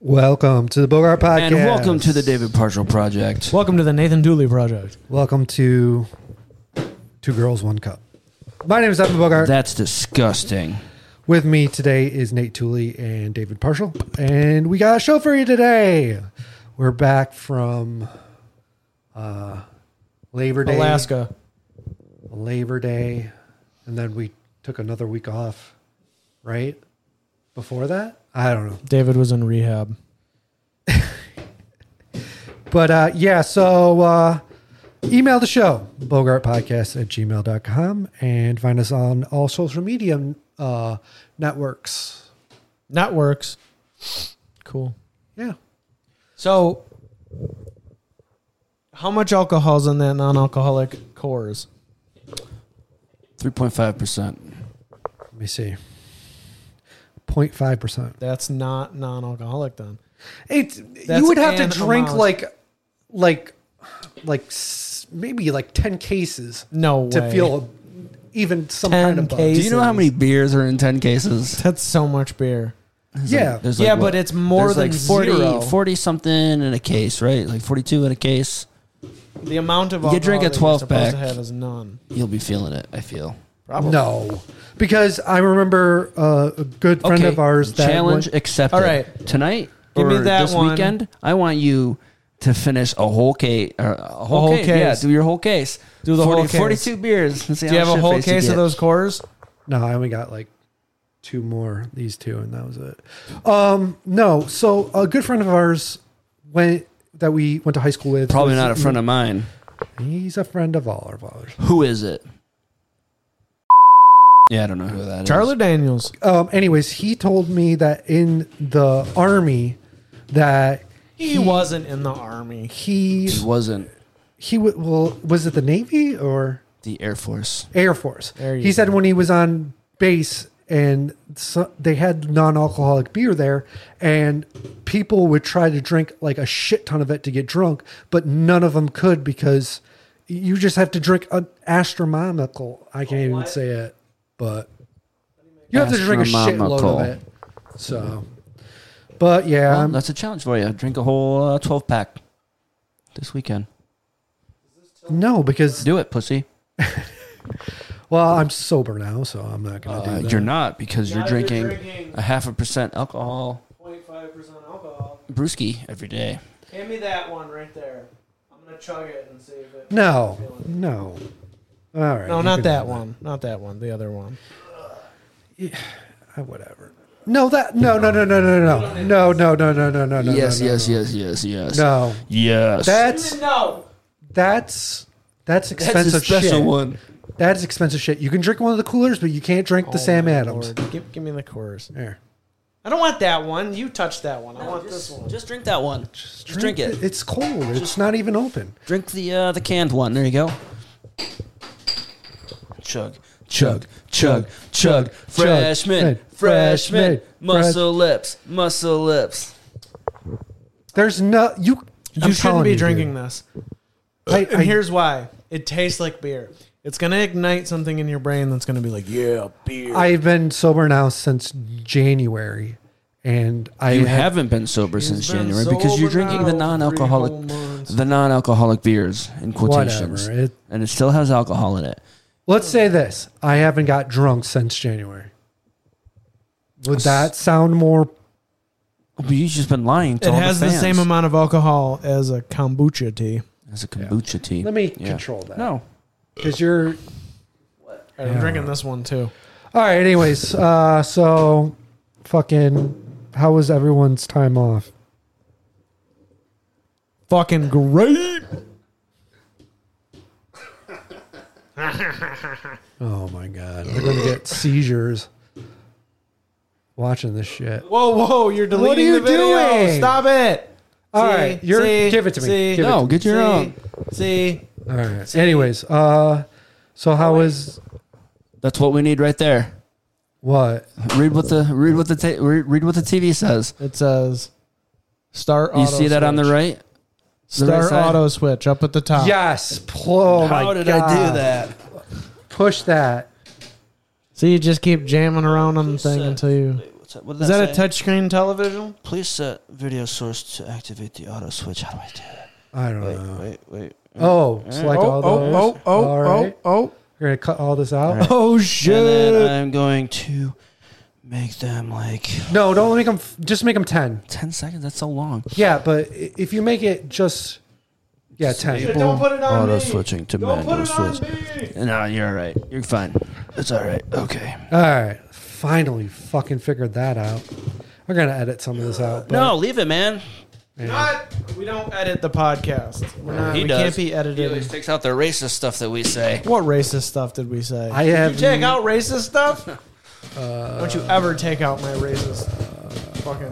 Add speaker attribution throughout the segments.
Speaker 1: Welcome to the Bogart Podcast.
Speaker 2: And welcome to the David Partial Project.
Speaker 3: Welcome to the Nathan Dooley Project.
Speaker 1: Welcome to Two Girls, One Cup. My name is Evan Bogart.
Speaker 2: That's disgusting.
Speaker 1: With me today is Nate Tooley and David Partial. And we got a show for you today. We're back from uh, Labor Day.
Speaker 3: Alaska.
Speaker 1: Labor Day. And then we took another week off, right? Before that? I don't know.
Speaker 3: David was in rehab.
Speaker 1: But uh, yeah, so uh, email the show, bogartpodcast at gmail.com, and find us on all social media uh, networks.
Speaker 3: That works. Cool.
Speaker 1: Yeah.
Speaker 3: So, how much alcohol's in that non-alcoholic cores?
Speaker 2: 3.5%.
Speaker 1: Let me see. 0.5%.
Speaker 3: That's not non-alcoholic then.
Speaker 1: It's,
Speaker 3: That's
Speaker 1: you would have to
Speaker 3: an
Speaker 1: drink
Speaker 3: amount.
Speaker 1: like, like, like s- maybe like 10 cases
Speaker 3: No way.
Speaker 1: to feel even some
Speaker 3: 10
Speaker 1: kind of buzz.
Speaker 3: cases.
Speaker 2: Do you know how many beers are in 10 cases?
Speaker 3: That's so much beer.
Speaker 1: Yeah.
Speaker 2: There's
Speaker 3: yeah,
Speaker 2: like, what?
Speaker 3: but it's more
Speaker 2: There's
Speaker 3: than
Speaker 2: like 40,
Speaker 3: zero.
Speaker 2: 40 something in a case, right? Like 42 in a case.
Speaker 3: The amount of alcohol
Speaker 2: You drink a
Speaker 3: that
Speaker 2: 12
Speaker 3: you're supposed to
Speaker 2: pack.
Speaker 3: have is none.
Speaker 2: You'll be feeling it, I feel.
Speaker 1: No. Because I remember uh, a good friend of ours that
Speaker 2: challenge
Speaker 1: went-
Speaker 2: accepted.
Speaker 3: All right.
Speaker 2: tonight
Speaker 3: Give me
Speaker 2: or
Speaker 3: that
Speaker 2: this
Speaker 3: one.
Speaker 2: weekend, I want you to finish a whole case. Or a whole,
Speaker 3: whole
Speaker 2: case. Yeah,
Speaker 3: case.
Speaker 2: do your whole case.
Speaker 3: Do the whole case.
Speaker 2: Forty-two beers. and see
Speaker 3: Do you
Speaker 2: how
Speaker 3: have a whole
Speaker 2: shit-faced you
Speaker 3: case of
Speaker 2: get.
Speaker 3: those cores?
Speaker 1: No, I only got like two more, these two, and that was it. Um, no, so a good friend of ours went that we went to high school with.
Speaker 2: Probably not a friend of mine.
Speaker 1: He's a friend of all of ours.
Speaker 2: Who is it? Yeah, I don't know who that is.
Speaker 3: Charlie Daniels.
Speaker 1: Um, anyways, he told me that in the army that
Speaker 3: He wasn't in the army.
Speaker 1: he
Speaker 2: He wasn't
Speaker 1: he w- well was it the navy or
Speaker 2: the Air Force.
Speaker 1: Air Force.
Speaker 3: There you
Speaker 1: He said
Speaker 3: go.
Speaker 1: when he was on base and so, they had non-alcoholic beer there and people would try to drink like a shit ton of it to get drunk, but none of them could because you just have to drink an astronomical. I can't even say it, but you have to drink a shitload
Speaker 2: Astronomical.
Speaker 1: of it. So, but yeah,
Speaker 2: Well,
Speaker 1: I'm-
Speaker 2: Oh, that's a challenge for you. Drink a whole uh, twelve pack this weekend.
Speaker 1: no, because
Speaker 2: Do it, pussy.
Speaker 1: well, I'm sober now, so I'm not gonna
Speaker 2: Uh,
Speaker 1: do that.
Speaker 2: you're not because you're
Speaker 3: Now you're
Speaker 2: drinking,
Speaker 3: drinking-
Speaker 2: a half a percent alcohol
Speaker 3: 0.5% alcohol.
Speaker 2: brewski every day.
Speaker 3: Hand me that one right there. I'm gonna chug it and see if it.
Speaker 1: no, no. All right.
Speaker 3: No,
Speaker 1: you
Speaker 3: not
Speaker 1: can
Speaker 3: that
Speaker 1: do
Speaker 3: one. Not that one. The other one.
Speaker 1: Uh, whatever. No, that no no no no no no no no no no no no no.
Speaker 2: yes,
Speaker 1: no, no,
Speaker 2: yes,
Speaker 1: no.
Speaker 2: yes, yes, yes.
Speaker 1: No,
Speaker 2: Yes.
Speaker 1: that's
Speaker 3: No.
Speaker 1: that's that's expensive shit.
Speaker 2: one.
Speaker 1: That's expensive shit. You can drink one of the coolers, but you can't drink
Speaker 2: Oh
Speaker 1: the Sam Adams.
Speaker 3: Give, give me the chorus.
Speaker 1: There.
Speaker 3: I don't want that one. You touch that one. I want this one.
Speaker 2: Just drink that one. Just, drink, it.
Speaker 1: It's cold. It's not even open.
Speaker 2: Drink the uh, the canned one. There you go. Chug, chug, chug, chug. Freshman,
Speaker 1: Hey,
Speaker 2: freshman,
Speaker 1: freshman,
Speaker 2: muscle lips, muscle lips.
Speaker 1: There's no you.
Speaker 3: You shouldn't be drinking this.
Speaker 1: I,
Speaker 3: And here's why. It tastes like beer. It's gonna ignite something in your brain that's gonna be like, yeah, beer.
Speaker 1: I've been sober now since January, and I
Speaker 2: You
Speaker 1: had-
Speaker 2: haven't been sober since
Speaker 3: been
Speaker 2: January because you're
Speaker 3: sober
Speaker 2: drinking the
Speaker 3: now for three
Speaker 2: non-alcoholic,
Speaker 3: whole months.
Speaker 2: the non-alcoholic beers in quotations,
Speaker 1: whatever. It,
Speaker 2: and it still has alcohol in it.
Speaker 1: let's say this: I haven't got drunk since January. Would that sound more
Speaker 2: But you've just been lying to
Speaker 3: it
Speaker 2: all
Speaker 3: has
Speaker 2: the
Speaker 3: the
Speaker 2: fans.
Speaker 3: same amount of alcohol as a kombucha tea.
Speaker 2: as a kombucha tea.
Speaker 1: Let me
Speaker 2: Yeah.
Speaker 1: control that.
Speaker 2: No,
Speaker 1: because you're
Speaker 3: All right, I'm drinking this one too.
Speaker 1: all right. Anyways, uh, so fucking, how was everyone's time off?
Speaker 3: Fucking great.
Speaker 1: Oh my god, we're gonna get seizures watching this shit.
Speaker 3: Whoa, whoa! You're deleting
Speaker 1: are you
Speaker 3: the video.
Speaker 1: doing?
Speaker 3: Stop it!
Speaker 1: All
Speaker 3: All
Speaker 1: right, you're- give it to me. Give it
Speaker 2: no, get your
Speaker 3: see,
Speaker 2: own.
Speaker 3: See,
Speaker 1: All right. Anyways, uh, so how was
Speaker 2: That's what we need right there.
Speaker 1: what?
Speaker 2: Read what the read what the ta- read, read what the TV says.
Speaker 3: it says start.
Speaker 2: You
Speaker 3: auto
Speaker 2: see that on the
Speaker 3: switch.
Speaker 2: right? The right
Speaker 3: Start
Speaker 2: side?
Speaker 3: auto switch up at the top.
Speaker 1: Yes. Oh my
Speaker 2: How did
Speaker 1: god.
Speaker 2: I do that?
Speaker 1: Push that.
Speaker 3: So you just keep jamming around on the thing
Speaker 2: said-
Speaker 3: until you.
Speaker 2: What's set. What did
Speaker 3: Is
Speaker 2: that,
Speaker 3: that a
Speaker 2: say?
Speaker 3: touchscreen television?
Speaker 2: Please set video source to activate the auto switch. How do I do that?
Speaker 1: I don't
Speaker 2: Wait,
Speaker 1: know.
Speaker 2: wait, wait.
Speaker 1: Oh, select
Speaker 3: oh,
Speaker 1: all those.
Speaker 3: oh, oh, oh,
Speaker 1: All right.
Speaker 3: oh,
Speaker 1: We're gonna cut all this out.
Speaker 2: All
Speaker 3: oh, oh,
Speaker 2: And
Speaker 3: shit.
Speaker 2: then I'm going to make them like
Speaker 1: No, don't make them. Just make them ten.
Speaker 2: 10 seconds. That's so long.
Speaker 1: Yeah, but i- if you make it just yeah ten.
Speaker 3: But don't put it on
Speaker 2: auto
Speaker 3: me.
Speaker 2: switching to
Speaker 3: Don't put
Speaker 2: manual
Speaker 3: it on
Speaker 2: switch.
Speaker 3: me.
Speaker 2: No, you're all right. You're fine. It's all right. Okay.
Speaker 1: All right, finally, fucking figured that out. We're gonna edit some of this out. But
Speaker 2: No, leave it, man.
Speaker 3: Ah, Not, we don't edit the podcast. We're not,
Speaker 2: He
Speaker 3: we
Speaker 2: does.
Speaker 3: can't be
Speaker 2: He always
Speaker 3: edited.
Speaker 2: takes out the racist stuff that we say.
Speaker 3: What racist stuff did we say?
Speaker 1: I
Speaker 3: Did
Speaker 1: have-
Speaker 3: You take out racist stuff? Don't you ever take out my racist fucking.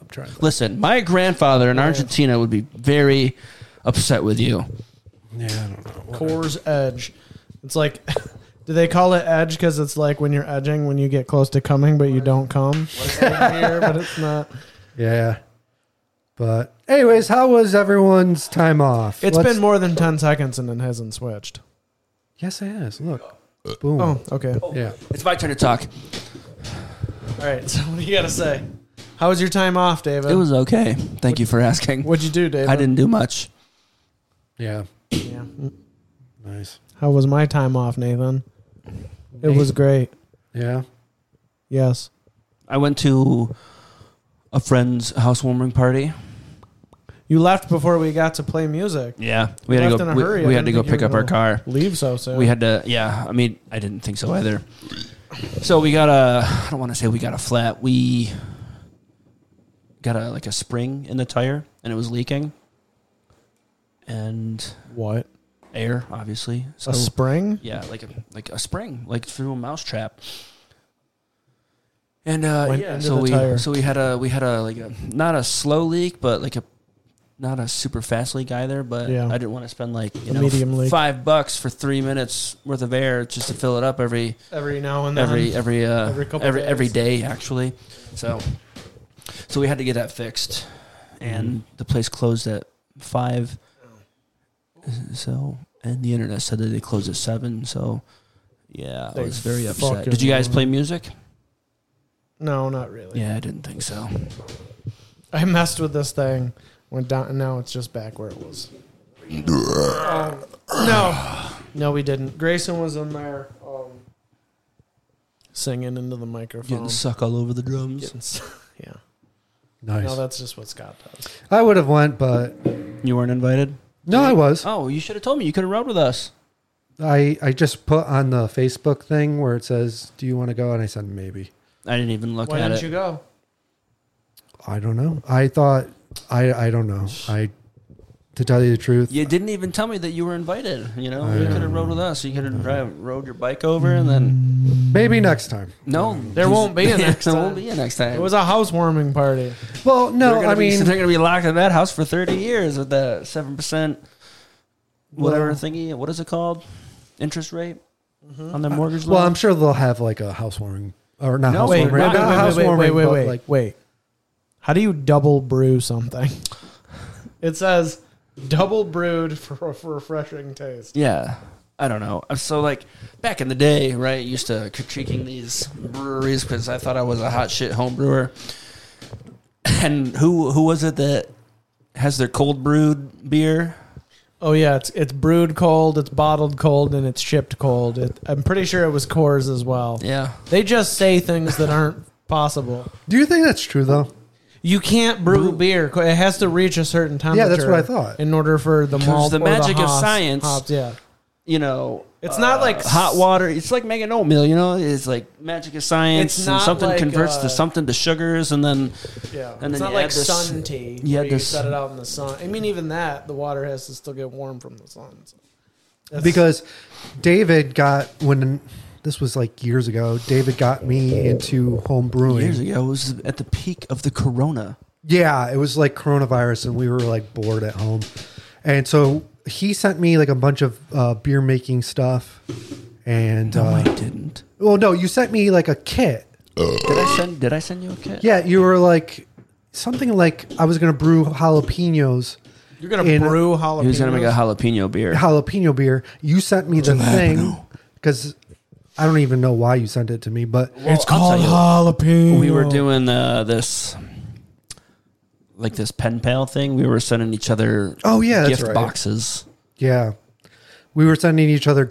Speaker 1: I'm trying.
Speaker 2: Listen, my grandfather in Argentina would be very upset with you.
Speaker 1: Yeah, I don't know.
Speaker 3: Core's edge. It's like, do they call it edge because it's like when you're edging when you get close to coming but you don't come? It's like here, but it's not.
Speaker 1: Yeah. But anyways, how was everyone's time off?
Speaker 3: It's
Speaker 1: It's
Speaker 3: been more than ten seconds and it hasn't switched.
Speaker 1: Yes, it is. Look. Boom.
Speaker 3: Oh, okay. All
Speaker 1: Yeah.
Speaker 2: It's my turn to talk.
Speaker 3: right. So what do you gotta say? How was your time off, David?
Speaker 2: It was okay. Thank you for asking.
Speaker 3: What'd you do, David?
Speaker 2: I didn't do much.
Speaker 1: Yeah.
Speaker 3: Yeah.
Speaker 1: Nice.
Speaker 3: How was my time off, Nathan? It was great.
Speaker 1: Yeah.
Speaker 3: Yes.
Speaker 2: I went to a friend's housewarming party.
Speaker 3: You left before we got to play music.
Speaker 2: Yeah, we
Speaker 3: You
Speaker 2: had to
Speaker 3: left in
Speaker 2: go.
Speaker 3: a
Speaker 2: We,
Speaker 3: hurry. I
Speaker 2: we had to
Speaker 3: didn't
Speaker 2: go
Speaker 3: think you
Speaker 2: pick
Speaker 3: were
Speaker 2: up our
Speaker 3: gonna-
Speaker 2: car.
Speaker 3: Leave so soon.
Speaker 2: We had to, yeah. I mean, I didn't think so either. So we got a. I don't want to say we got a flat. We got a like a spring in the tire, and it was leaking, and
Speaker 3: what?
Speaker 2: air obviously. So
Speaker 3: A spring?
Speaker 2: yeah, like a, like a spring, like through a mousetrap. And uh,
Speaker 3: Went
Speaker 2: yeah,
Speaker 3: into
Speaker 2: so
Speaker 3: the
Speaker 2: we
Speaker 3: tire.
Speaker 2: so we had a we had a like a not a slow leak, but like a not a super fast leak either. But
Speaker 3: Yeah.
Speaker 2: I didn't want to spend like you
Speaker 3: A
Speaker 2: know
Speaker 3: medium leak.
Speaker 2: five bucks for three minutes worth of air just to fill it up every
Speaker 3: Every now and then.
Speaker 2: every every uh,
Speaker 3: Every
Speaker 2: every
Speaker 3: couple
Speaker 2: every, every
Speaker 3: days.
Speaker 2: day actually. So so we had to get that fixed, and
Speaker 3: Mm-hmm.
Speaker 2: the place closed at five. So and the internet said that they closed at seven. So yeah, I
Speaker 3: They
Speaker 2: was very upset.
Speaker 3: fucking
Speaker 2: Did you guys
Speaker 3: ruined
Speaker 2: play
Speaker 3: it.
Speaker 2: music?
Speaker 3: no, not really.
Speaker 2: Yeah, I didn't think so.
Speaker 3: I messed with this thing, went down, and now it's just back where it was. Um, no, no, we didn't. Grayson was in there um, singing into the
Speaker 2: Getting
Speaker 3: microphone.
Speaker 2: suck all over the drums.
Speaker 3: Getting s- yeah.
Speaker 1: Nice.
Speaker 3: No, that's just what Scott does.
Speaker 1: I would have went, but
Speaker 2: You weren't invited.
Speaker 1: no, I was.
Speaker 2: Oh, you should have told me. You could have rode with us.
Speaker 1: I I just put on the Facebook thing where it says, "Do you want to go?" and I said, "Maybe."
Speaker 2: I didn't even look
Speaker 3: Why
Speaker 2: at
Speaker 3: didn't
Speaker 2: it.
Speaker 3: you go?
Speaker 1: I don't know. I thought I I don't know. I to tell you the truth,
Speaker 2: You didn't even tell me that you were invited. You know, you
Speaker 1: I-
Speaker 2: could have rode with us. You could have drive rode your bike over, and
Speaker 3: Mm-hmm.
Speaker 2: then
Speaker 3: Mm.
Speaker 1: maybe next time.
Speaker 2: no,
Speaker 3: There won't be a next
Speaker 2: there
Speaker 3: time.
Speaker 2: won't be a next time.
Speaker 3: It was a housewarming party.
Speaker 1: Well,
Speaker 2: They're
Speaker 1: no,
Speaker 2: gonna
Speaker 1: I
Speaker 2: be-
Speaker 1: mean,
Speaker 2: they're going to be locked in that house for thirty years with that seven percent, whatever
Speaker 1: Well- Mm-hmm.
Speaker 2: thingy. What is it called? Interest rate on their mortgage
Speaker 1: well,
Speaker 2: loan.
Speaker 1: I'm sure they'll have like a housewarming or not
Speaker 2: No,
Speaker 1: housewarming.
Speaker 3: Wait, wait, wait,
Speaker 1: not
Speaker 3: wait, wait,
Speaker 1: housewarming,
Speaker 3: wait, wait,
Speaker 1: but,
Speaker 3: wait,
Speaker 1: like-
Speaker 3: wait. How do you double brew something? It says double brewed for, for refreshing taste.
Speaker 2: yeah, I don't know. Uh, So like back in the day, right? I Used to critiquing these breweries because I thought I was a hot shit home brewer. And who who was it that has their cold brewed beer?
Speaker 3: Oh yeah, it's it's brewed cold, it's bottled cold, and it's shipped cold. It, I'm pretty sure it was Coors as well.
Speaker 2: Yeah,
Speaker 3: They just say things that aren't possible.
Speaker 1: Do you think that's true though?
Speaker 3: You can't brew beer; it has to reach a certain temperature.
Speaker 1: Yeah, that's what I thought.
Speaker 3: In order for the
Speaker 2: 'Cause
Speaker 3: malt,
Speaker 2: the
Speaker 3: or
Speaker 2: magic of
Speaker 3: hops-
Speaker 2: science-
Speaker 3: hops, yeah,
Speaker 2: you know, uh,
Speaker 3: It's not like
Speaker 2: hot
Speaker 3: s-
Speaker 2: water. It's like making oatmeal. You know, it's like magic of science.
Speaker 3: It's
Speaker 2: and
Speaker 3: not
Speaker 2: something
Speaker 3: like,
Speaker 2: converts
Speaker 3: uh,
Speaker 2: to something to sugars, and then
Speaker 3: yeah.
Speaker 2: And then
Speaker 3: it's not
Speaker 2: you
Speaker 3: like
Speaker 2: add this-
Speaker 3: sun tea.
Speaker 2: you
Speaker 3: where
Speaker 2: add
Speaker 3: You
Speaker 2: this-
Speaker 3: set it out in the sun. I mean, even that, the water has to still get warm from the sun. So that's-
Speaker 1: because David got when this was like years ago. David got me into home brewing.
Speaker 2: years ago it was at the peak of the corona.
Speaker 1: Yeah, it was like coronavirus, and we were like bored at home, and so he sent me like a bunch of uh, beer making stuff, and
Speaker 2: No, I
Speaker 1: uh,
Speaker 2: didn't.
Speaker 1: well, no, you sent me like a kit.
Speaker 2: Did I send? Did I send you a kit?
Speaker 1: Yeah, you were like something like I was gonna brew jalapenos,
Speaker 3: you're gonna
Speaker 1: in-
Speaker 3: brew jalapenos.
Speaker 2: He was gonna make a jalapeno beer.
Speaker 1: jalapeno beer. You sent me the thing because I don't even know why you sent it to me, but
Speaker 3: it's
Speaker 2: I'll
Speaker 3: called
Speaker 2: tell you.
Speaker 3: jalapeno.
Speaker 2: we were doing uh, this like this pen pal thing we were sending each other
Speaker 1: Oh, yeah, that's
Speaker 2: gift
Speaker 1: right.
Speaker 2: boxes
Speaker 1: yeah, we were sending each other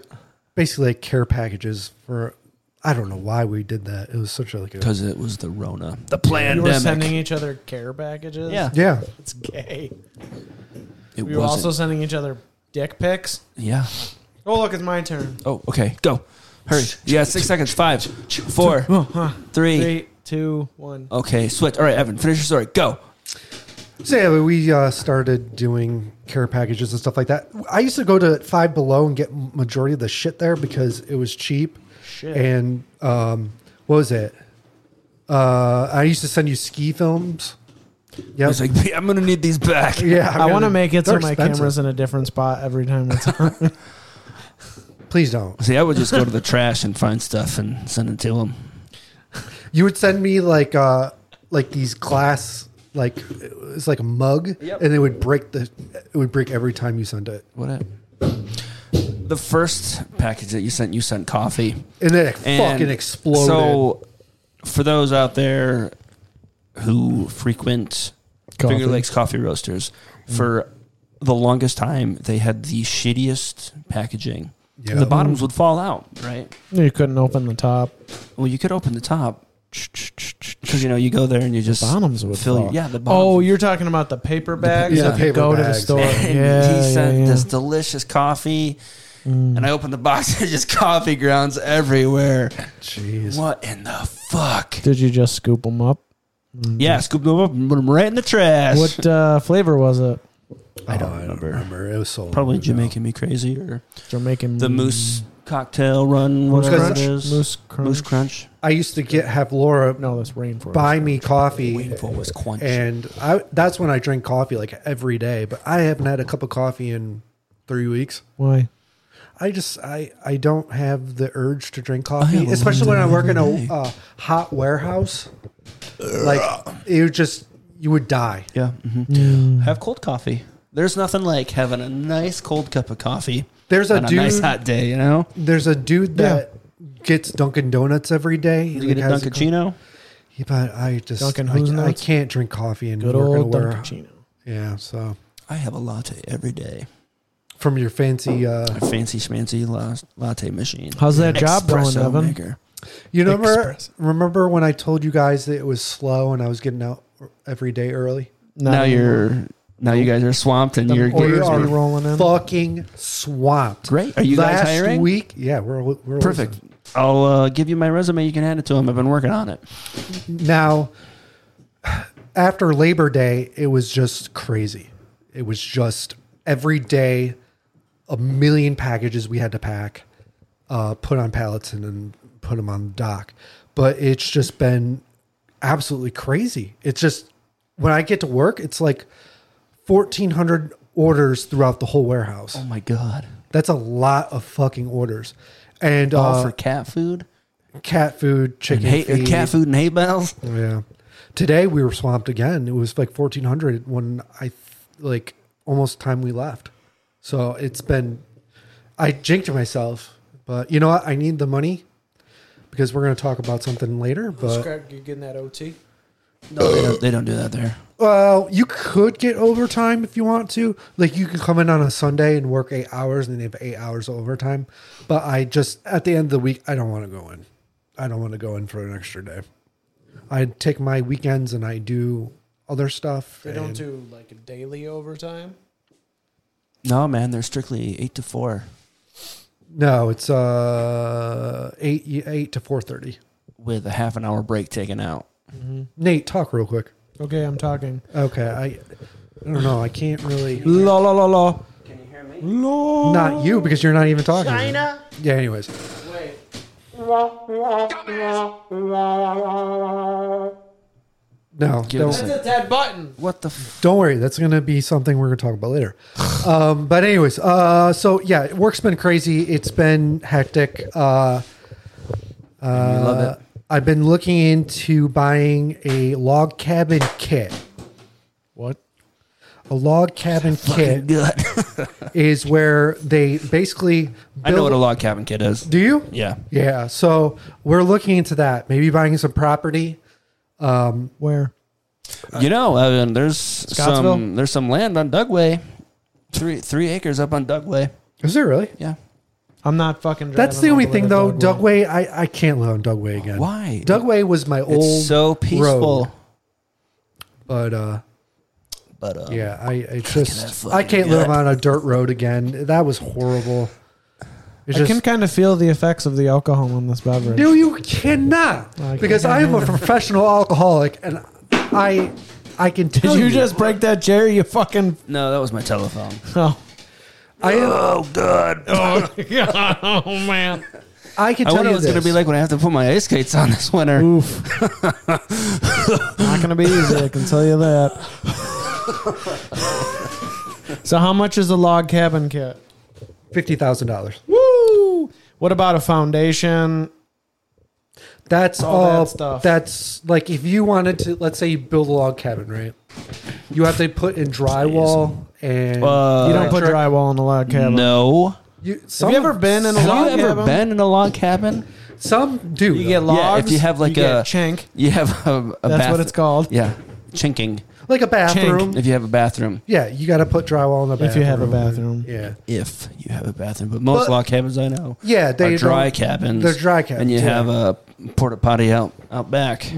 Speaker 1: basically like care packages for. I don't know why we did that. It was such a like a
Speaker 2: because it was the rona the
Speaker 3: You were
Speaker 2: pandemic
Speaker 3: sending each other care packages.
Speaker 2: Yeah.
Speaker 1: yeah.
Speaker 3: it's gay.
Speaker 2: it was
Speaker 3: We were also sending each other dick pics.
Speaker 2: yeah
Speaker 3: Oh look, it's my turn.
Speaker 2: oh okay go hurry yeah six seconds five four three
Speaker 3: Three, two, one.
Speaker 2: okay switch all right evan finish your story go
Speaker 1: So yeah, we uh, started doing care packages and stuff like that. I used to go to Five Below and get majority of the shit there because it was cheap.
Speaker 3: Shit.
Speaker 1: And um, what was it? Uh, I used to send you ski films.
Speaker 2: i
Speaker 1: Yeah,
Speaker 2: was like "Yeah, i'm gonna need these back
Speaker 1: yeah.
Speaker 3: I want to make it so
Speaker 1: they're
Speaker 3: my
Speaker 1: expensive.
Speaker 3: camera's in a different spot every time it's on.
Speaker 1: Please don't.
Speaker 2: see i would just go to the trash and find stuff and send it to him
Speaker 1: You would send me like uh, like these glass like it's like a mug,
Speaker 2: Yep.
Speaker 1: and it would break the it would break every time you send it,
Speaker 2: what up the first package that you sent you sent coffee
Speaker 1: and then it
Speaker 2: And
Speaker 1: fucking exploded.
Speaker 2: So, for those out there who frequent
Speaker 3: Coffee.
Speaker 2: Finger Lakes Coffee Roasters, for the longest time they had the shittiest packaging.
Speaker 1: Yeah.
Speaker 2: And the bottoms would fall out, right?
Speaker 3: you couldn't open the top.
Speaker 2: Well, you could open the top because you know you go there and you just
Speaker 3: Bottoms would
Speaker 2: fill.
Speaker 3: fall.
Speaker 2: Your, yeah, the bottoms.
Speaker 3: Oh, you're talking about the paper bags.
Speaker 1: yeah,
Speaker 3: that you
Speaker 1: paper
Speaker 3: go to the
Speaker 1: bags.
Speaker 3: store.
Speaker 2: and
Speaker 3: yeah,
Speaker 2: he
Speaker 3: yeah,
Speaker 2: sent
Speaker 3: yeah. Mm.
Speaker 2: this delicious coffee, and I opened the box and just coffee grounds everywhere.
Speaker 1: Jeez.
Speaker 2: What in the fuck?
Speaker 3: Did you just scoop them up?
Speaker 2: Yeah, scoop them up and put them right in the trash.
Speaker 3: What uh, flavor was it?
Speaker 1: I don't, remember. It was so long
Speaker 2: Probably
Speaker 1: ago.
Speaker 2: Jamaican Me Crazy or
Speaker 3: Jamaican
Speaker 2: the Moose Cocktail Run, whatever
Speaker 1: Crunch.
Speaker 2: it is.
Speaker 3: Moose crunch.
Speaker 2: Moose Crunch.
Speaker 1: I used to get have Laura
Speaker 3: No, that's rainforest.
Speaker 1: buy me coffee,
Speaker 2: Painful was Crunch.
Speaker 1: and I that's when I drink coffee like every day. But I haven't had a cup of coffee in three weeks.
Speaker 3: Why?
Speaker 1: I just I I don't have the urge to drink
Speaker 2: have
Speaker 1: coffee,
Speaker 2: a
Speaker 1: especially when I
Speaker 2: London
Speaker 1: work in
Speaker 2: every
Speaker 1: a
Speaker 2: day.
Speaker 1: uh, hot warehouse. Like it would just you would die.
Speaker 2: yeah. mhm. Have cold coffee. There's nothing like having a nice cold cup of coffee
Speaker 1: There's a
Speaker 2: on a
Speaker 1: dude.
Speaker 2: nice hot day, you know?
Speaker 1: there's a dude that gets Dunkin' Donuts every day.
Speaker 2: You get a
Speaker 1: has co-
Speaker 2: Dunkachino.
Speaker 1: Yeah, but I just
Speaker 3: Dunkin'
Speaker 1: I,
Speaker 3: who's
Speaker 1: I
Speaker 3: nuts?
Speaker 1: can't drink coffee and
Speaker 3: Good
Speaker 1: work in a
Speaker 3: old
Speaker 1: warehouse.
Speaker 3: Dunkachino.
Speaker 1: Yeah, so
Speaker 2: I have a latte every day.
Speaker 1: from your fancy uh
Speaker 2: A fancy schmancy la- latte machine.
Speaker 3: How's that job going,
Speaker 2: Espresso
Speaker 3: Evan?
Speaker 2: maker.
Speaker 1: You remember
Speaker 3: Express.
Speaker 1: remember when I told you guys that it was slow and I was getting out every day early?
Speaker 3: Not
Speaker 2: Now
Speaker 3: anymore.
Speaker 2: you're now you guys are swamped and
Speaker 3: Them
Speaker 2: you're
Speaker 1: We
Speaker 3: orders
Speaker 2: getting
Speaker 1: are
Speaker 3: be rolling in.
Speaker 1: fucking swamped.
Speaker 2: great. Are you
Speaker 1: Last
Speaker 2: guys hiring?
Speaker 1: week, yeah, we're, we're always-
Speaker 2: Perfect. I'll uh, give you my resume. You can hand it to him. I've been working on it.
Speaker 1: Now, after Labor Day, it was just crazy. It was just every day, a million packages we had to pack, uh, put on pallets, and then put them on the dock. But it's just been absolutely crazy. It's just when I get to work, it's like 1,400 orders throughout the whole warehouse.
Speaker 2: Oh my god!
Speaker 1: That's a lot of fucking orders. And uh,
Speaker 2: All for cat food,
Speaker 1: cat food,
Speaker 2: and
Speaker 1: chicken
Speaker 2: hay, uh,
Speaker 1: feed.
Speaker 2: cat food and hay bales.
Speaker 1: Yeah. Today we were swamped again. It was like 1400 when I th- like almost time we left. So it's been I jinked myself, but you know what? I need the money because we're going to talk about something later, but
Speaker 3: you getting that OT?
Speaker 2: No, they don't, they don't do that there.
Speaker 1: well, you could get overtime if you want to. Like you can come in on a Sunday and work 8 hours and then they have 8 hours of overtime, but I just at the end of the week I don't want to go in. I don't want to go in for an extra day. I take my weekends and I do other stuff. and-
Speaker 3: do like a daily overtime.
Speaker 2: No, man, they're strictly eight to four.
Speaker 1: No, it's uh eight eight to four thirty.
Speaker 2: With a half an hour break taken out.
Speaker 1: Nate, talk real quick.
Speaker 3: Mm-hmm. Okay, I'm talking.
Speaker 1: Okay, I, I don't know. I can't really.
Speaker 3: La la la la.
Speaker 2: Can you hear me?
Speaker 3: La.
Speaker 1: Not you because you're not even talking. China. Yeah. Anyways, no.
Speaker 2: Give us
Speaker 1: Don't,
Speaker 2: a-
Speaker 3: a Ted Button.
Speaker 2: What the? F-
Speaker 1: don't worry. That's gonna be something we're gonna talk about later. Um, but anyways, uh, so yeah, work's been crazy. It's been hectic. Uh, uh,
Speaker 2: love it.
Speaker 1: I've been looking into buying a log cabin kit.
Speaker 3: What?
Speaker 1: a log cabin kit
Speaker 2: Good.
Speaker 1: is where they basically build,
Speaker 2: I know what a log cabin kid is.
Speaker 1: do you
Speaker 2: Yeah.
Speaker 1: yeah so we're looking into that maybe buying some property
Speaker 3: Where?
Speaker 2: You know, I mean, there's some
Speaker 3: Scottsville?
Speaker 2: there's some land on Dugway, three three acres up on Dugway.
Speaker 1: is there really
Speaker 2: Yeah.
Speaker 3: I'm not fucking. Driving
Speaker 1: that's the
Speaker 3: all
Speaker 1: only
Speaker 3: way
Speaker 1: thing
Speaker 3: to
Speaker 1: though
Speaker 3: Dugway.
Speaker 1: Dugway I, I can't live on Dugway again
Speaker 2: Why?
Speaker 1: Dugway was my old
Speaker 2: It's so peaceful.
Speaker 1: road, but uh
Speaker 2: But uh,
Speaker 1: yeah I it
Speaker 2: that
Speaker 1: just
Speaker 2: fucking
Speaker 1: I can't live
Speaker 2: gut.
Speaker 1: on a dirt road again that was horrible it
Speaker 3: I can kind of feel the effects of the alcohol on this beverage.
Speaker 1: No, you cannot.
Speaker 3: Like-
Speaker 1: because I am a professional alcoholic, and I, I can tell
Speaker 3: Did
Speaker 1: you,
Speaker 3: you just break that chair? You fucking.
Speaker 2: no, that was my telephone.
Speaker 3: Oh,
Speaker 1: I, am,
Speaker 2: Oh God!
Speaker 3: oh man.
Speaker 1: I can
Speaker 2: I
Speaker 1: tell
Speaker 2: wonder
Speaker 1: you
Speaker 2: what it's
Speaker 1: this.
Speaker 2: gonna be like when I have to put my ice skates on this winter.
Speaker 3: Oof. Not gonna be easy, I can tell you that. so how much is a log cabin kit?
Speaker 1: fifty thousand dollars.
Speaker 3: Woo! What about a foundation?
Speaker 1: That's all.
Speaker 3: All that stuff.
Speaker 1: That's like if you wanted to, let's say you build a log cabin, right? You have to put in drywall and
Speaker 2: Uh,
Speaker 3: You don't put drywall in a log cabin.
Speaker 2: No.
Speaker 1: you,
Speaker 3: Have
Speaker 1: some,
Speaker 3: you ever been in a
Speaker 2: Have
Speaker 3: log
Speaker 2: you ever
Speaker 3: cabin?
Speaker 2: been in a log cabin?
Speaker 1: some do.
Speaker 3: You
Speaker 1: though.
Speaker 3: get logs.
Speaker 2: Yeah, if you have like
Speaker 3: you
Speaker 2: a-
Speaker 3: get chink.
Speaker 2: You have a, a
Speaker 3: That's
Speaker 2: bath-
Speaker 3: what it's called.
Speaker 2: Yeah, chinking.
Speaker 1: like a bathroom.
Speaker 2: If you have a bathroom,
Speaker 1: Yeah, you got to put drywall in the bathroom.
Speaker 3: If you have a bathroom.
Speaker 1: Yeah.
Speaker 2: if you have a bathroom, but most
Speaker 1: But-
Speaker 2: log cabins I know,
Speaker 1: Yeah, they
Speaker 2: are dry
Speaker 1: don't-
Speaker 2: cabins.
Speaker 1: they're dry cabins,
Speaker 2: and you
Speaker 1: yeah.
Speaker 2: have a porta potty out out back.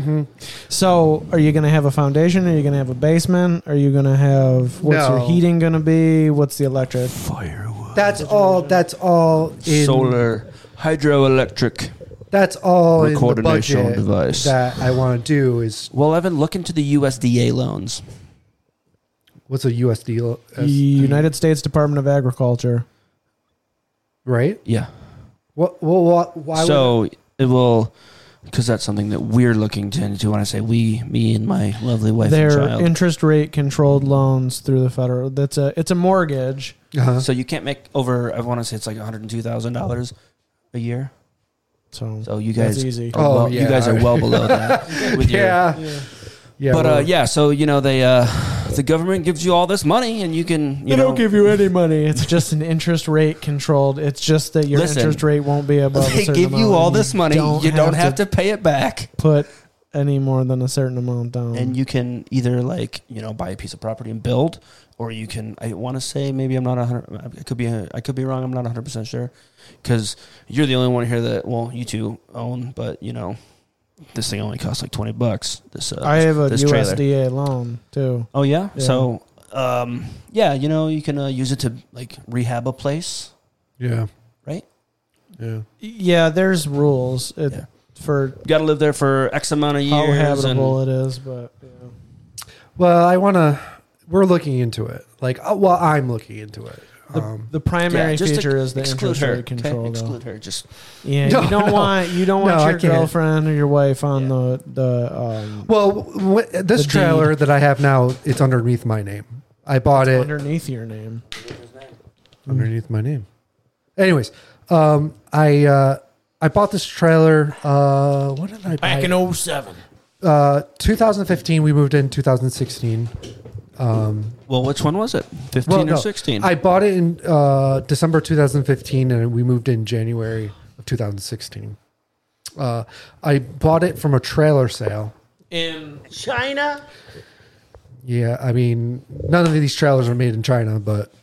Speaker 3: So, are you going to have a foundation? Are you going to have a basement? Are you going to have what's
Speaker 1: No.
Speaker 3: your heating going to be? What's the electric?
Speaker 2: Firewood,
Speaker 1: That's all. That's all in
Speaker 2: solar, hydroelectric.
Speaker 1: That's all in the
Speaker 2: Coordination
Speaker 1: budget
Speaker 2: device.
Speaker 1: that I want to do is
Speaker 2: Well, Evan, look into the USDA loans.
Speaker 1: what's a USD lo-
Speaker 3: The United States Department of Agriculture.
Speaker 1: right?
Speaker 2: Yeah.
Speaker 1: What? Well, what? Why? would,
Speaker 2: so it will, because that's something that we're looking to into. When I say we, me and my lovely wife and
Speaker 3: They're
Speaker 2: child.
Speaker 3: interest rate controlled loans through the federal. That's a it's a mortgage.
Speaker 1: uh-huh.
Speaker 2: so you can't make over. I want to say it's like one hundred and two thousand dollars a year.
Speaker 3: So,
Speaker 2: So you
Speaker 3: That's
Speaker 2: guys,
Speaker 3: easy.
Speaker 2: Are
Speaker 1: Oh,
Speaker 2: well, you
Speaker 1: yeah,
Speaker 2: guys are
Speaker 1: alright.
Speaker 2: well below that. With your-
Speaker 1: yeah,
Speaker 3: Oh, yeah.
Speaker 1: yeah.
Speaker 2: but uh,
Speaker 1: well,
Speaker 2: yeah, so you know they, uh, the government gives you all this money, and you can, you
Speaker 3: they
Speaker 2: know,
Speaker 3: don't give you any money. It's just an interest rate controlled. It's just that your
Speaker 2: Listen,
Speaker 3: interest rate won't be above. a
Speaker 2: they
Speaker 3: certain
Speaker 2: give you
Speaker 3: amount.
Speaker 2: all this money. you don't have to, pay it back,
Speaker 3: put any more than a certain amount down.
Speaker 2: and you can either like you know buy a piece of property and build, or you can. I want to say maybe I'm not a hundred. I could be. I could be wrong. I'm not hundred percent sure, because you're the only one here that well, you two own, but you know, this thing only costs like twenty bucks. This uh,
Speaker 3: I have a
Speaker 2: this trailer.
Speaker 3: USDA loan too.
Speaker 2: Oh yeah.
Speaker 3: Yeah.
Speaker 2: So um, yeah, you know, you can uh, use it to like rehab a place,
Speaker 1: yeah,
Speaker 2: right?
Speaker 1: yeah.
Speaker 3: Yeah, there's rules it,
Speaker 2: Yeah.
Speaker 3: for
Speaker 2: You got to live there for X amount of years.
Speaker 3: how habitable
Speaker 2: and-
Speaker 3: it is, but yeah.
Speaker 1: Well, I want to. We're looking into it. Like, uh, well, I'm looking into it.
Speaker 3: the,
Speaker 1: Um,
Speaker 3: the primary
Speaker 2: Yeah, just
Speaker 3: feature is the
Speaker 2: exclude
Speaker 3: interest
Speaker 2: her.
Speaker 3: rate control.
Speaker 2: okay?
Speaker 3: though.
Speaker 2: Exclude her. Just
Speaker 3: Yeah,
Speaker 1: No,
Speaker 3: you don't
Speaker 1: no.
Speaker 3: want you don't want
Speaker 1: No, I
Speaker 3: your
Speaker 1: can't.
Speaker 3: girlfriend or your wife on the the. Um,
Speaker 1: well, w- w- this
Speaker 3: The deed.
Speaker 1: trailer that I have now, it's underneath my name. I bought it
Speaker 3: underneath your name.
Speaker 1: underneath my name. Anyways, um, I uh, I bought this trailer. Uh, what did I buy?
Speaker 3: Back in 07.
Speaker 1: uh, 2015. We moved in 2016. Um,
Speaker 2: well, which one was it? Fifteen
Speaker 1: Well,
Speaker 2: or
Speaker 1: no.
Speaker 2: sixteen?
Speaker 1: I bought it in uh, December 2015, and we moved in January of 2016. Uh, I bought it from a trailer sale.
Speaker 3: In
Speaker 1: Yeah, I mean, none of these trailers are made in China, but,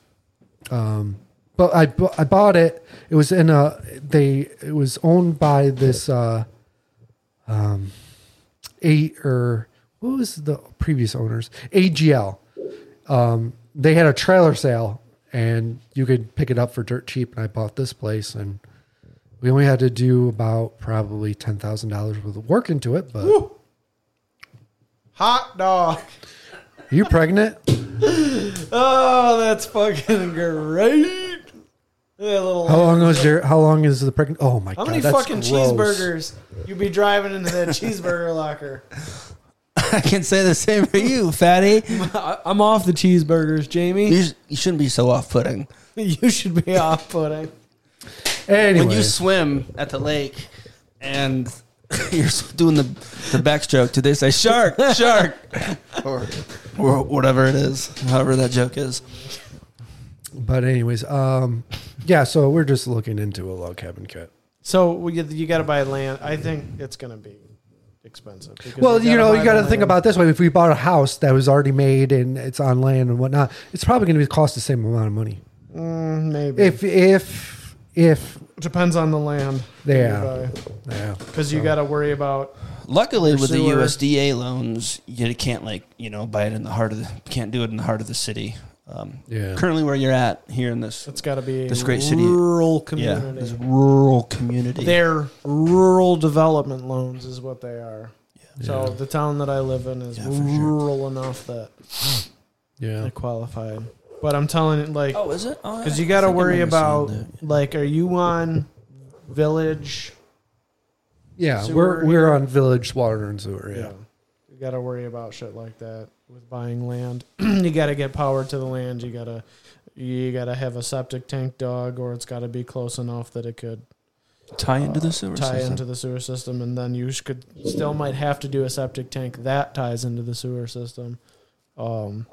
Speaker 1: um, but I bu- I bought it. It was in a they. It was owned by this, uh, um, a or what was the previous owners? AGL. Um, they had a trailer sale, and you could pick it up for dirt cheap. And I bought this place, and we only had to do about probably ten thousand dollars worth of work into it. But
Speaker 3: hot dog.
Speaker 1: you pregnant?
Speaker 3: Oh, that's fucking great. That little-
Speaker 1: How long was your? How long is the pregnant? Oh my
Speaker 3: How
Speaker 1: Oh, god!
Speaker 3: many
Speaker 1: that's
Speaker 3: fucking
Speaker 1: gross.
Speaker 3: cheeseburgers you be driving into that cheeseburger locker?
Speaker 2: I can say the same for you, fatty.
Speaker 3: I- I'm off the cheeseburgers, Jamie.
Speaker 2: You, sh- you shouldn't be so off-putting.
Speaker 3: You should be off putting.
Speaker 1: Anyway,
Speaker 2: When you swim at the lake, and you're doing the the backstroke to this. Say shark, shark, or or whatever it is, however that joke is.
Speaker 1: But anyways, um, yeah. So we're just looking into a log cabin kit.
Speaker 3: So we get- you got to buy land. I think it's going to be expensive. because
Speaker 1: Well, you
Speaker 3: gotta
Speaker 1: know,
Speaker 3: buy
Speaker 1: you
Speaker 3: the
Speaker 1: got to think
Speaker 3: land.
Speaker 1: about it this way: if we bought a house that was already made and it's on land and whatnot, it's probably going to cost the same amount of money.
Speaker 3: Mm, maybe
Speaker 1: If if if
Speaker 3: depends on the land.
Speaker 1: Yeah. yeah,
Speaker 3: because you got to worry about.
Speaker 2: Luckily,
Speaker 3: Your
Speaker 2: with the
Speaker 3: sewer.
Speaker 2: USDA loans, you can't like you know buy it in the heart of the can't do it in the heart of the city. Um,
Speaker 1: Yeah.
Speaker 2: Currently, where you're at here in this
Speaker 3: It's got to be
Speaker 2: This
Speaker 3: a
Speaker 2: great city-
Speaker 3: rural
Speaker 2: yeah
Speaker 3: community.
Speaker 2: this rural community.
Speaker 3: They're rural development loans, is what they are. So the town that I live in is
Speaker 2: Yeah, for sure.
Speaker 3: rural enough that
Speaker 1: yeah.
Speaker 3: I qualified. But I'm telling you, like,
Speaker 2: Oh, is it? Oh,
Speaker 3: because
Speaker 2: yeah.
Speaker 3: you got to
Speaker 2: I think I
Speaker 3: worry
Speaker 2: remember
Speaker 3: about,
Speaker 2: seeing
Speaker 3: like, are you on village?
Speaker 1: Yeah,
Speaker 3: Sewer
Speaker 1: we're
Speaker 3: and-
Speaker 1: we're on village water and sewer. Yeah,
Speaker 3: You got to worry about shit like that with buying land. you got to get power to the land. You got to you got to have a septic tank dug or it's got to be close enough that it could
Speaker 2: that. tie into the sewer
Speaker 3: tie
Speaker 2: system.
Speaker 3: into the sewer system and then you sh- could still might have to do a septic tank that ties into the sewer system. Um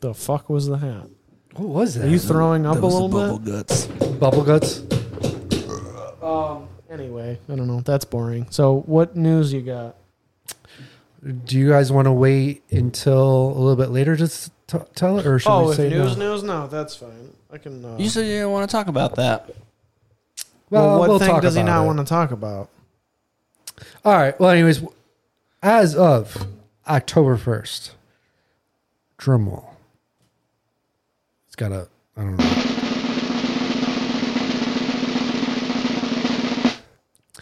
Speaker 3: the fuck was that?
Speaker 1: what was that?
Speaker 3: Are you throwing up
Speaker 2: That
Speaker 3: a
Speaker 2: was the
Speaker 3: little
Speaker 2: bubble
Speaker 3: bit?
Speaker 2: guts.
Speaker 1: Bubble guts.
Speaker 3: Um anyway, I don't know. That's boring. So what news you got?
Speaker 1: Do you guys want to wait until a little bit later to s- t- tell it, or should
Speaker 3: oh,
Speaker 1: we
Speaker 3: if
Speaker 1: say
Speaker 3: news
Speaker 1: no?
Speaker 3: news no, that's fine. I can uh,
Speaker 2: You said you didn't want to talk about that.
Speaker 1: Well,
Speaker 3: what
Speaker 1: we'll
Speaker 3: thing
Speaker 1: talk
Speaker 3: does he
Speaker 1: about
Speaker 3: not
Speaker 1: it.
Speaker 3: want to talk about?
Speaker 1: All right. Well, anyways, as of October first, drum roll. It's got a. I don't know.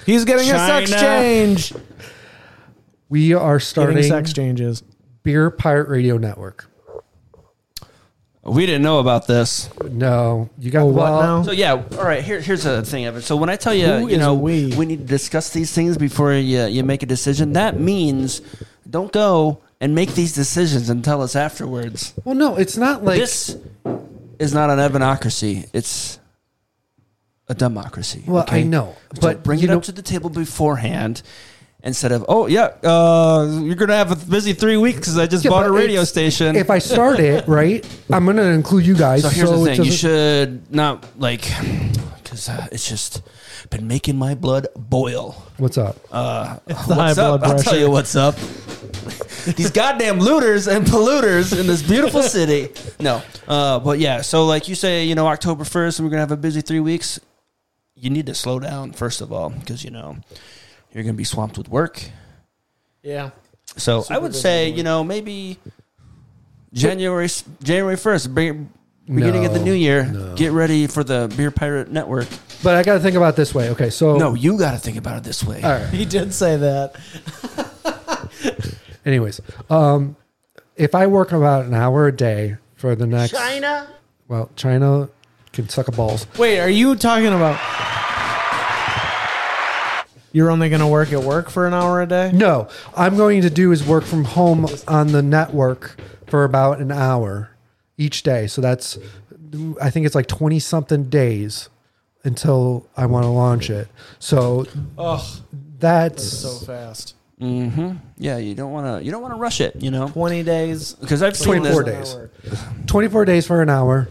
Speaker 3: He's getting
Speaker 2: China.
Speaker 3: a sex change.
Speaker 1: We are
Speaker 3: Getting
Speaker 1: starting
Speaker 3: sex changes.
Speaker 1: Beer Pirate Radio Network.
Speaker 2: We didn't know about this.
Speaker 1: No, you got
Speaker 3: what
Speaker 1: well,
Speaker 3: now?
Speaker 2: So yeah, all right. Here, here's the thing of it. So when I tell you,
Speaker 3: Who
Speaker 2: you
Speaker 3: is
Speaker 2: know,
Speaker 3: we?
Speaker 2: need to discuss these things before you you make a decision. That means don't go and make these decisions and tell us afterwards.
Speaker 1: Well, no, it's not like
Speaker 2: this is not an evanocracy. It's a democracy.
Speaker 1: Well,
Speaker 2: okay?
Speaker 1: I know,
Speaker 2: So
Speaker 1: but
Speaker 2: bring
Speaker 1: you
Speaker 2: it
Speaker 1: know-
Speaker 2: up to the table beforehand. Instead of oh yeah, uh, you're gonna have a busy three weeks because I just
Speaker 1: Yeah,
Speaker 2: bought
Speaker 1: but
Speaker 2: a radio
Speaker 1: it's-
Speaker 2: station.
Speaker 1: If I start it right, I'm gonna include you guys.
Speaker 2: So here's
Speaker 1: it
Speaker 2: the thing: you
Speaker 1: doesn't-
Speaker 2: should not like, because uh, it's just been making my blood boil.
Speaker 1: What's up?
Speaker 2: Uh, what's
Speaker 3: the high
Speaker 2: up?
Speaker 3: blood
Speaker 2: I'll tell
Speaker 3: pressure.
Speaker 2: you what's up. These goddamn looters and polluters in this beautiful city. No, uh, but yeah. So like you say, you know, October first, and we're gonna have a busy three weeks. You need to slow down first of all, because you know you're gonna be swamped with work.
Speaker 3: Yeah.
Speaker 2: So
Speaker 3: Super
Speaker 2: I would
Speaker 3: busy
Speaker 2: say,
Speaker 3: work.
Speaker 2: you know, maybe January January first, beginning of the
Speaker 1: No,
Speaker 2: new year,
Speaker 1: no.
Speaker 2: get ready for the Beer Pirate Network.
Speaker 1: But I got to think about it this way. Okay, so
Speaker 2: No, you got to think about it this way.
Speaker 1: All right.
Speaker 3: He did say that.
Speaker 1: Anyways, um, if I work about an hour a day for the next
Speaker 3: China.
Speaker 1: well, China can suck a balls.
Speaker 3: Wait, are you talking about? You're only going to work at work for an hour a day?
Speaker 1: No, I'm going to do is work from home on the network for about an hour each day. So that's, I think it's like 20 something days until I want to launch it. So
Speaker 3: Ugh,
Speaker 1: that's,
Speaker 3: so fast.
Speaker 2: hmm Yeah, you don't want to. You don't want to rush it. You know,
Speaker 3: Twenty days.
Speaker 2: because I've seen this.
Speaker 1: 24 days. 24 days for an hour.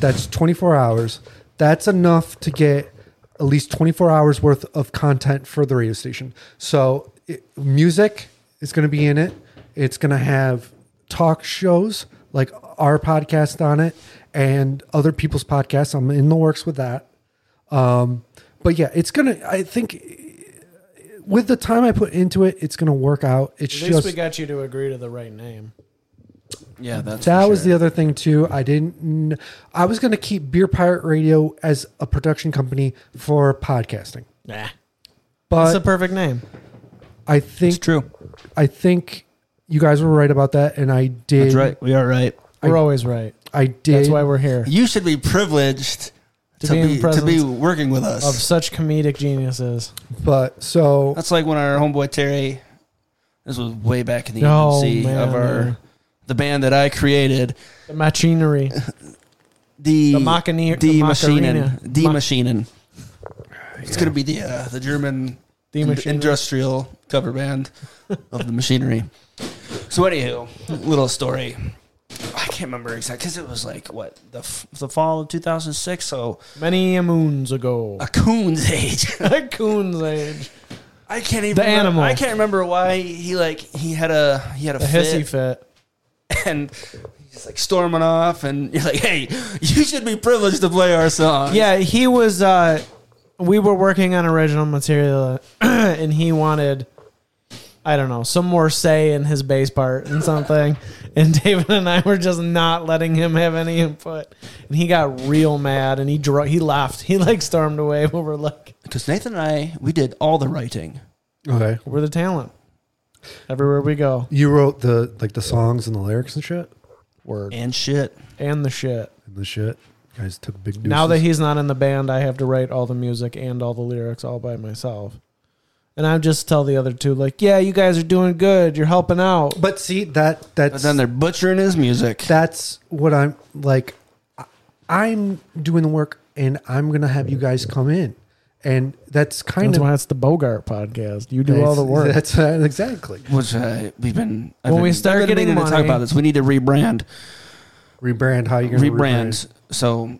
Speaker 1: That's 24 hours. That's enough to get at least 24 hours worth of content for the radio station. So, it, music is going to be in it. It's going to have talk shows like our podcast on it and other people's podcasts. I'm in the works with that. Um, but yeah, it's going to, I think with the time I put into it, it's going to work out. It's
Speaker 3: At least
Speaker 1: just
Speaker 3: we got you to agree to the right name.
Speaker 2: Yeah, that's
Speaker 1: that was the
Speaker 2: other.
Speaker 1: other thing too. I didn't. kn- I was going to keep Beer Pirate Radio as a production company for podcasting,
Speaker 3: Nah, that's the
Speaker 1: but
Speaker 3: perfect name.
Speaker 1: I
Speaker 2: It's
Speaker 1: think
Speaker 2: true.
Speaker 1: I think you guys were right about that, and I did.
Speaker 2: That's right. We are right.
Speaker 3: We're always right.
Speaker 1: I did.
Speaker 3: That's why we're here.
Speaker 2: You should be privileged
Speaker 3: To
Speaker 2: to,
Speaker 3: be in
Speaker 2: be, to
Speaker 3: presence
Speaker 2: be working with
Speaker 3: Of
Speaker 2: us.
Speaker 3: such comedic geniuses.
Speaker 1: but so
Speaker 2: That's like when our homeboy Terry. This was way back in the
Speaker 3: Oh,
Speaker 2: infancy
Speaker 3: man,
Speaker 2: of our
Speaker 3: yeah.
Speaker 2: the band that I created.
Speaker 3: The machinery.
Speaker 2: the
Speaker 3: The Machineer-
Speaker 2: the
Speaker 3: the Macarena.
Speaker 2: machinen, the
Speaker 3: Ma-
Speaker 2: machinen. It's gonna be the uh, the German
Speaker 3: The machine.
Speaker 2: industrial cover band of the machinery. So, anywho, little story. I can't remember exactly because it was like what the f- the fall of 2006. So
Speaker 3: Many moons ago.
Speaker 2: a coon's age.
Speaker 3: Coon's age.
Speaker 2: I can't even.
Speaker 3: The
Speaker 2: remember-
Speaker 3: animal.
Speaker 2: I can't remember why he like he had a he had a,
Speaker 3: The hissy
Speaker 2: fit,
Speaker 3: fit.
Speaker 2: and he's like storming off, and you're like, hey, you should be privileged to play our song.
Speaker 3: Yeah, he was. Uh, we were working on original material, and he wanted, I don't know, some more say in his bass part and something. and David and I were just not letting him have any input, and he got real mad, and he dro- he left. He like stormed away. We were like,
Speaker 2: because Nathan and I we did all the writing.
Speaker 1: Okay.
Speaker 3: we're the talent. Everywhere we go,
Speaker 1: You wrote the like the songs and the lyrics and shit
Speaker 3: word
Speaker 2: and shit.
Speaker 3: and the shit.
Speaker 1: and the shit. Guys took big deuces.
Speaker 3: Now that he's not in the band, I have to write all the music and all the lyrics all by myself. And I just tell the other two, like, yeah, you guys are doing good. You're helping out.
Speaker 1: But see that
Speaker 2: But
Speaker 1: that's
Speaker 2: then they're butchering his music.
Speaker 1: that's what I'm like. I- I'm doing the work, and I'm gonna have you guys come in, and that's kind
Speaker 3: That's
Speaker 1: of
Speaker 3: why it's the Bogart podcast. You do all the
Speaker 1: That's-
Speaker 3: work.
Speaker 1: That's uh, exactly
Speaker 2: which uh, we've been I've
Speaker 3: When we
Speaker 2: been-
Speaker 3: start
Speaker 2: I've been
Speaker 3: getting
Speaker 2: meaning to talk
Speaker 3: money-
Speaker 2: about this. We need to rebrand,
Speaker 1: rebrand how you're gonna rebrand.
Speaker 2: rebrand. So,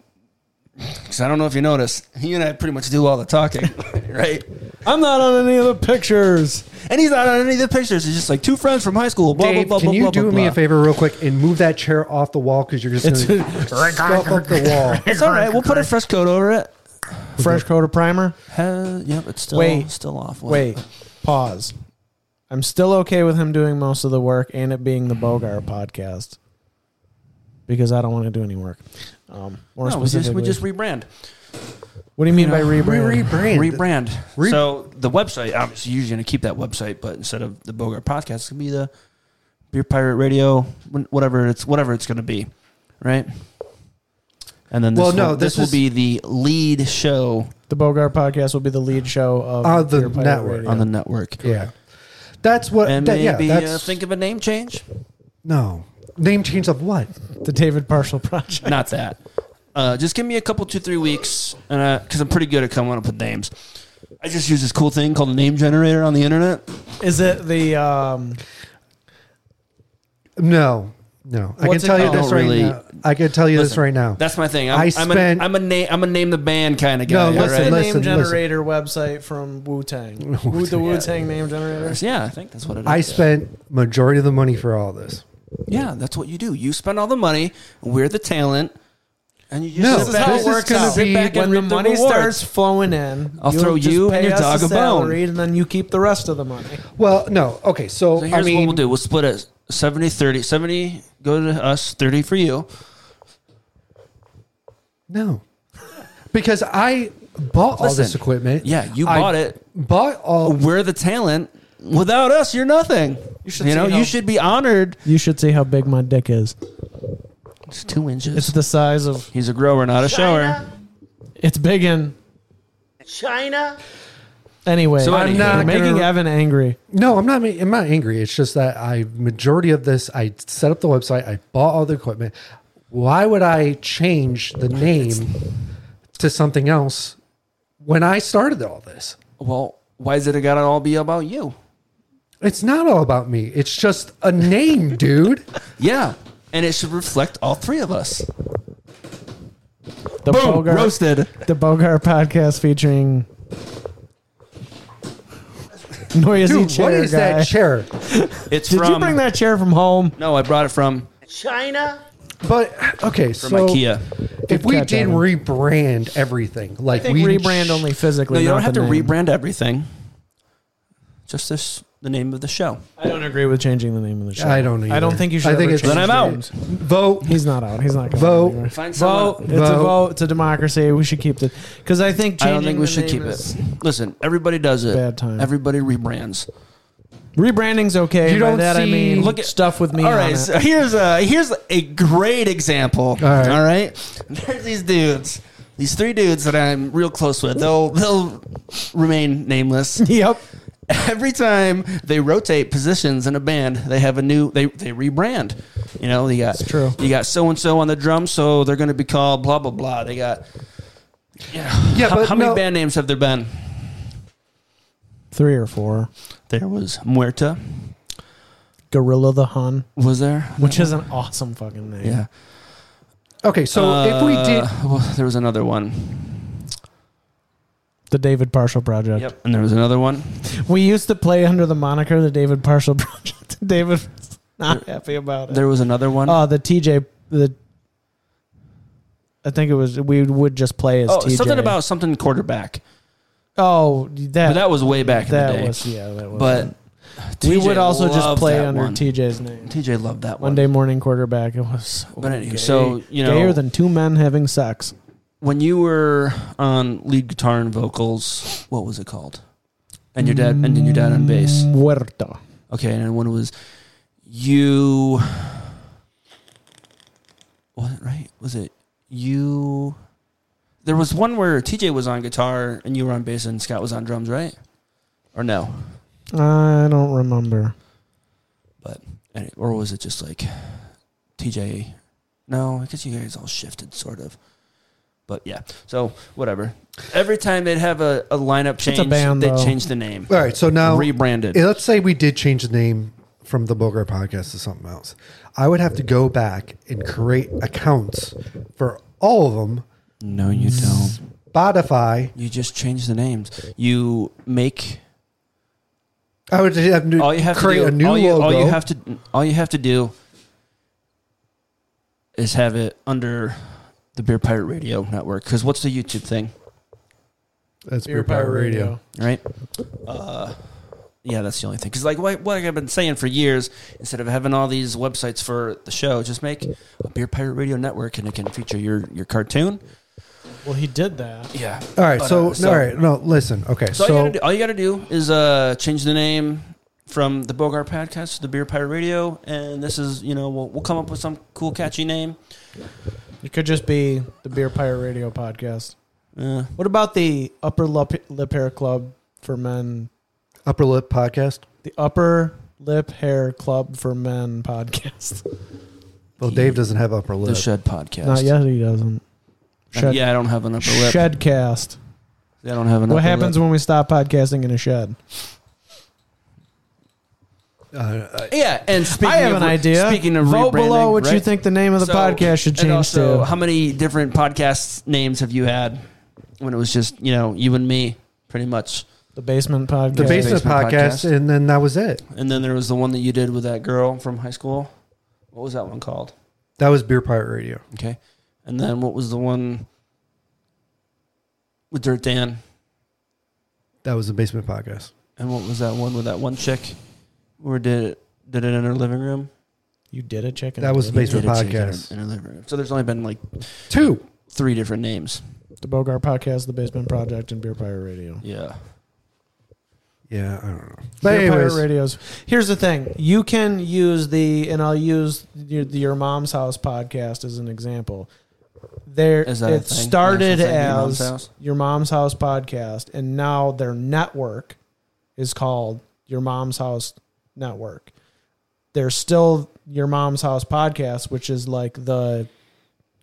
Speaker 2: because I don't know if you notice, he and I pretty much do all the talking, right?
Speaker 3: I'm not on any of the pictures.
Speaker 2: And he's not on any of the pictures. He's just like two friends from high school. Blah
Speaker 1: Dave,
Speaker 2: blah blah.
Speaker 1: can
Speaker 2: blah,
Speaker 1: you
Speaker 2: blah,
Speaker 1: do
Speaker 2: blah,
Speaker 1: me
Speaker 2: blah.
Speaker 1: a favor real quick and move that chair off the wall because you're
Speaker 3: It's
Speaker 1: just gonna scuff up the wall.
Speaker 2: It's all right. We'll put a fresh coat over it.
Speaker 3: fresh coat of primer.
Speaker 2: Uh, yep, it's still
Speaker 3: Wait.
Speaker 2: still off. What-
Speaker 3: Wait, pause. I'm still okay with him doing most of the work and it being the Bogart podcast because I don't want to do any work. Um, more
Speaker 2: no, we just
Speaker 3: specifically,
Speaker 2: we just rebrand,
Speaker 3: what do you mean by
Speaker 1: Re-
Speaker 3: rebrand?
Speaker 1: rebrand.
Speaker 2: rebrand.
Speaker 1: Re-
Speaker 2: so the website obviously you're going to keep that website, but instead of the Bogart podcast, it's going to be the Beer Pirate Radio, wh- whatever it's whatever it's going to be, right? And then this
Speaker 1: Well,
Speaker 2: will,
Speaker 1: no,
Speaker 2: this,
Speaker 1: this
Speaker 2: will
Speaker 1: is-
Speaker 2: be the lead show
Speaker 3: The Bogart podcast will be the lead show of
Speaker 1: Uh, the
Speaker 3: Beer Pirate
Speaker 1: network.
Speaker 3: Radio.
Speaker 2: on the network.
Speaker 1: Yeah, that's what.
Speaker 2: And
Speaker 1: that- yeah,
Speaker 2: maybe
Speaker 1: that's
Speaker 2: uh, think of a name change.
Speaker 1: no name change of what?
Speaker 3: the David Partial project.
Speaker 2: Not that. Uh, just give me a couple, two, three weeks, and because I'm pretty good at coming up with names. I just use this cool thing called a name generator on the internet.
Speaker 3: Is it the um,
Speaker 1: No, no. I can
Speaker 3: What's it
Speaker 1: tell you
Speaker 2: called?
Speaker 1: this
Speaker 2: Oh,
Speaker 1: right
Speaker 2: really?
Speaker 1: now. I can tell you this
Speaker 2: Listen,
Speaker 1: right now.
Speaker 2: That's my thing. I'm,
Speaker 1: I
Speaker 2: I'm
Speaker 1: spent-
Speaker 2: a, I'm a name. I'm a name the band kind of guy.
Speaker 1: No,
Speaker 2: all
Speaker 3: what's
Speaker 1: listen,
Speaker 3: the
Speaker 2: right?
Speaker 3: name
Speaker 1: listen,
Speaker 3: generator website from Wu Tang? Wu the Wu Tang name generator.
Speaker 2: Yeah, I think that's what it is.
Speaker 1: I spent majority of the money for all this.
Speaker 2: yeah, that's what you do. You spend all the money. We're the talent, and you just
Speaker 1: No,
Speaker 2: sit
Speaker 1: this is
Speaker 2: back-
Speaker 1: how it works
Speaker 2: sit
Speaker 1: out.
Speaker 2: back and
Speaker 3: When the
Speaker 2: reap
Speaker 3: money
Speaker 2: rewards.
Speaker 3: starts flowing in,
Speaker 2: I'll
Speaker 3: you'll
Speaker 2: throw
Speaker 3: just
Speaker 2: you and
Speaker 3: pay
Speaker 2: your
Speaker 3: us
Speaker 2: dog a bone.
Speaker 3: salary, and then you keep the rest of the money.
Speaker 1: Well, no. Okay, so,
Speaker 2: So
Speaker 1: I
Speaker 2: here's
Speaker 1: mean,
Speaker 2: what we'll do. We'll split it 70 30. 70 go to us, 30 for you.
Speaker 1: no, because I bought all this
Speaker 2: Listen,
Speaker 1: equipment.
Speaker 2: Yeah, you
Speaker 1: I
Speaker 2: bought it.
Speaker 1: Bought all.
Speaker 2: We're the talent. Without us, you're nothing. You
Speaker 3: should
Speaker 2: you know,
Speaker 3: see how-
Speaker 2: you should be honored.
Speaker 3: You should see how big my dick is.
Speaker 2: It's two inches.
Speaker 3: It's the size of.
Speaker 2: He's a grower, not a shower.
Speaker 3: It's big in.
Speaker 4: China.
Speaker 3: Anyway,
Speaker 2: So I'm
Speaker 3: you're
Speaker 2: not
Speaker 3: making
Speaker 1: gonna-
Speaker 3: Evan angry.
Speaker 1: No, I'm not. I'm not angry. It's just that I majority of this. I set up the website. I bought all the equipment. Why would I change the name to something else when I started all this?
Speaker 2: Well, why is it got to all be about you?
Speaker 1: It's not all about me. It's just a name, dude.
Speaker 2: Yeah. And it should reflect all three of us.
Speaker 3: The
Speaker 2: Boom,
Speaker 3: Bogart,
Speaker 2: roasted.
Speaker 3: the Bogart podcast featuring. Noisy
Speaker 1: Dude,
Speaker 3: chair
Speaker 1: what is
Speaker 3: guy.
Speaker 1: that chair?
Speaker 2: It's
Speaker 3: Did
Speaker 2: from.
Speaker 3: you bring that chair from home?
Speaker 2: No, I brought it from
Speaker 4: China.
Speaker 1: But okay,
Speaker 2: from
Speaker 1: so
Speaker 2: IKEA.
Speaker 1: if we
Speaker 3: catch,
Speaker 1: did
Speaker 3: Adam.
Speaker 1: rebrand everything, like
Speaker 3: I think
Speaker 1: we
Speaker 3: rebrand only physically.
Speaker 2: No, you don't
Speaker 3: not
Speaker 2: have
Speaker 3: the
Speaker 2: to
Speaker 3: name.
Speaker 2: rebrand everything. Just this, the name of the show.
Speaker 3: I don't agree with changing the name of the show.
Speaker 1: I don't either.
Speaker 3: I don't think you should.
Speaker 1: I think
Speaker 3: ever
Speaker 1: it's-
Speaker 3: change
Speaker 2: Then I'm out.
Speaker 3: names.
Speaker 1: vote.
Speaker 3: He's not out. He's not going
Speaker 1: Vote.
Speaker 3: Anywhere.
Speaker 2: Find
Speaker 3: Vote. It's a
Speaker 1: Vote.
Speaker 3: vote. It's a democracy. We should keep it because I think
Speaker 2: I
Speaker 3: changing
Speaker 2: don't think we
Speaker 3: the
Speaker 2: should
Speaker 3: name
Speaker 2: keep it.
Speaker 3: is-
Speaker 2: Listen, everybody does it.
Speaker 3: Bad time.
Speaker 2: Everybody rebrands.
Speaker 3: Rebranding's okay.
Speaker 1: You
Speaker 3: By
Speaker 1: don't
Speaker 3: that I
Speaker 1: see-
Speaker 3: mean
Speaker 1: Look
Speaker 2: at-
Speaker 3: stuff with me.
Speaker 2: All
Speaker 3: on
Speaker 2: right,
Speaker 3: it.
Speaker 2: so here's a here's a great example. All
Speaker 1: right.
Speaker 2: all right. There's these dudes, these three dudes that I'm real close with. They'll they'll remain nameless.
Speaker 3: yep.
Speaker 2: Every time they rotate positions in a band, they have a new they they rebrand. You know, you got
Speaker 3: It's true.
Speaker 2: you got so and so on the drums, so they're going to be called blah blah blah. They got yeah.
Speaker 1: Yeah,
Speaker 2: How,
Speaker 1: but
Speaker 2: how many
Speaker 1: no-
Speaker 2: band names have there been?
Speaker 3: Three or four.
Speaker 2: There was Muerta.
Speaker 3: Gorilla the Hun,
Speaker 2: Was there?
Speaker 3: which is an awesome fucking name.
Speaker 2: Yeah.
Speaker 1: Okay, so if we did,
Speaker 2: Uh, well, there was another one.
Speaker 3: The David Partial Project.
Speaker 2: Yep. And there was another one.
Speaker 3: We used to play under the moniker the David Partial Project. David was not happy about it.
Speaker 2: There was another one.
Speaker 3: Oh, the TJ the I think it was we would just play as
Speaker 2: oh,
Speaker 3: TJ.
Speaker 2: something about something quarterback.
Speaker 3: Oh, that
Speaker 2: But that was way back in the
Speaker 3: that
Speaker 2: day.
Speaker 3: was yeah, that was.
Speaker 2: but
Speaker 3: we
Speaker 2: TJ
Speaker 3: would also just
Speaker 2: loved
Speaker 3: play
Speaker 2: that
Speaker 3: under
Speaker 2: one.
Speaker 3: TJ's name.
Speaker 2: TJ loved that one.
Speaker 3: One day morning quarterback. It was so
Speaker 2: But anyway,
Speaker 3: gay.
Speaker 2: so, you know-
Speaker 3: gayer than two men having sex.
Speaker 2: when you were on lead guitar and vocals, what was it called? And your dad, and then your dad on bass.
Speaker 3: Mm. Muerto.
Speaker 2: Okay, and then when it was you, was it right? Was it you? There was one where TJ was on guitar and you were on bass and Scott was on drums, right? Or no?
Speaker 3: I don't remember.
Speaker 2: But any- or was it just like TJ? No, I guess you guys all shifted sort of. But yeah, so whatever. Every time they'd have a, a lineup change,
Speaker 3: band,
Speaker 2: they'd
Speaker 3: though.
Speaker 2: change the name.
Speaker 1: all right, so now
Speaker 2: rebranded.
Speaker 1: Yeah, let's say we did change the name from the Booger Podcast to something else. I would have to go back and create accounts for all of them.
Speaker 2: no, you don't.
Speaker 1: Spotify.
Speaker 2: You just change the names. You make
Speaker 1: I would have to
Speaker 2: all you have
Speaker 1: create
Speaker 2: to do,
Speaker 1: a new
Speaker 2: all you,
Speaker 1: logo.
Speaker 2: All you have to all you have to do is have it under the Beer Pirate Radio Network. Because what's the YouTube thing,
Speaker 1: That's Beer Pirate Radio.
Speaker 2: right? Uh, yeah, that's the only thing. Because like what, what I've been saying for years, instead of having all these websites for the show, just make a Beer Pirate Radio Network, and it can feature your your cartoon.
Speaker 3: Well, he did that.
Speaker 2: Yeah.
Speaker 1: All right,
Speaker 2: But,
Speaker 1: so,
Speaker 2: uh, so-
Speaker 1: all right, no, listen. Okay,
Speaker 2: So,
Speaker 1: so,
Speaker 2: all, you gotta do, all you gotta do is uh, change the name from the Bogart Podcast to the Beer Pirate Radio, and this is you know we'll, we'll come up with some cool catchy name.
Speaker 3: It could just be the Beer Pirate Radio podcast.
Speaker 2: Uh,
Speaker 3: What about the Upper Lip, lip Hair Club for Men?
Speaker 1: Upper Lip Podcast.
Speaker 3: The Upper Lip Hair Club for Men podcast.
Speaker 1: Well, Dave doesn't have upper
Speaker 2: the
Speaker 1: lip.
Speaker 2: Shed Podcast.
Speaker 3: Not yet, he doesn't. Shed,
Speaker 2: yeah, I don't have an upper lip.
Speaker 3: Shedcast.
Speaker 2: I don't have an.
Speaker 3: What
Speaker 2: upper
Speaker 3: happens when we stop podcasting in a shed?
Speaker 1: Uh,
Speaker 2: Lip. Yeah, and speaking
Speaker 3: I have
Speaker 2: of
Speaker 3: an
Speaker 2: re-
Speaker 3: idea.
Speaker 2: Speaking of
Speaker 3: vote below
Speaker 2: rebranding,
Speaker 3: what you
Speaker 2: right?
Speaker 3: think the name of the
Speaker 2: So-
Speaker 3: podcast should
Speaker 2: and
Speaker 3: change
Speaker 2: also,
Speaker 3: to.
Speaker 2: How many different podcast names have you had when it was just you know you and me pretty much?
Speaker 3: the Basement Podcast.
Speaker 1: the Basement,
Speaker 2: Basement
Speaker 1: podcast,
Speaker 2: Podcast.
Speaker 1: and then that was it.
Speaker 2: And then there was the one that you did with that girl from high school. What was that one called?
Speaker 1: That was Beer Pirate Radio.
Speaker 2: Okay. And then what was the one with Dirt Dan?
Speaker 1: That was the Basement Podcast.
Speaker 2: And what was that one with that one chick where did it, did it in her living room?
Speaker 3: You did a chicken.
Speaker 1: That was
Speaker 3: the,
Speaker 1: the Basement
Speaker 2: Did a chick in her-
Speaker 1: Podcast.
Speaker 2: In her living room. So there's only been like
Speaker 1: Two.
Speaker 2: three different names.
Speaker 3: Bogart Podcast, the Basement Project, and Beer Pirate Radio.
Speaker 2: Yeah.
Speaker 1: Yeah, I don't know. But
Speaker 3: Beer Pirate
Speaker 1: anyways,
Speaker 3: Radios. Here's the thing: you can use the, and I'll use your, the your mom's house podcast as an example. There,
Speaker 2: Is that a
Speaker 3: it
Speaker 2: thing?
Speaker 3: started
Speaker 2: An actual thing, Your Mom's
Speaker 3: as
Speaker 2: House?
Speaker 3: your mom's house podcast, and now their network is called Your Mom's House Network. There's still Your Mom's House podcast, which is like the,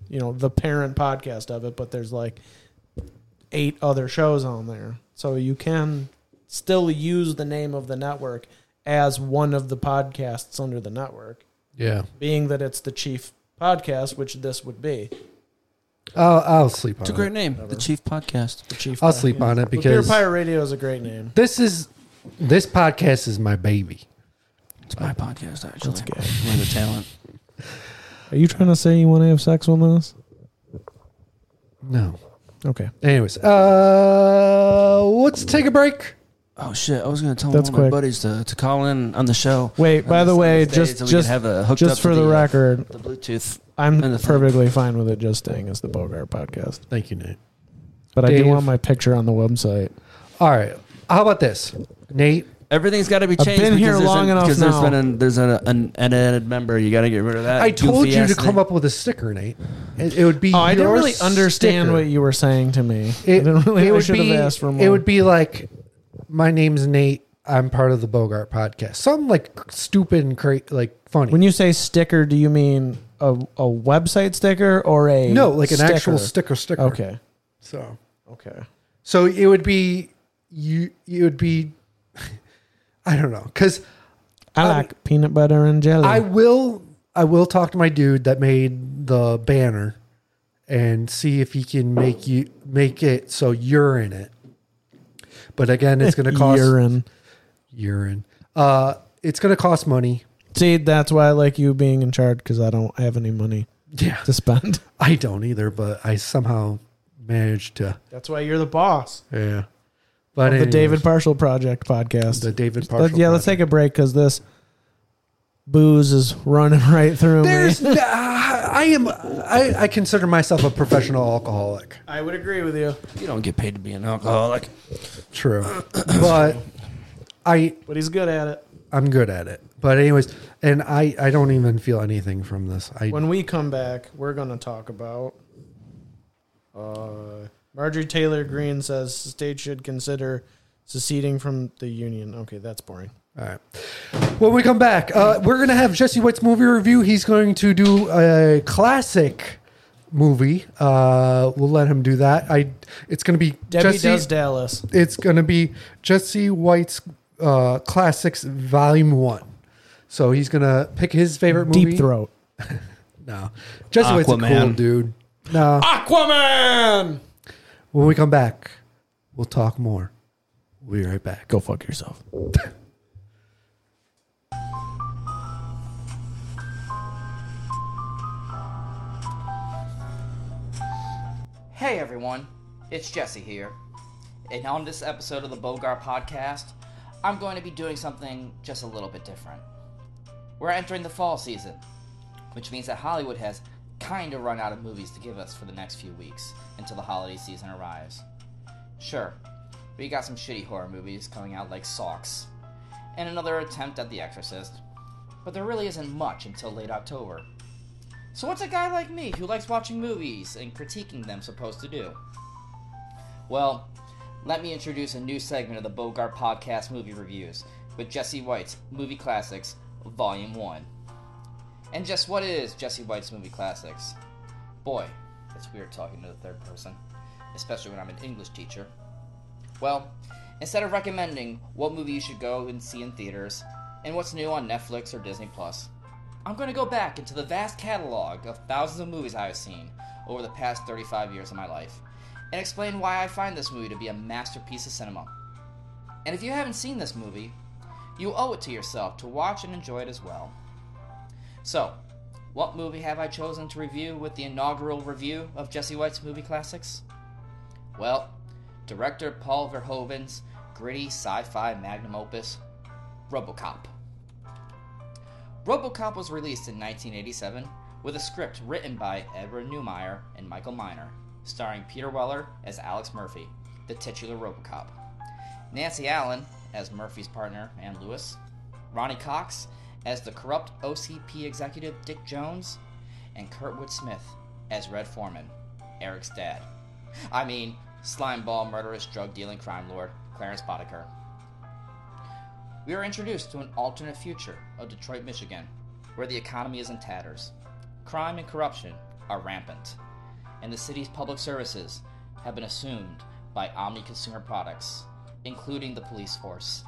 Speaker 3: you know, the parent podcast of it, but there's like eight other shows on there. So you can still use the name of the network as one of the podcasts under the network,
Speaker 1: yeah,
Speaker 3: being that it's the chief podcast, which this would be.
Speaker 1: I'll, I'll sleep on
Speaker 2: It's a
Speaker 1: it.
Speaker 2: great name. The Chief Podcast.
Speaker 3: The chief
Speaker 1: I'll sleep on it
Speaker 3: But Beer
Speaker 1: because
Speaker 3: Pirate Radio is a great name.
Speaker 1: this is this podcast is my baby.
Speaker 2: It's my podcast, actually.
Speaker 3: That's good.
Speaker 2: We're the talent.
Speaker 3: Are you trying to say you want to have sex with us?
Speaker 1: No.
Speaker 3: Okay.
Speaker 1: Anyways, uh, let's take a break.
Speaker 2: Oh, shit. I was going to tell
Speaker 3: That's
Speaker 2: one of my
Speaker 3: quick.
Speaker 2: buddies to, to call in on the show.
Speaker 3: Wait,
Speaker 2: on
Speaker 3: by
Speaker 2: this-
Speaker 3: the
Speaker 2: on
Speaker 3: way,
Speaker 2: this day
Speaker 3: just
Speaker 2: so we could
Speaker 3: just
Speaker 2: have a hooked up
Speaker 3: just
Speaker 2: to
Speaker 3: for the
Speaker 2: uh,
Speaker 3: record,
Speaker 2: The Bluetooth.
Speaker 3: I'm
Speaker 2: and the thing.
Speaker 3: perfectly fine with it just staying as the Bogart podcast.
Speaker 1: Thank you, Nate.
Speaker 3: But I
Speaker 1: Dave.
Speaker 3: do want my picture on the website.
Speaker 1: All right. How about this, Nate?
Speaker 2: Everything's got to be
Speaker 3: I've
Speaker 2: changed.
Speaker 3: been here
Speaker 2: because there's
Speaker 3: long
Speaker 2: an-
Speaker 3: enough
Speaker 2: because there's
Speaker 3: now.
Speaker 2: been an, there's an, an edited member. You got to get rid of that.
Speaker 1: I told you
Speaker 2: goofy-ass
Speaker 1: to come
Speaker 2: thing.
Speaker 1: up with a sticker, Nate. It, it would be.
Speaker 3: Uh, Oh, I didn't
Speaker 1: your
Speaker 3: really understand
Speaker 1: sticker.
Speaker 3: what you were saying to me. I
Speaker 1: It,
Speaker 3: didn't really.
Speaker 1: it
Speaker 3: I
Speaker 1: would
Speaker 3: should
Speaker 1: be.
Speaker 3: have asked for more.
Speaker 1: It would be like, my name's Nate. I'm part of the Bogart podcast. Something like stupid and cra- like funny.
Speaker 3: When you say sticker, do you mean a, a website sticker or a
Speaker 1: no, like an
Speaker 3: sticker?
Speaker 1: actual sticker, sticker.
Speaker 3: Okay.
Speaker 1: So,
Speaker 3: Okay.
Speaker 1: so it would be you. It would be I don't know because
Speaker 3: I like peanut butter and jelly.
Speaker 1: I will I will talk to my dude that made the banner and see if he can make you make it so you're in it. But again, it's going to cost
Speaker 3: urine.
Speaker 1: urine. Uh, it's going to cost money.
Speaker 3: See, that's why I like you being in charge because I don't have any money
Speaker 1: Yeah,
Speaker 3: to spend.
Speaker 1: I don't either, but I somehow managed to.
Speaker 3: That's why you're the boss.
Speaker 1: Yeah, but
Speaker 3: The
Speaker 1: anyways,
Speaker 3: David Partial Project podcast.
Speaker 1: the David
Speaker 3: Let-
Speaker 1: partial.
Speaker 3: yeah, let's take a break because this booze is running right through
Speaker 1: There's,
Speaker 3: me.
Speaker 1: uh, I am. I, I consider myself a professional alcoholic.
Speaker 3: I would agree with you,
Speaker 2: You don't get paid to be an alcoholic.
Speaker 1: True, but I
Speaker 3: but he's good at it.
Speaker 1: I'm good at it. But anyways, and I I don't even feel anything from this. I
Speaker 3: When we come back, we're going to talk about. Uh, Marjorie Taylor Greene says the state should consider seceding from the union. Okay, that's boring.
Speaker 1: all right. When we come back, uh, we're gonna have Jesse White's movie review. He's going to do a classic movie. Uh, we'll let him do that. I it's gonna be
Speaker 3: Debbie
Speaker 1: Jesse.
Speaker 3: does Dallas.
Speaker 1: it's gonna be Jesse White's uh, classics volume one. So he's gonna pick his favorite movie.
Speaker 3: Deep throat.
Speaker 1: No, Jesse White's a cool
Speaker 2: Aquaman.
Speaker 1: dude. No.
Speaker 3: Ah! Aquaman.
Speaker 1: When we come back, we'll talk more. We'll be right back.
Speaker 3: Go fuck yourself.
Speaker 5: Hey everyone, it's Jesse here. And on this episode of the Bogar podcast, I'm going to be doing something just a little bit different. We're entering the fall season, which means that Hollywood has kind of run out of movies to give us for the next few weeks until the holiday season arrives. Sure, we got some shitty horror movies coming out like Socks and another attempt at The Exorcist, but there really isn't much until late October. So, what's a guy like me who likes watching movies and critiquing them supposed to do? Well, let me introduce a new segment of the Bogart Podcast Movie Reviews with Jesse White's Movie Classics, Volume 1. And just what is Jesse White's Movie Classics? Boy, it's weird talking to the third person, especially when I'm an English teacher. Well, instead of recommending what movie you should go and see in theaters and what's new on Netflix or Disney Plus, I'm going to go back into the vast catalog of thousands of movies I have seen over the past 35 years of my life and explain why I find this movie to be a masterpiece of cinema. And if you haven't seen this movie, you owe it to yourself to watch and enjoy it as well. So, what movie have I chosen to review with the inaugural review of Jesse White's Movie Classics? Well, director Paul Verhoeven's gritty sci fi magnum opus, Robocop. Robocop was released in 1987 with a script written by Edward Neumeier and Michael Miner, starring Peter Weller as Alex Murphy, the titular Robocop, Nancy Allen as Murphy's partner and Lewis, Ronnie Cox as the corrupt OCP executive Dick Jones, and Kurtwood Smith as Red Foreman, Eric's dad. I mean, slimeball murderous drug dealing crime lord Clarence Boddicker we are introduced to an alternate future of Detroit, Michigan, where the economy is in tatters. Crime and corruption are rampant, and the city's public services have been assumed by Omni Consumer Products, including the police force.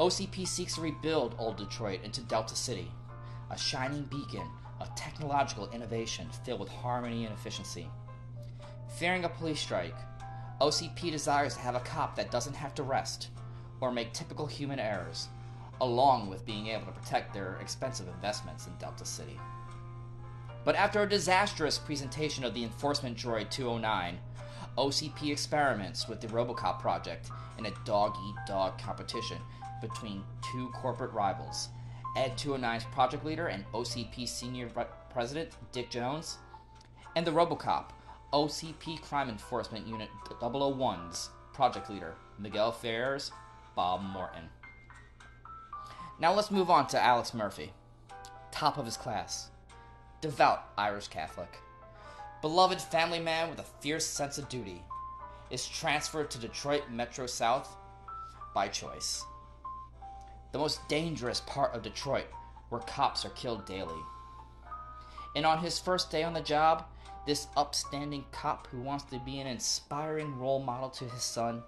Speaker 5: OCP seeks to rebuild Old Detroit into Delta City, a shining beacon of technological innovation filled with harmony and efficiency. Fearing a police strike, OCP desires to have a cop that doesn't have to rest or make typical human errors, along with being able to protect their expensive investments in Delta City. But after a disastrous presentation of the Enforcement Droid 209, OCP experiments with the Robocop project in a dog eat dog competition between two corporate rivals. Ed 209's project leader and OCP senior vi- president Dick Jones and the Robocop, OCP Crime Enforcement Unit 001's project leader, Miguel Ferrer's Bob Morton. Now let's move on to Alex Murphy, top of his class, devout Irish Catholic, beloved family man with a fierce sense of duty, is transferred to Detroit Metro South by choice. The most dangerous part of Detroit, where cops are killed daily. And on his first day on the job, this upstanding cop who wants to be an inspiring role model to his son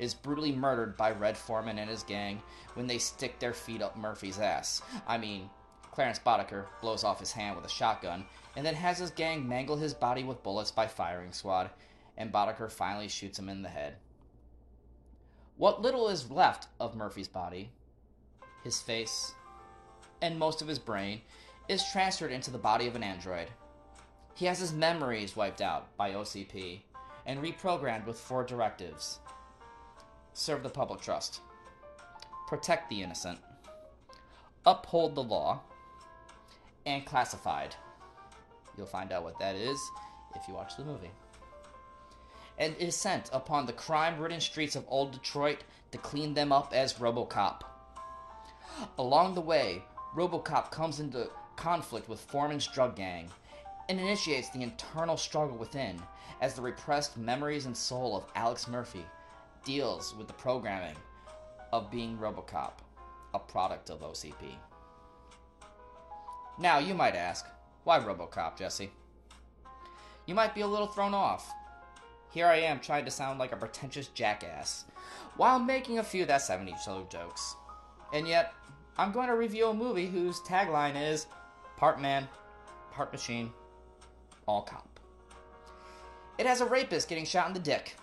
Speaker 5: is brutally murdered by Red Foreman and his gang when they stick their feet up Murphy's ass. I mean, Clarence Boddicker blows off his hand with a shotgun and then has his gang mangle his body with bullets by firing squad, and Boddicker finally shoots him in the head. What little is left of Murphy's body, his face, and most of his brain is transferred into the body of an android. He has his memories wiped out by OCP and reprogrammed with four directives serve the public trust, protect the innocent, uphold the law, and classified. You'll find out what that is if you watch the movie. And is sent upon the crime ridden streets of old Detroit to clean them up as Robocop. Along the way, Robocop comes into conflict with Foreman's drug gang and initiates the internal struggle within as the repressed memories and soul of Alex Murphy deals with the programming of being Robocop, a product of OCP. Now, you might ask, why Robocop, Jesse? You might be a little thrown off. Here I am trying to sound like a pretentious jackass while making a few that 70 show jokes. And yet, I'm going to review a movie whose tagline is part man, part machine, all cop. It has a rapist getting shot in the dick.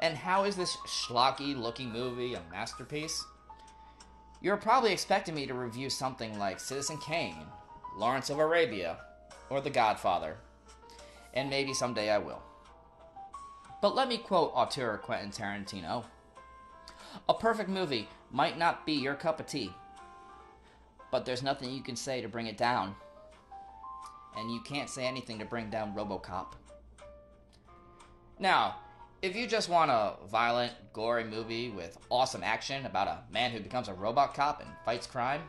Speaker 5: And how is this schlocky looking movie a masterpiece? You're probably expecting me to review something like Citizen Kane, Lawrence of Arabia, or The Godfather. And maybe someday I will. But let me quote auteur Quentin Tarantino. A perfect movie might not be your cup of tea, but there's nothing you can say to bring it down. And you can't say anything to bring down Robocop. Now, if you just want a violent, gory movie with awesome action about a man who becomes a robot cop and fights crime,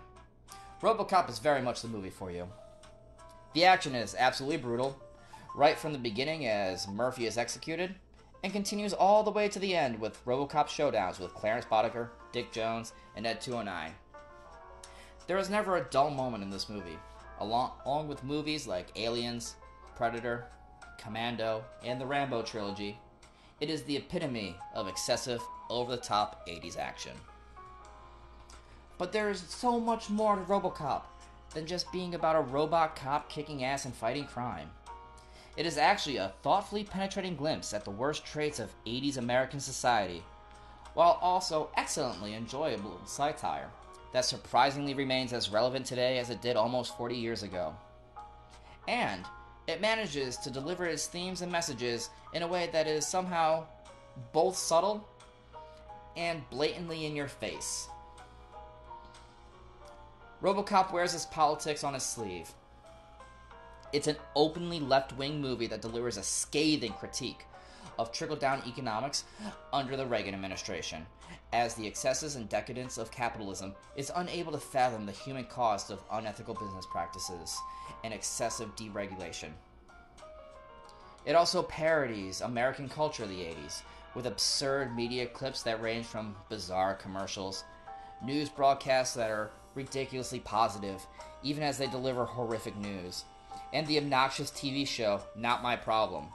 Speaker 5: Robocop is very much the movie for you. The action is absolutely brutal, right from the beginning as Murphy is executed, and continues all the way to the end with Robocop showdowns with Clarence Boddicker, Dick Jones, and Ed 209. There is never a dull moment in this movie, along, along with movies like Aliens, Predator, Commando, and the Rambo trilogy. It is the epitome of excessive, over the top 80s action. But there is so much more to Robocop than just being about a robot cop kicking ass and fighting crime. It is actually a thoughtfully penetrating glimpse at the worst traits of 80s American society, while also excellently enjoyable satire that surprisingly remains as relevant today as it did almost 40 years ago. And it manages to deliver its themes and messages in a way that is somehow both subtle and blatantly in your face. Robocop wears his politics on his sleeve, it's an openly left wing movie that delivers a scathing critique of trickle down economics under the Reagan administration, as the excesses and decadence of capitalism is unable to fathom the human cost of unethical business practices and excessive deregulation. It also parodies American culture of the 80s with absurd media clips that range from bizarre commercials, news broadcasts that are ridiculously positive, even as they deliver horrific news, and the obnoxious TV show Not My Problem,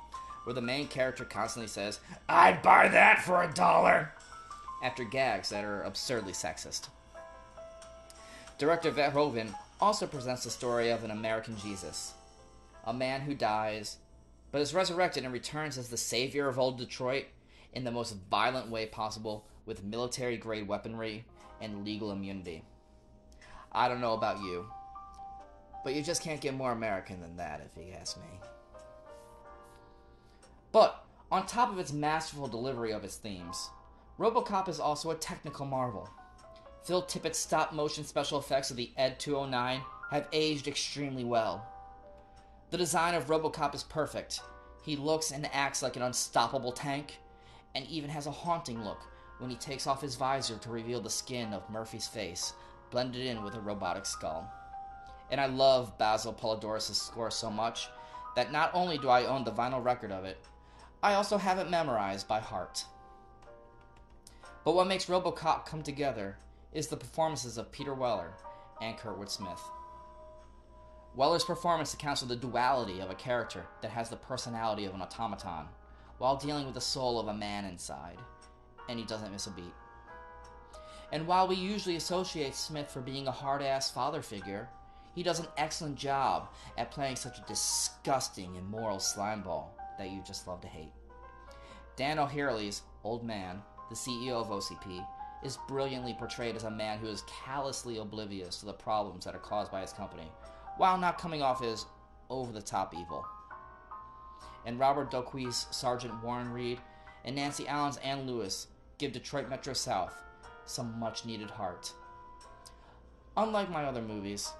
Speaker 5: where the main character constantly says, I'd buy that for a dollar, after gags that are absurdly sexist. Director Verhoeven also presents the story of an American Jesus, a man who dies, but is resurrected and returns as the savior of old Detroit in the most violent way possible with military grade weaponry and legal immunity. I don't know about you, but you just can't get more American than that, if you ask me. But, on top of its masterful delivery of its themes, Robocop is also a technical marvel. Phil Tippett's stop motion special effects of the Ed 209 have aged extremely well. The design of Robocop is perfect. He looks and acts like an unstoppable tank, and even has a haunting look when he takes off his visor to reveal the skin of Murphy's face, blended in with a robotic skull. And I love Basil Polidorus' score so much that not only do I own the vinyl record of it, I also have it memorized by heart. But what makes Robocop come together is the performances of Peter Weller and Kurtwood Smith. Weller's performance accounts for the duality of a character that has the personality of an automaton, while dealing with the soul of a man inside, and he doesn't miss a beat. And while we usually associate Smith for being a hard ass father figure, he does an excellent job at playing such a disgusting, immoral slimeball that you just love to hate. Dan O'Hurley's old man, the CEO of OCP, is brilliantly portrayed as a man who is callously oblivious to the problems that are caused by his company, while not coming off as over the top evil. And Robert Doque's Sergeant Warren Reed and Nancy Allen's Ann Lewis give Detroit Metro South some much needed heart. Unlike my other movies,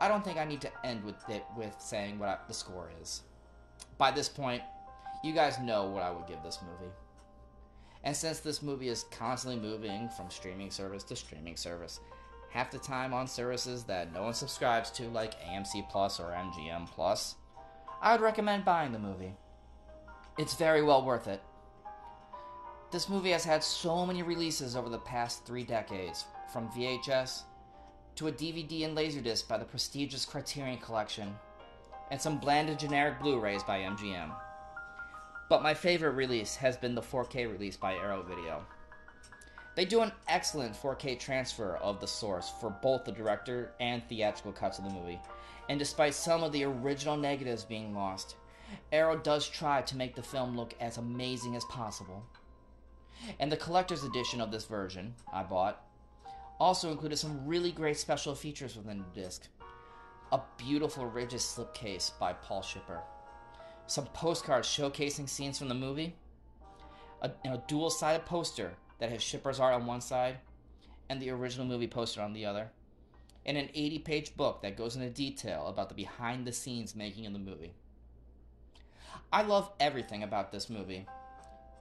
Speaker 5: I don't think I need to end with it with saying what I, the score is. By this point, you guys know what I would give this movie. And since this movie is constantly moving from streaming service to streaming service, half the time on services that no one subscribes to, like AMC Plus or MGM Plus, I would recommend buying the movie. It's very well worth it. This movie has had so many releases over the past three decades, from VHS to a DVD and Laserdisc by the prestigious Criterion Collection, and some bland and generic Blu rays by MGM. But my favorite release has been the 4K release by Arrow Video. They do an excellent 4K transfer of the source for both the director and theatrical cuts of the movie, and despite some of the original negatives being lost, Arrow does try to make the film look as amazing as possible. And the collector's edition of this version I bought also included some really great special features within the disc. A beautiful rigid slipcase by Paul Shipper, some postcards showcasing scenes from the movie, a, and a dual sided poster that has Shipper's art on one side and the original movie poster on the other, and an 80 page book that goes into detail about the behind the scenes making of the movie. I love everything about this movie,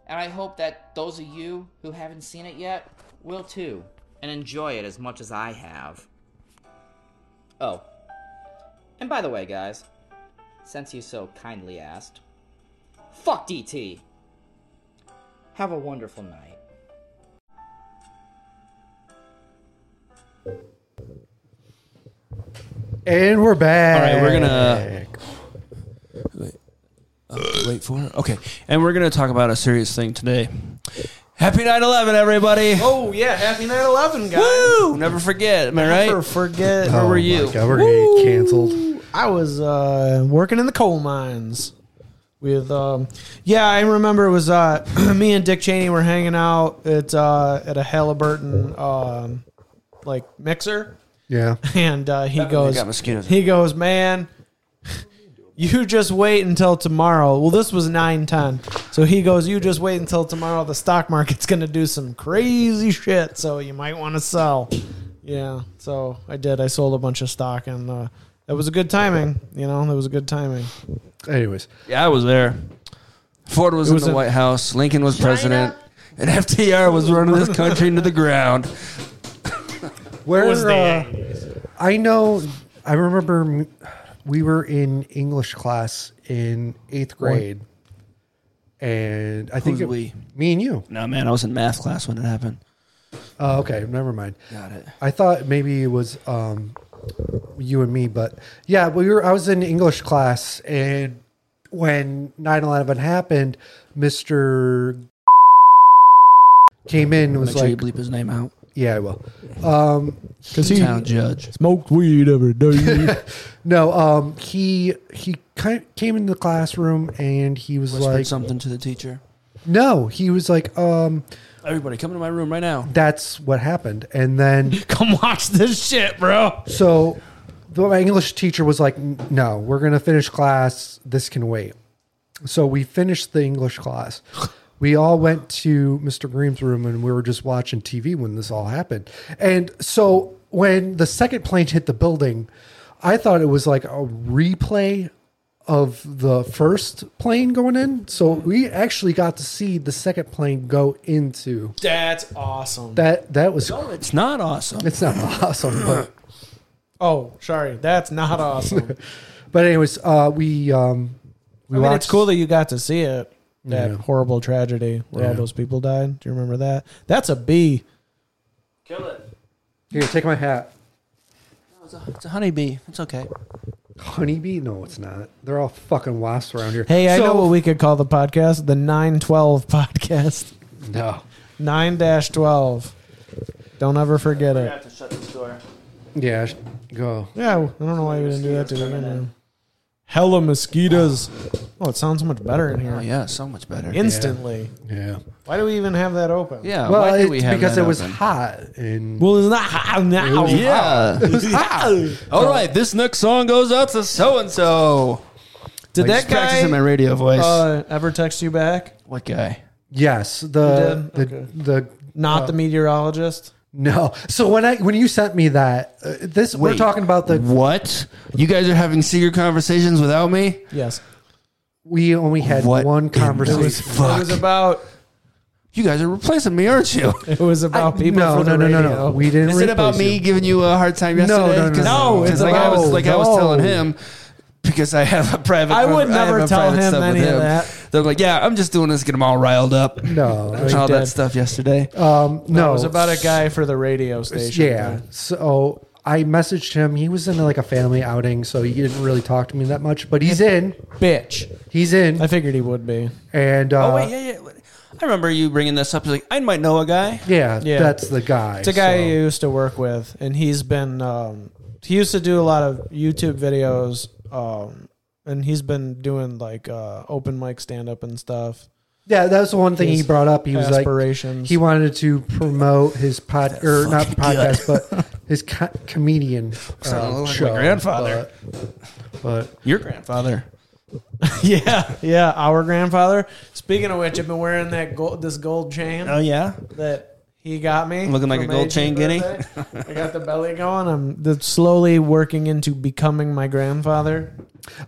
Speaker 5: and I hope that those of you who haven't seen it yet will too, and enjoy it as much as I have. Oh, and by the way, guys, since you so kindly asked, fuck DT! Have a wonderful night.
Speaker 1: And we're back.
Speaker 2: All right, we're gonna wait, uh, wait for it. Okay, and we're gonna talk about a serious thing today. Happy 9/11, everybody!
Speaker 3: Oh yeah, happy 9/11, guys.
Speaker 2: Woo! Never forget. Am I right?
Speaker 3: Never forget.
Speaker 2: Where were you?
Speaker 1: Oh God, we're gonna get canceled.
Speaker 3: I was uh, working in the coal mines with. Um, yeah, I remember it was uh, me and Dick Cheney were hanging out at uh, at a Halliburton um, like mixer,
Speaker 1: Yeah.
Speaker 3: and uh, he
Speaker 2: You
Speaker 3: goes,
Speaker 2: got mosquitoes.
Speaker 3: he goes, man. You just wait until tomorrow. Well, this was nine ten, so he goes. You just wait until tomorrow. The stock market's gonna do some crazy shit, so you might want to sell. Yeah, so I did. I sold a bunch of stock, and uh, it was a good timing. You know, it was a good timing.
Speaker 1: Anyways,
Speaker 2: Yeah, I was there. Ford was,
Speaker 3: was
Speaker 2: in the
Speaker 3: a-
Speaker 2: White House. Lincoln was president. And FDR was running this country into the ground.
Speaker 1: where uh, I know, I remember m- we were in English class in eighth grade, and I think
Speaker 2: Who's
Speaker 1: it-
Speaker 2: we?
Speaker 1: me and you.
Speaker 2: No, man, I was in math class when it happened.
Speaker 1: Oh, okay, never mind.
Speaker 2: Got it.
Speaker 1: I thought maybe it was um, you and me, but yeah, we were. I was in English class, and when 9-11 happened, Mister came in and was
Speaker 2: Make sure you
Speaker 1: like,
Speaker 2: bleep his name out.
Speaker 1: "Yeah, I will." Um,
Speaker 3: Because he
Speaker 2: Town judge.
Speaker 3: smoked weed every day.
Speaker 1: no, um, he he kind of came into the classroom and he was
Speaker 2: Whispered
Speaker 1: like,
Speaker 2: something to the teacher.
Speaker 1: "No," he was like, "Um,
Speaker 2: Everybody, come to my room right now.
Speaker 1: that's what happened," and then.
Speaker 3: Come watch this shit, bro.
Speaker 1: So the- my English teacher was like, no, we're going to finish class. This can wait. So we finished the English class. We all went to Mr. Green's room and we were just watching TV when this all happened. And so when the second plane hit the building, I thought it was like a replay of the first plane going in. So we actually got to see the second plane go into
Speaker 3: That's awesome.
Speaker 1: that. That was,
Speaker 2: It's not awesome.
Speaker 1: it's not awesome, but
Speaker 3: oh, sorry, that's not awesome.
Speaker 1: But anyways, uh, we um, we
Speaker 3: I mean,
Speaker 1: watched.
Speaker 3: it's cool that you got to see it. That
Speaker 1: Yeah.
Speaker 3: horrible tragedy where all
Speaker 1: Yeah.
Speaker 3: those people died. Do you remember that? That's a B.
Speaker 2: Kill it.
Speaker 1: Here, take my hat.
Speaker 2: It's a, it's a honeybee. It's okay.
Speaker 1: Honeybee? No, it's not. They're all fucking wasps around here.
Speaker 3: Hey, I
Speaker 1: So-
Speaker 3: know what we could call the podcast the 912 podcast.
Speaker 1: No,
Speaker 3: 9 12. Don't ever forget it.
Speaker 2: to shut this door.
Speaker 1: Yeah, go.
Speaker 3: Yeah, w- I don't know why we didn't do that to the menu. Hella mosquitoes. Oh, it sounds so much better in
Speaker 2: Oh
Speaker 3: here.
Speaker 2: yeah, so much better.
Speaker 3: Instantly.
Speaker 1: Yeah.
Speaker 3: Why do we even have that open?
Speaker 2: yeah.
Speaker 1: Well,
Speaker 2: why
Speaker 1: it's
Speaker 2: do we have
Speaker 1: because
Speaker 2: that
Speaker 1: it was
Speaker 2: open?
Speaker 1: hot and
Speaker 3: Well, it's not hot now.
Speaker 2: Yeah. All right, this next song goes out to so and so.
Speaker 3: Did
Speaker 2: Like,
Speaker 3: that
Speaker 2: just practicing my
Speaker 3: guy
Speaker 2: radio voice.
Speaker 3: uh, ever text you back?
Speaker 2: what guy?
Speaker 1: yes, the the
Speaker 3: You did?
Speaker 1: the
Speaker 3: Not the meteorologist.
Speaker 1: no. So when I when you sent me that, uh, this we're
Speaker 2: Wait,
Speaker 1: talking about the
Speaker 2: what? You guys are having secret conversations without me?
Speaker 3: Yes.
Speaker 1: we only had
Speaker 2: What
Speaker 1: one
Speaker 2: in this
Speaker 1: conversation.
Speaker 3: It
Speaker 2: Fuck.
Speaker 3: was about.
Speaker 2: you guys are replacing me, aren't you?
Speaker 3: It was about people.
Speaker 1: no, no,
Speaker 3: for the
Speaker 1: no, no,
Speaker 3: radio.
Speaker 1: no. We didn't.
Speaker 2: Is it about
Speaker 1: replace
Speaker 2: me
Speaker 1: you.
Speaker 2: giving you a hard time yesterday?
Speaker 1: no, no,
Speaker 2: 'Cause-
Speaker 1: no, no.
Speaker 2: Because like I was
Speaker 3: No,
Speaker 2: like I was
Speaker 3: no.
Speaker 2: telling him because I have a private.
Speaker 3: I
Speaker 2: have
Speaker 3: would never
Speaker 2: a
Speaker 3: tell
Speaker 2: private
Speaker 3: him
Speaker 2: stuff with
Speaker 3: any of that.
Speaker 2: They're like, yeah, I'm just doing this to get him all riled up.
Speaker 1: No, I-
Speaker 2: all
Speaker 3: did.
Speaker 2: that stuff yesterday.
Speaker 1: um, no.
Speaker 3: It was about a guy for the radio station.
Speaker 1: Yeah. So I messaged him. He was in like a family outing, so he didn't really talk to me that much. But he's in.
Speaker 3: Bitch.
Speaker 1: He's in.
Speaker 3: I figured he would be.
Speaker 1: And uh,
Speaker 2: oh wait, yeah, yeah. I remember you bringing this up. You're Like I might know a guy.
Speaker 1: yeah,
Speaker 3: Yeah.
Speaker 1: that's the guy.
Speaker 3: It's a guy I
Speaker 1: so-
Speaker 3: used to work with, and he's been um, he used to do a lot of YouTube videos, um, and he's been doing like uh, open mic stand up and stuff.
Speaker 1: yeah, that was the one thing he
Speaker 3: His
Speaker 1: brought up. He was like,
Speaker 3: aspirations.
Speaker 1: he wanted to promote his pod or not podcast, but his co- comedian
Speaker 2: Sounded
Speaker 1: uh,
Speaker 2: like my
Speaker 1: show.
Speaker 2: grandfather.
Speaker 1: But, but
Speaker 2: Your grandfather.
Speaker 3: yeah, yeah. Our grandfather. Speaking of which, I've been wearing that gold, this gold chain
Speaker 1: Oh,
Speaker 2: yeah.
Speaker 3: that he got me,
Speaker 2: Uh, Looking like
Speaker 3: for
Speaker 2: a
Speaker 3: my
Speaker 2: gold chain guinea.
Speaker 3: birthday. I got the belly going. I'm the, slowly working into becoming my grandfather.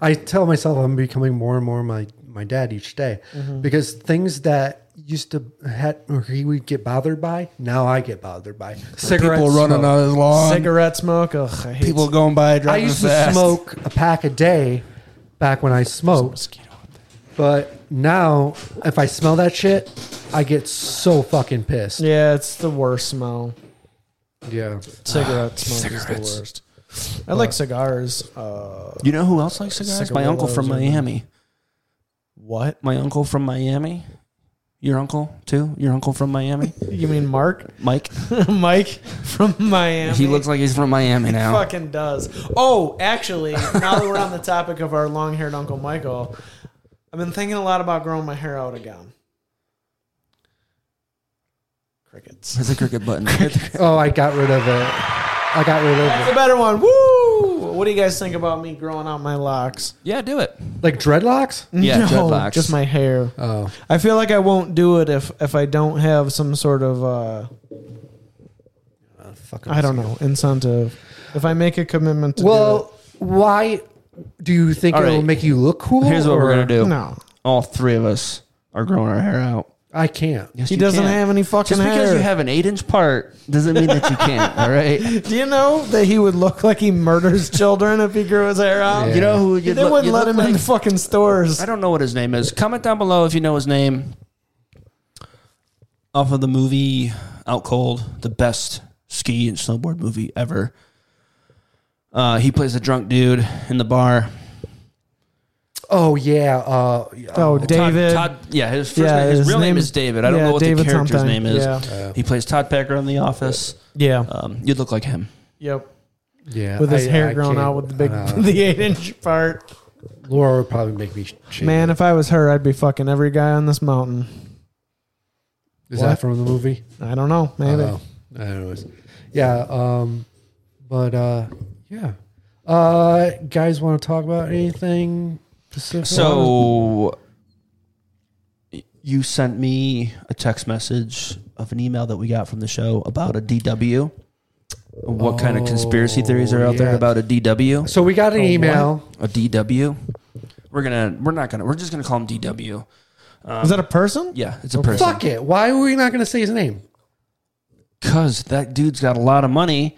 Speaker 1: I tell myself I'm becoming more and more my my dad each day
Speaker 2: Mm-hmm.
Speaker 1: because things that used to had or he would get bothered by now I get bothered by cigarettes.
Speaker 2: People running
Speaker 1: smoke.
Speaker 2: on his lawn.
Speaker 3: Cigarette smoke. Ugh, I hate
Speaker 2: People going by
Speaker 1: I
Speaker 2: driving
Speaker 1: used to
Speaker 2: fast.
Speaker 1: smoke a pack a day back when I smoked,
Speaker 3: mosquito.
Speaker 1: but now if I smell that shit, I get so fucking pissed.
Speaker 3: Yeah, it's the worst smell.
Speaker 1: Yeah.
Speaker 3: Cigarette smoke is the worst. I like cigars. Uh,
Speaker 2: You know who else likes cigars? My uncle from
Speaker 3: Cigarillos, yeah.
Speaker 2: Miami.
Speaker 3: what?
Speaker 2: My uncle from Miami. Your uncle too. Your uncle from Miami.
Speaker 3: You mean Mark?
Speaker 2: Mike.
Speaker 3: Mike from Miami.
Speaker 2: He looks like he's from Miami now.
Speaker 3: fucking does. Oh, actually, now that we're on the topic of our long-haired Uncle Michael, I've been thinking a lot about growing my hair out again. Crickets.
Speaker 2: It's a cricket button. Hit
Speaker 1: Oh, I got rid of it. I got rid of
Speaker 3: That's
Speaker 1: it.
Speaker 3: a better one. Woo! What do you guys think about me growing out my locks?
Speaker 2: the- yeah, do it.
Speaker 1: Like dreadlocks?
Speaker 2: Yeah,
Speaker 3: no,
Speaker 2: dreadlocks.
Speaker 3: just my hair.
Speaker 1: Oh.
Speaker 3: I feel like I won't do it if if I don't have some sort of uh,
Speaker 1: Fucking
Speaker 3: I don't know incentive. If I make a commitment to do
Speaker 1: Well, why do you think
Speaker 2: All
Speaker 1: it'll
Speaker 2: right.
Speaker 1: make you look cool?
Speaker 2: Here's what we're
Speaker 1: or-
Speaker 2: gonna do.
Speaker 3: it, no,
Speaker 2: All three of us are growing our hair out.
Speaker 1: I can't.
Speaker 2: Yes,
Speaker 3: he
Speaker 2: you
Speaker 3: doesn't
Speaker 2: can.
Speaker 3: have any fucking
Speaker 2: Just because
Speaker 3: hair.
Speaker 2: you have an eight-inch part doesn't mean that you can't. all right.
Speaker 3: do you know that he would look like he murders children if he grew his hair out?
Speaker 1: Yeah.
Speaker 2: You know who?
Speaker 3: They
Speaker 2: you'd look-
Speaker 3: wouldn't
Speaker 2: you'd
Speaker 3: let
Speaker 2: look
Speaker 3: him in
Speaker 2: like-
Speaker 3: the fucking stores.
Speaker 2: I don't know what his name is. Comment down below if you know his name. Off of the movie Out Cold, the best ski and snowboard movie ever. Uh, he plays a drunk dude in the bar.
Speaker 1: Oh yeah. Uh,
Speaker 3: Oh, David.
Speaker 2: Todd, Todd- yeah, his first
Speaker 3: Yeah,
Speaker 2: name, his,
Speaker 3: his
Speaker 2: real name
Speaker 3: name-
Speaker 2: is David. I don't
Speaker 3: yeah,
Speaker 2: know what
Speaker 3: David
Speaker 2: the character's
Speaker 3: something.
Speaker 2: name is.
Speaker 3: Yeah.
Speaker 2: He plays Todd Packer on The Office.
Speaker 3: Yeah.
Speaker 2: Um, you'd look like him.
Speaker 3: yep.
Speaker 1: yeah.
Speaker 3: With his
Speaker 1: I-
Speaker 3: hair
Speaker 1: I
Speaker 3: grown
Speaker 1: can't-
Speaker 3: out with the big,
Speaker 1: uh,
Speaker 3: the eight inch part.
Speaker 1: Laura would probably make me. Shake.
Speaker 3: Man, if I was her, I'd be fucking every guy on this mountain.
Speaker 1: is
Speaker 3: what?
Speaker 1: that from the movie?
Speaker 3: I don't know. Maybe.
Speaker 1: Oh, I don't know. Yeah. Um, but uh, yeah. Uh, guys, want to talk about anything? Specific?
Speaker 2: So you sent me a text message of an email that we got from the show about a DW. What kind of conspiracy theories are out there
Speaker 1: yeah.
Speaker 2: about a DW?
Speaker 1: so we got an email.
Speaker 2: A DW? We're gonna we're not gonna we're just gonna call him DW.
Speaker 3: Is that a person?
Speaker 2: Yeah, it's a person.
Speaker 1: Fuck it. Why are we not going to say his name?
Speaker 2: Cause that dude's got a lot of money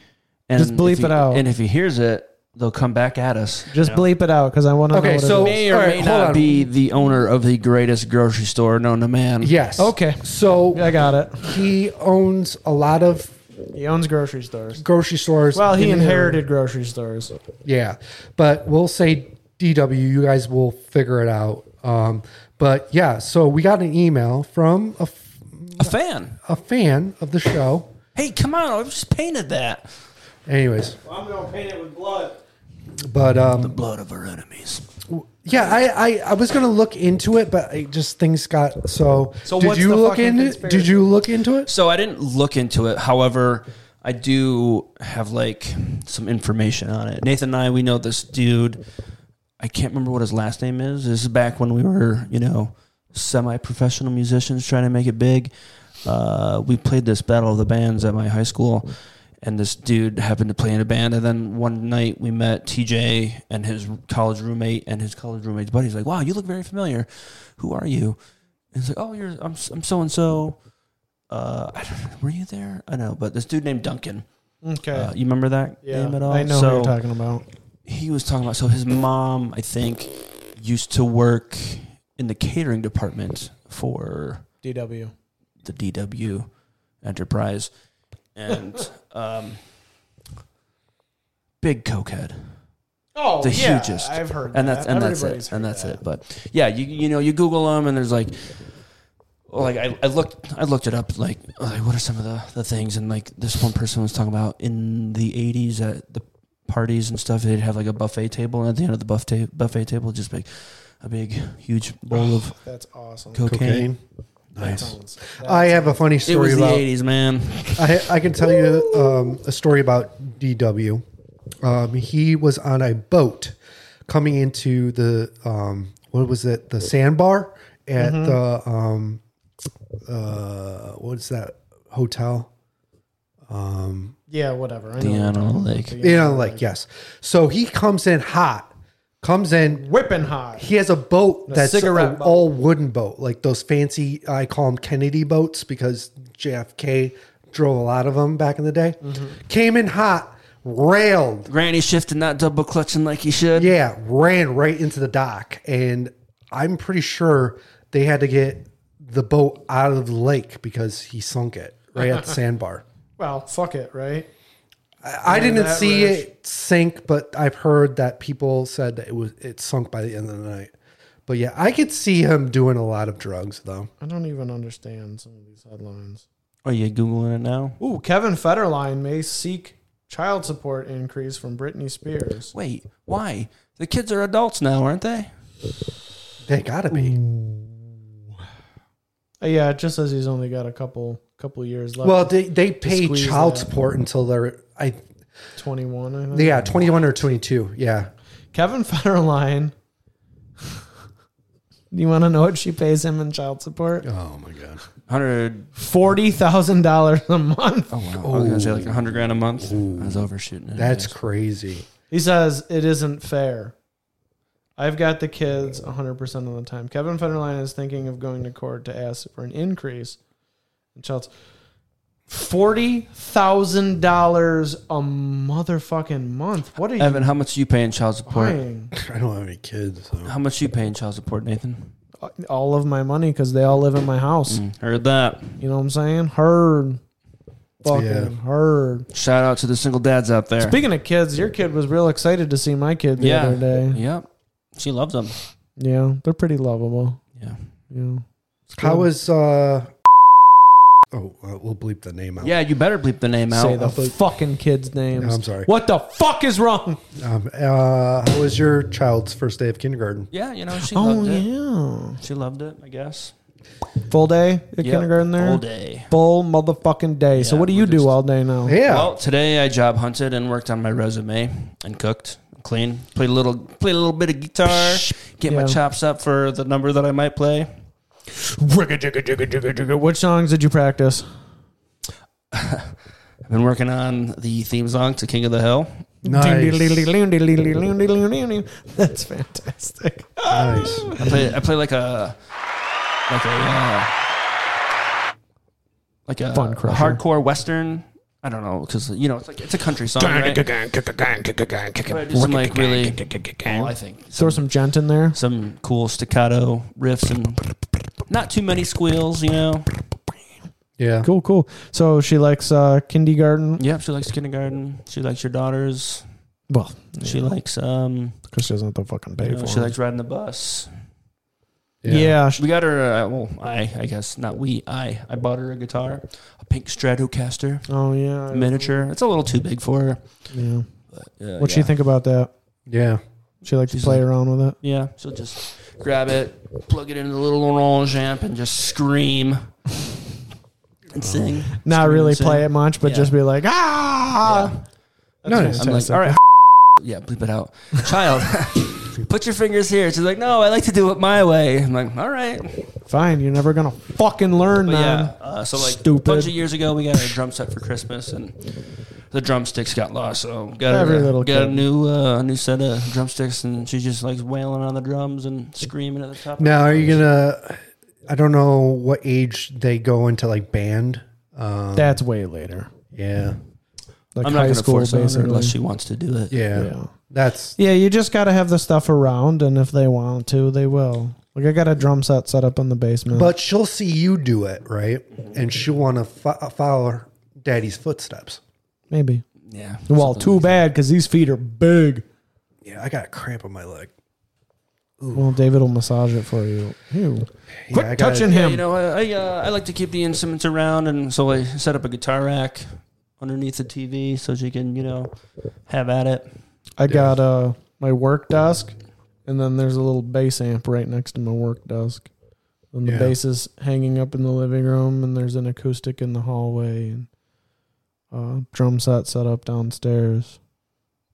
Speaker 2: and
Speaker 3: Just bleep
Speaker 2: if he-
Speaker 3: it out.
Speaker 2: And if he hears it, they'll come back at us.
Speaker 3: Just bleep it out because I want to know.
Speaker 1: Okay.
Speaker 3: what it
Speaker 1: So
Speaker 3: is.
Speaker 2: May or
Speaker 1: all right,
Speaker 2: may
Speaker 1: hold
Speaker 2: not
Speaker 1: on.
Speaker 2: be the owner of the greatest grocery store known to man.
Speaker 1: Yes.
Speaker 3: Okay.
Speaker 1: So
Speaker 3: I got it.
Speaker 1: he owns a lot of
Speaker 3: He owns grocery stores.
Speaker 1: grocery stores.
Speaker 3: Well, he
Speaker 1: in the area.
Speaker 3: inherited grocery stores.
Speaker 1: Yeah, but we'll say DW. You guys will figure it out. Um, but yeah, so we got an email from a f-
Speaker 2: a fan.
Speaker 1: a fan of the show.
Speaker 2: Hey, come on! I just painted that.
Speaker 1: Anyways,
Speaker 3: I'm gonna paint it with blood.
Speaker 1: but um,
Speaker 2: Blood of our enemies.
Speaker 1: yeah, I, I, I was gonna look into it, but I just things got so.
Speaker 3: So
Speaker 1: did
Speaker 3: what's
Speaker 1: you
Speaker 3: the
Speaker 1: look
Speaker 3: fucking
Speaker 1: into?
Speaker 3: conspiracy?
Speaker 1: Did you look into it?
Speaker 2: So I didn't look into it. However, I do have like some information on it. Nathan and I, we know this dude. I can't remember what his last name is. This is back when we were, you know, semi-professional musicians trying to make it big. Uh, we played this battle of the bands at my high school, and this dude happened to play in a band. And then one night we met TJ and his college roommate and his college roommate's buddy. He's like, "Wow, you look very familiar. Who are you?" And he's like, "Oh, you're I'm I'm so and so." uh, I don't- were you there? I know, but this dude named Duncan.
Speaker 3: Okay.
Speaker 2: Uh, you remember that
Speaker 3: yeah.
Speaker 2: name at all?
Speaker 3: I know
Speaker 2: so
Speaker 3: what you're talking about.
Speaker 2: He was talking about. So his mom, I think, used to work in the catering department for
Speaker 3: DW.
Speaker 2: the DW Enterprise, and um, big cokehead.
Speaker 3: Oh,
Speaker 2: the
Speaker 3: yeah,
Speaker 2: hugest.
Speaker 3: I've heard
Speaker 2: and
Speaker 3: that.
Speaker 2: that's and that's
Speaker 3: Everybody's
Speaker 2: it, and
Speaker 3: heard
Speaker 2: that's
Speaker 3: that.
Speaker 2: it. But yeah, you you know you Google them, and there's like, well, like I, I looked I looked it up like, like what are some of the the things, and like this one person was talking about in the '80s at the parties and stuff, they'd have like a buffet table, and at the end of the buffet buffet table, just like a big huge bowl of
Speaker 3: That's awesome.
Speaker 2: cocaine.
Speaker 1: Nice.
Speaker 3: Sounds-
Speaker 1: I have a funny
Speaker 2: It
Speaker 1: story
Speaker 2: was the
Speaker 1: about.
Speaker 2: '80s, man.
Speaker 1: I, I can tell you um, a story about DW. Um, he was on a boat coming into the um, what was it? The sandbar at the um, uh, what's that hotel? Um,
Speaker 3: Yeah, whatever. I
Speaker 2: You
Speaker 3: know.
Speaker 2: know, like
Speaker 1: You know, like yes. So he comes in hot. Comes in.
Speaker 3: Whipping hot.
Speaker 1: He has a boat that's
Speaker 3: cigarette
Speaker 1: a
Speaker 3: boat.
Speaker 1: all wooden boat, like those fancy. I call them Kennedy boats because JFK drove a lot of them back in the day.
Speaker 3: Mm-hmm.
Speaker 1: Came in hot, railed
Speaker 2: Granny shifting, not double clutching like he should.
Speaker 1: Yeah, ran right into the dock, and I'm pretty sure they had to get the boat out of the lake because he sunk it right at the sandbar.
Speaker 3: Well, fuck it, right?
Speaker 1: I didn't
Speaker 3: that
Speaker 1: see
Speaker 3: rich.
Speaker 1: it sink, but I've heard that people said that it was it sunk by the end of the night. But yeah, I could see him doing a lot of drugs though.
Speaker 3: I don't even understand some of these headlines.
Speaker 2: Are you googling it now?
Speaker 3: Ooh, Kevin Federline may seek child support increase from Britney Spears.
Speaker 2: Wait, why? The kids are adults now, aren't they?
Speaker 1: They gotta be.
Speaker 3: Uh, yeah, it just says he's only got a couple couple years left.
Speaker 1: Well, they they pay
Speaker 3: squeeze
Speaker 1: child
Speaker 3: that.
Speaker 1: support until they're I
Speaker 3: 21, I think.
Speaker 1: yeah twenty one or twenty two. Yeah,
Speaker 3: Kevin Federline. Do you want to know what she pays him in child support?
Speaker 1: Oh
Speaker 2: Hundred
Speaker 3: Forty thousand dollars a month.
Speaker 2: Oh, Wow, I was gonna say like a hundred grand a month. I was overshooting it.
Speaker 1: that's crazy.
Speaker 3: He says it isn't fair. I've got the kids 100% of the time. Kevin Federline is thinking of going to court to ask for an increase in child $40,000 a motherfucking month. What are you
Speaker 2: Evan, how much you paying child support?
Speaker 3: buying?
Speaker 1: I don't have any kids. So.
Speaker 2: How much you paying child support, Nathan?
Speaker 3: All of my money because they all live in my house.
Speaker 2: Heard that.
Speaker 3: You know what I'm saying? Heard. Fucking
Speaker 1: Yeah.
Speaker 3: heard.
Speaker 2: Shout out to the single dads out there.
Speaker 3: Speaking of kids, your kid was real excited to see my kid the
Speaker 2: yeah.
Speaker 3: other day.
Speaker 2: Yep. She loves them.
Speaker 3: Yeah, they're pretty lovable.
Speaker 2: Yeah.
Speaker 3: Yeah.
Speaker 1: How is uh? Oh, uh, we'll bleep the name out.
Speaker 2: Yeah, you better bleep the name
Speaker 3: Say
Speaker 2: out.
Speaker 3: the fucking kids' names.
Speaker 1: No, I'm sorry.
Speaker 3: What the fuck is wrong?
Speaker 1: Um, uh, how was your child's first day of kindergarten?
Speaker 2: yeah, you know, she
Speaker 3: Oh
Speaker 2: loved it.
Speaker 3: yeah,
Speaker 2: She loved it, I guess.
Speaker 3: full day at
Speaker 2: Yep.
Speaker 3: kindergarten there.
Speaker 2: All day.
Speaker 3: Full motherfucking day. so
Speaker 2: Yeah,
Speaker 3: what do
Speaker 2: we're
Speaker 3: you do
Speaker 2: just-
Speaker 3: all day now?
Speaker 1: Yeah,
Speaker 2: Well, today I job hunted and worked on my resume and cooked, clean, played a little, played a little bit of guitar, get my
Speaker 3: Yeah.
Speaker 2: chops up for the number that I might play.
Speaker 3: Which songs did you practice?
Speaker 2: I've been working on the theme song to King of the Hill.
Speaker 1: nice,
Speaker 3: That's fantastic.
Speaker 1: nice.
Speaker 2: I play, I play like a like a uh, like a
Speaker 3: Fun crusher.
Speaker 2: hardcore western. I don't know because you know it's like it's a country song, right? But I do some like really, well, I think
Speaker 3: Throw some gent in there.
Speaker 2: some cool staccato riffs and not too many squeals, you know.
Speaker 1: Yeah,
Speaker 3: Cool, cool. So she likes uh, kindergarten.
Speaker 2: Yep, she likes kindergarten. She likes your daughters.
Speaker 3: Well,
Speaker 2: She likes um,
Speaker 3: because she doesn't have to fucking pay
Speaker 2: you know,
Speaker 3: for
Speaker 2: she
Speaker 3: it.
Speaker 2: likes riding the bus.
Speaker 3: Yeah.
Speaker 2: We got her. Uh, well, I, I guess not. We, I, I bought her a guitar, a pink Stratocaster
Speaker 3: Oh yeah.
Speaker 2: miniature. It's a little too big for her.
Speaker 3: Yeah.
Speaker 2: Uh,
Speaker 3: What'd
Speaker 2: yeah.
Speaker 3: she think about that?
Speaker 1: Yeah.
Speaker 3: She like to play around with it.
Speaker 2: Yeah, she'll just grab it, plug it into the little orange amp, and just scream and sing.
Speaker 3: Not really play it much, but
Speaker 2: Yeah.
Speaker 3: just be like, ah.
Speaker 1: No,
Speaker 3: That's
Speaker 1: no,
Speaker 2: I'm like,
Speaker 3: fantastic.
Speaker 2: all right, yeah, bleep it out, child. Put your fingers here. She's like, no, I like to do it my way. I'm like, all right.
Speaker 3: Fine, you're never gonna fucking learn,
Speaker 2: But
Speaker 3: man.
Speaker 2: yeah, uh, so like
Speaker 3: Stupid.
Speaker 2: a bunch of years ago, we got a drum set for Christmas, and the drumsticks got lost. So got
Speaker 3: Every
Speaker 2: a,
Speaker 3: little
Speaker 2: got a
Speaker 3: kid.
Speaker 2: new uh, new set of drumsticks, and she just likes wailing on the drums and screaming at the top. of
Speaker 1: Now,
Speaker 2: her
Speaker 1: are you
Speaker 2: lungs.
Speaker 1: gonna? I don't know what age they go into like band. Um,
Speaker 3: That's way later.
Speaker 1: yeah,
Speaker 3: Like
Speaker 2: I'm not
Speaker 3: high
Speaker 2: gonna
Speaker 3: school,
Speaker 2: force on her
Speaker 3: basically.
Speaker 2: unless she wants to do it.
Speaker 1: yeah,
Speaker 3: yeah.
Speaker 1: That's
Speaker 3: Yeah, you just gotta have the stuff around, and if they want to, they will. Like I got a drum set set up in the basement.
Speaker 1: but she'll see you do it right, and she'll want to fo- follow daddy's footsteps.
Speaker 3: maybe.
Speaker 2: Yeah.
Speaker 3: Well,
Speaker 2: something
Speaker 3: too
Speaker 2: like
Speaker 3: bad because these feet are big.
Speaker 1: Yeah, I got a cramp on my leg.
Speaker 3: Well, David will massage it for you. Ew.
Speaker 1: Yeah,
Speaker 3: Quit
Speaker 1: I gotta-
Speaker 3: touching
Speaker 2: that. Yeah,
Speaker 3: him.
Speaker 2: you know, I I, uh, I like to keep the instruments around, and so I set up a guitar rack underneath the TV so she can, you know, have at it.
Speaker 3: I got uh my work desk, and then there's a little bass amp right next to my work desk. And the
Speaker 1: Yeah.
Speaker 3: bass is hanging up in the living room, and there's an acoustic in the hallway, and uh, drum set set up downstairs.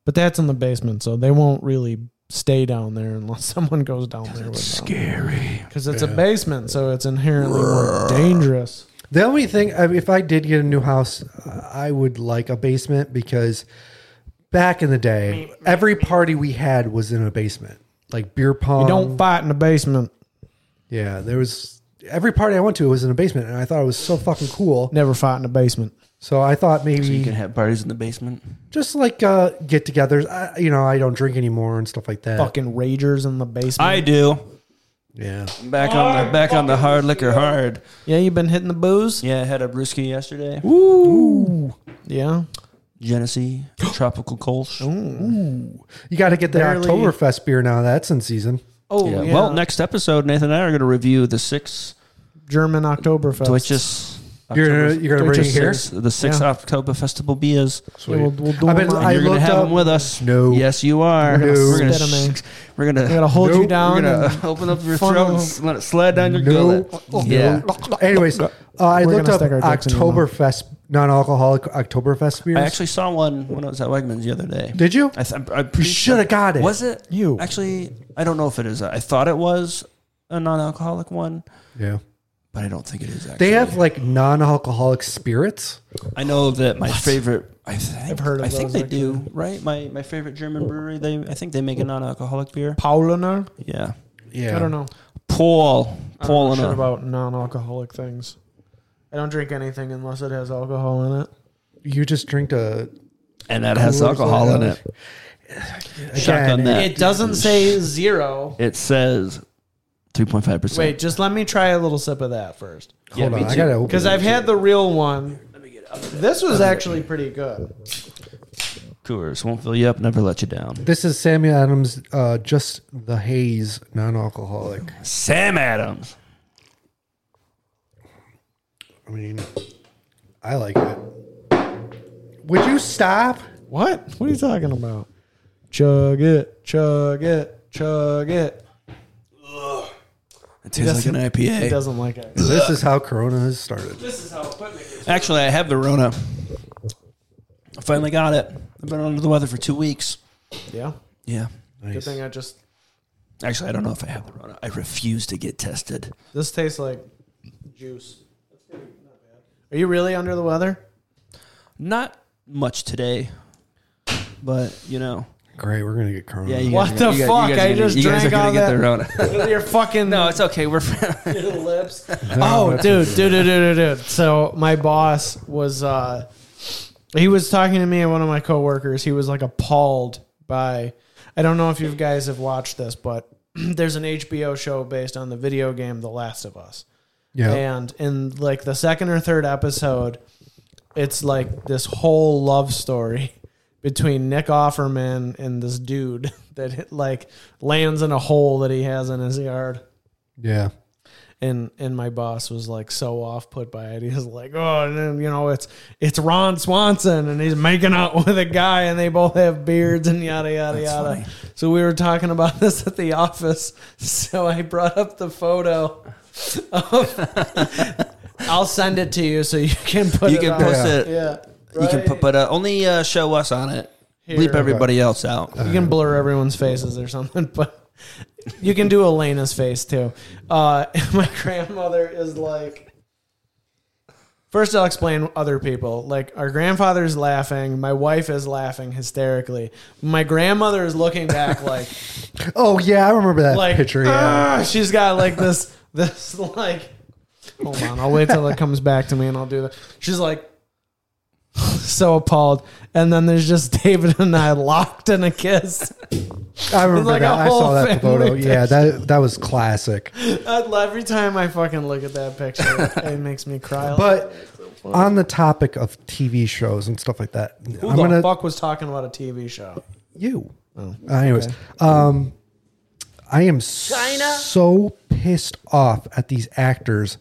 Speaker 3: But that's in the basement, so they won't really stay down there unless someone goes down there with
Speaker 2: Scary.
Speaker 3: Because it's a
Speaker 1: Yeah.
Speaker 3: basement, so it's inherently more dangerous.
Speaker 1: The only thing, I mean, if I did get a new house, I would like a basement because back in the day, every party we had was in a basement, like beer pong.
Speaker 3: You don't fight in the basement.
Speaker 1: yeah, there was every party I went to was in a basement, and I thought it was so fucking cool.
Speaker 3: Never fight in the basement.
Speaker 1: So I thought maybe
Speaker 2: So you can have parties in the basement.
Speaker 1: just like uh, get-togethers. I, you know, I don't drink anymore and stuff like that.
Speaker 3: Fucking ragers in the basement.
Speaker 2: I do.
Speaker 1: Yeah,
Speaker 2: Back on the back on the hard liquor hard.
Speaker 3: yeah, you been hitting the booze?
Speaker 2: Yeah, I had a brewski yesterday.
Speaker 3: Yeah.
Speaker 2: Genesee tropical Kolsch.
Speaker 1: you got to get the
Speaker 3: Barely-
Speaker 1: Oktoberfest beer now. That's in season.
Speaker 3: Oh,
Speaker 2: Yeah.
Speaker 3: yeah.
Speaker 2: Well, next episode, Nathan and I are going to review the six
Speaker 3: German Oktoberfest.
Speaker 2: Deutsches.
Speaker 1: You're gonna,
Speaker 2: Oktoberfest-
Speaker 1: you're gonna bring it here.
Speaker 2: six- the six
Speaker 3: Yeah.
Speaker 2: October Festival beers.
Speaker 3: Yeah, we'll, we'll do
Speaker 1: I've been-
Speaker 3: them
Speaker 2: And
Speaker 3: on-
Speaker 1: I
Speaker 2: you're going to
Speaker 1: looked
Speaker 2: have
Speaker 1: up-
Speaker 2: them with us.
Speaker 1: No.
Speaker 2: Yes, you are.
Speaker 1: No.
Speaker 2: We're going
Speaker 3: Spit 'em in.
Speaker 2: to we're gonna,
Speaker 3: I gotta hold you down
Speaker 2: We're gonna
Speaker 3: and
Speaker 2: open up your
Speaker 3: funnel
Speaker 2: throat and let it slide down your
Speaker 1: No.
Speaker 2: gullet. Yeah.
Speaker 1: Anyways, uh, I
Speaker 3: We're
Speaker 1: looked
Speaker 3: gonna
Speaker 1: up
Speaker 3: stick our dicks in your mouth.
Speaker 1: Oktoberfest non-alcoholic Oktoberfest beers.
Speaker 2: I actually saw one when I was at Wegmans the other day.
Speaker 1: Did you?
Speaker 2: I th- I
Speaker 1: You should have got it.
Speaker 2: Was it
Speaker 3: You.
Speaker 2: Actually, I don't know if it is. I thought it was a non-alcoholic one,
Speaker 1: Yeah.
Speaker 2: but I don't think it is. Actually,
Speaker 1: They have like non-alcoholic spirits.
Speaker 2: I know that my favorite. I think,
Speaker 3: I've heard of
Speaker 2: I think
Speaker 3: those,
Speaker 2: they do. Right. My my favorite German brewery. They I think they make a non-alcoholic beer.
Speaker 3: Paulaner?
Speaker 2: Yeah.
Speaker 1: Yeah.
Speaker 3: I don't know.
Speaker 2: Paul.
Speaker 3: I don't know
Speaker 2: Paul
Speaker 3: shit
Speaker 2: and
Speaker 3: about non-alcoholic things. I don't drink anything unless it has alcohol in it.
Speaker 1: You just drink a
Speaker 2: and that has alcohol in it. Shotgun
Speaker 1: Again,
Speaker 2: that.
Speaker 3: It doesn't say zero.
Speaker 2: It says three point five percent.
Speaker 3: Wait, just let me try a little sip of that first.
Speaker 1: Hold
Speaker 2: me
Speaker 1: on, I
Speaker 2: too.
Speaker 1: gotta open.
Speaker 3: Because
Speaker 1: it.
Speaker 3: I've had the real one. This was actually pretty good.
Speaker 2: Coors won't fill you up, never let you down.
Speaker 1: This is Sammy Adams, uh, just the haze, non-alcoholic.
Speaker 2: Sam Adams.
Speaker 1: I mean, I like it. Would you stop?
Speaker 3: What? What are you talking about? Chug it, chug it, chug it.
Speaker 2: It tastes like an
Speaker 3: He
Speaker 2: IPA.
Speaker 3: doesn't like it.
Speaker 1: This is how Corona has started.
Speaker 2: Actually, I have the Rona. I finally got it. I've been under the weather for two weeks.
Speaker 3: Yeah.
Speaker 2: Yeah.
Speaker 3: Good thing I just.
Speaker 2: Actually, I don't know if I have the Rona. I refuse to get tested.
Speaker 3: This tastes like juice. Are you really under the weather?
Speaker 2: Not much today, but you know.
Speaker 1: Great, we're gonna get Corona.
Speaker 2: Yeah. You
Speaker 3: What
Speaker 2: guys,
Speaker 3: the
Speaker 2: you guys- you
Speaker 3: fuck?
Speaker 2: guys
Speaker 3: I
Speaker 2: are gonna-
Speaker 3: just
Speaker 2: you guys are
Speaker 3: drank
Speaker 2: gonna
Speaker 3: all
Speaker 2: get
Speaker 3: that-
Speaker 2: the Rona.
Speaker 3: You're fucking
Speaker 2: no, it's okay. We're friends.
Speaker 3: lips. oh, dude, dude, dude, dude, dude, dude. So my boss was uh he was talking to me and one of my coworkers. He was like appalled by I don't know if you guys have watched this, but there's an HBO show based on the video game The Last of Us.
Speaker 1: yeah.
Speaker 3: And in like the second or third episode, it's like this whole love story between Nick Offerman and this dude that like lands in a hole that he has in his yard.
Speaker 1: Yeah.
Speaker 3: and and my boss was like so off put by it. He was like, oh, and then you know it's it's Ron Swanson, and he's making out with a guy, and they both have beards and yada yada yada. So we were talking about this at the office. So I brought up the photo. Of, I'll send it to you so you can put
Speaker 2: You
Speaker 3: it
Speaker 2: can
Speaker 3: on.
Speaker 2: post
Speaker 1: Yeah.
Speaker 2: it.
Speaker 3: Yeah,
Speaker 2: You can put,
Speaker 3: right?
Speaker 2: but uh, only uh, show us on it. Bleep
Speaker 3: Here.
Speaker 2: everybody else out.
Speaker 3: You can blur everyone's faces or something, but you can do Elena's face too. Uh, my grandmother is like. First, I'll explain other people. Like, our grandfather's laughing. My wife is laughing hysterically. My grandmother is looking back like,
Speaker 1: Oh yeah, I remember that
Speaker 3: like
Speaker 1: picture. Yeah.
Speaker 3: "Ah!" she's got like this this like hold on i'll wait till it comes back to me and i'll do that she's like so appalled and then there's just david and i locked in a kiss
Speaker 1: I remember
Speaker 3: like a
Speaker 1: that. I
Speaker 3: whole
Speaker 1: saw that
Speaker 3: family
Speaker 1: photo. Yeah, that that was classic.
Speaker 3: I love every time i fucking look at that picture it makes me cry
Speaker 1: But on the topic of TV shows and stuff like that,
Speaker 3: who
Speaker 1: I'm
Speaker 3: the
Speaker 1: gonna
Speaker 3: fuck Oh, was talking about a tv show
Speaker 1: you. Uh, anyways, um, I am so pissed off at these actors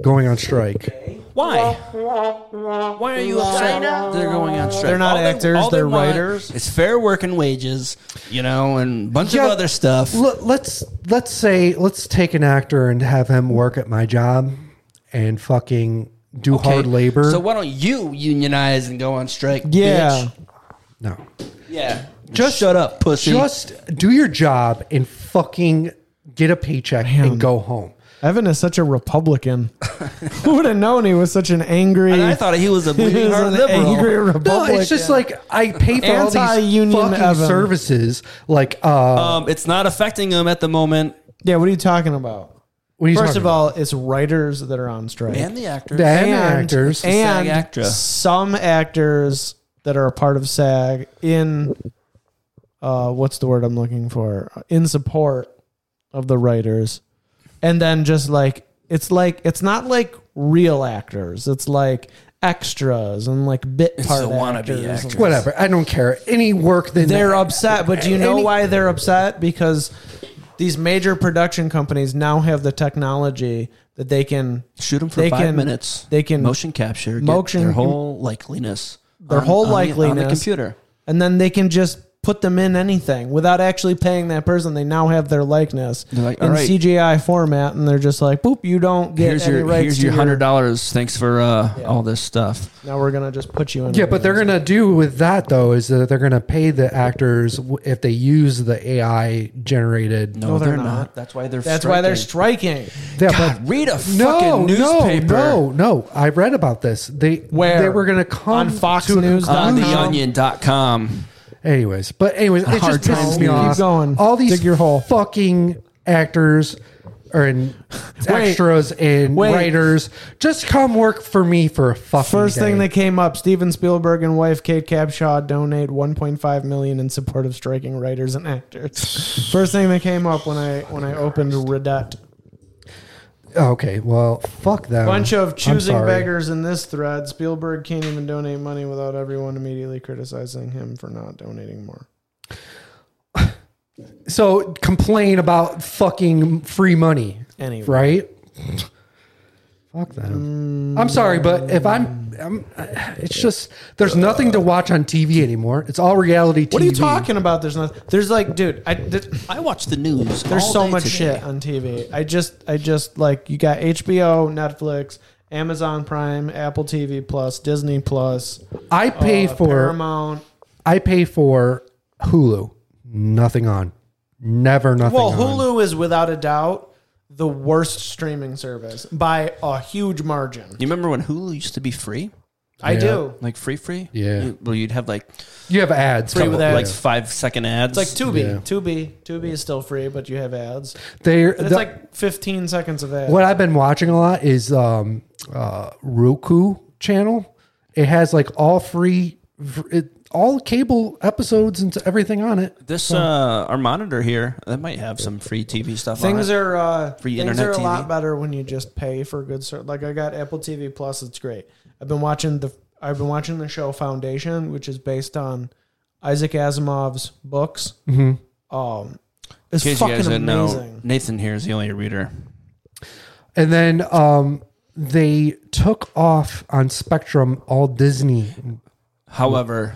Speaker 1: going on strike.
Speaker 2: Why? Why are you upset? They're going on strike.
Speaker 3: They're not actors,
Speaker 2: all
Speaker 3: they're
Speaker 2: want
Speaker 3: writers.
Speaker 2: It's fair work and wages, you know, and a bunch
Speaker 1: Yeah.
Speaker 2: of other stuff.
Speaker 1: L- let's let's say let's take an actor and have him work at my job and fucking do
Speaker 2: Okay,
Speaker 1: hard labor.
Speaker 2: So why don't you unionize and go on strike?
Speaker 3: yeah
Speaker 2: bitch?
Speaker 1: no,
Speaker 2: yeah.
Speaker 1: Just-
Speaker 2: Just shut up, pussy.
Speaker 1: just do your job and fucking get a paycheck
Speaker 3: Man.
Speaker 1: and go home.
Speaker 3: evan is such a republican who would have known he was such an angry
Speaker 2: and I thought he was a
Speaker 3: he
Speaker 2: bleeding
Speaker 3: was
Speaker 2: heart
Speaker 3: an
Speaker 2: liberal.
Speaker 3: angry
Speaker 1: No,
Speaker 3: republican
Speaker 1: it's just like I pay for all these
Speaker 3: Anti-union
Speaker 1: fucking
Speaker 3: Evan.
Speaker 1: services. Like, uh,
Speaker 2: Um, it's not affecting him at the moment,
Speaker 3: yeah what are you talking about
Speaker 1: what are you
Speaker 3: First
Speaker 1: talking
Speaker 3: of all, it's writers that are on strike.
Speaker 2: and the actor.
Speaker 1: about? and, actors.
Speaker 3: and
Speaker 2: SAG-AFTRA.
Speaker 3: some actors that are a part of SAG in uh, what's the word I'm looking for in support of the writers, and then just like it's like it's not like real actors, it's like extras and like bit part
Speaker 2: the wannabe
Speaker 3: actors.
Speaker 2: actors.
Speaker 1: Whatever. I don't care. Any work then
Speaker 3: They're upset, but do you know
Speaker 1: Any-
Speaker 3: why they're upset? Because these major production companies now have the technology that they can
Speaker 2: Shoot him for
Speaker 3: They
Speaker 2: five
Speaker 3: can-
Speaker 2: minutes.
Speaker 3: they can-
Speaker 2: motion capture get
Speaker 3: motion-
Speaker 2: their whole likeliness.
Speaker 3: Their whole
Speaker 2: on the
Speaker 3: likeliness.
Speaker 2: computer.
Speaker 3: and then they can just put them in anything without actually paying that person. They now have their likeness
Speaker 2: like,
Speaker 3: in
Speaker 2: "All right."
Speaker 3: CGI format, and they're just like, "Boop, you don't get
Speaker 2: Here's
Speaker 3: any
Speaker 2: your
Speaker 3: rights."
Speaker 2: here's
Speaker 3: to
Speaker 2: your hundred dollars. Thanks for uh,
Speaker 3: Yeah.
Speaker 2: all this stuff.
Speaker 3: Now we're gonna just put you in.
Speaker 1: Yeah, but they're gonna do with that though is that they're gonna pay the actors w- if they use the AI generated.
Speaker 2: No,
Speaker 3: they're
Speaker 2: they're,
Speaker 3: not.
Speaker 2: not. That's why they're.
Speaker 3: That's why they're
Speaker 2: striking.
Speaker 3: striking.
Speaker 1: Yeah,
Speaker 2: God, read a
Speaker 1: but-
Speaker 2: fucking
Speaker 1: no,
Speaker 2: newspaper.
Speaker 1: no, no, no. I read about this. They
Speaker 3: Where?
Speaker 1: they were gonna come
Speaker 3: On Fox
Speaker 1: to a
Speaker 3: News?
Speaker 2: On
Speaker 1: conclusion.
Speaker 3: Dot com.
Speaker 2: theonion.com.
Speaker 1: Anyways, but anyways, it
Speaker 2: Hard
Speaker 1: just pisses
Speaker 2: times,
Speaker 1: me
Speaker 2: dude.
Speaker 1: off.
Speaker 3: Keep going.
Speaker 1: All these
Speaker 3: Dig your hole.
Speaker 1: fucking actors or and
Speaker 3: Wait.
Speaker 1: extras and
Speaker 3: Wait.
Speaker 1: writers just come work for me for a fucking
Speaker 3: First thing
Speaker 1: day.
Speaker 3: that came up: Steven Spielberg and wife Kate Capshaw donate 1.5 million in support of striking writers and actors. First thing that came up when I when I opened Reddit.
Speaker 1: Okay, well, fuck them.
Speaker 3: bunch of
Speaker 1: I'm
Speaker 3: choosing
Speaker 1: sorry.
Speaker 3: beggars in this thread. Spielberg can't even donate money without everyone immediately criticizing him for not donating more.
Speaker 1: So complain about fucking free money,
Speaker 3: Anyway,
Speaker 1: right? Fuck
Speaker 3: Mm.
Speaker 1: them. I'm sorry, but if I'm, I'm it's just there's nothing to watch on TV anymore. It's all reality TV.
Speaker 3: what are you talking about? There's not. There's like, dude, I, th-
Speaker 2: I watch the news.
Speaker 3: there's
Speaker 2: all
Speaker 3: so
Speaker 2: day
Speaker 3: much
Speaker 2: today.
Speaker 3: shit on TV. I just, I just like you got HBO, Netflix, Amazon Prime, Apple TV Plus, Disney Plus,
Speaker 1: I pay
Speaker 3: uh,
Speaker 1: for
Speaker 3: Paramount.
Speaker 1: I pay for Hulu. Nothing on. Never nothing
Speaker 3: Well,
Speaker 1: on.
Speaker 3: Hulu is without a doubt the worst streaming service by a huge margin.
Speaker 2: You remember when Hulu used to be free?
Speaker 3: I
Speaker 1: Yeah.
Speaker 3: do.
Speaker 2: Like free, free?
Speaker 1: Yeah.
Speaker 2: You- well, you'd have like
Speaker 1: You have ads.
Speaker 3: Free with
Speaker 1: couple-
Speaker 2: like
Speaker 3: ads.
Speaker 2: five second ads.
Speaker 3: It's like Tubi.
Speaker 1: Yeah.
Speaker 3: Tubi. Tubi is still free, but you have ads.
Speaker 1: They're,
Speaker 3: It's
Speaker 1: the-
Speaker 3: like 15 seconds of ads.
Speaker 1: what I've been watching a lot is um, uh, Roku channel. It has like all free, v- it, all cable episodes and everything on it.
Speaker 2: this uh our monitor here that might have some free TV stuff.
Speaker 3: Things
Speaker 2: on it.
Speaker 3: are uh,
Speaker 2: Free
Speaker 3: things
Speaker 2: internet
Speaker 3: are a
Speaker 2: TV.
Speaker 3: lot better when you just pay for good service. Like I got Apple TV Plus; it's great. I've been watching the I've been watching the show Foundation, which is based on Isaac Asimov's books. Um, it's
Speaker 1: Mm-hmm.
Speaker 2: In case you
Speaker 3: fucking
Speaker 2: guys didn't
Speaker 3: amazing.
Speaker 2: know, Nathan here is the only reader
Speaker 1: And then um, they took off on Spectrum all Disney.
Speaker 2: However,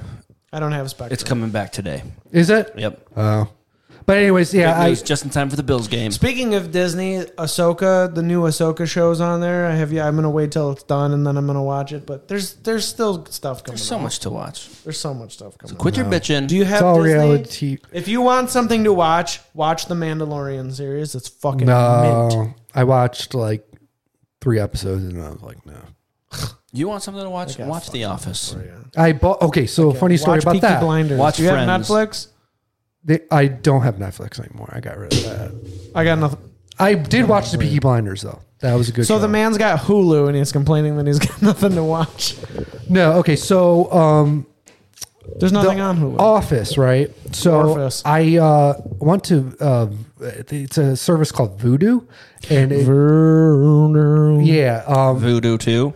Speaker 3: I don't have Spectrum.
Speaker 2: it's coming back today.
Speaker 1: Is it?
Speaker 2: Yep.
Speaker 1: Oh. But anyways, yeah,
Speaker 2: Big
Speaker 1: I,
Speaker 2: news just in time for the Bills game.
Speaker 3: Speaking of Disney, Ahsoka, the new Ahsoka show's on there. I have yeah, I'm gonna wait till it's done and then I'm gonna watch it. But there's there's still stuff coming.
Speaker 2: There's so
Speaker 3: out.
Speaker 2: much to watch.
Speaker 3: There's so much stuff coming.
Speaker 2: Quit your bitching.
Speaker 3: Do you have
Speaker 1: it's all
Speaker 3: Disney?
Speaker 1: reality.
Speaker 3: If you want something to watch, watch the Mandalorian series. It's fucking mint.
Speaker 1: No, I watched like three episodes and I was like, no.
Speaker 2: You want something to watch?
Speaker 3: got
Speaker 2: Watch The Office.
Speaker 1: I bought. Okay, so a funny story
Speaker 3: Watch
Speaker 1: about
Speaker 3: Peaky
Speaker 1: that.
Speaker 3: Blinders.
Speaker 2: Watch
Speaker 3: Do you have
Speaker 2: Friends.
Speaker 3: Netflix?
Speaker 1: They, I don't have Netflix anymore. I got rid of that.
Speaker 3: I got nothing.
Speaker 1: I did watch the Peaky Blinders though. That was a good.
Speaker 3: So
Speaker 1: show.
Speaker 3: the man's got Hulu and he's complaining that he's got nothing to watch.
Speaker 1: No, okay, so um,
Speaker 3: There's
Speaker 1: the
Speaker 3: nothing on Hulu.
Speaker 1: Office, right? So
Speaker 3: Office.
Speaker 1: I uh, want to. Uh, it's a service called Voodoo, and it, yeah, um,
Speaker 2: Voodoo too.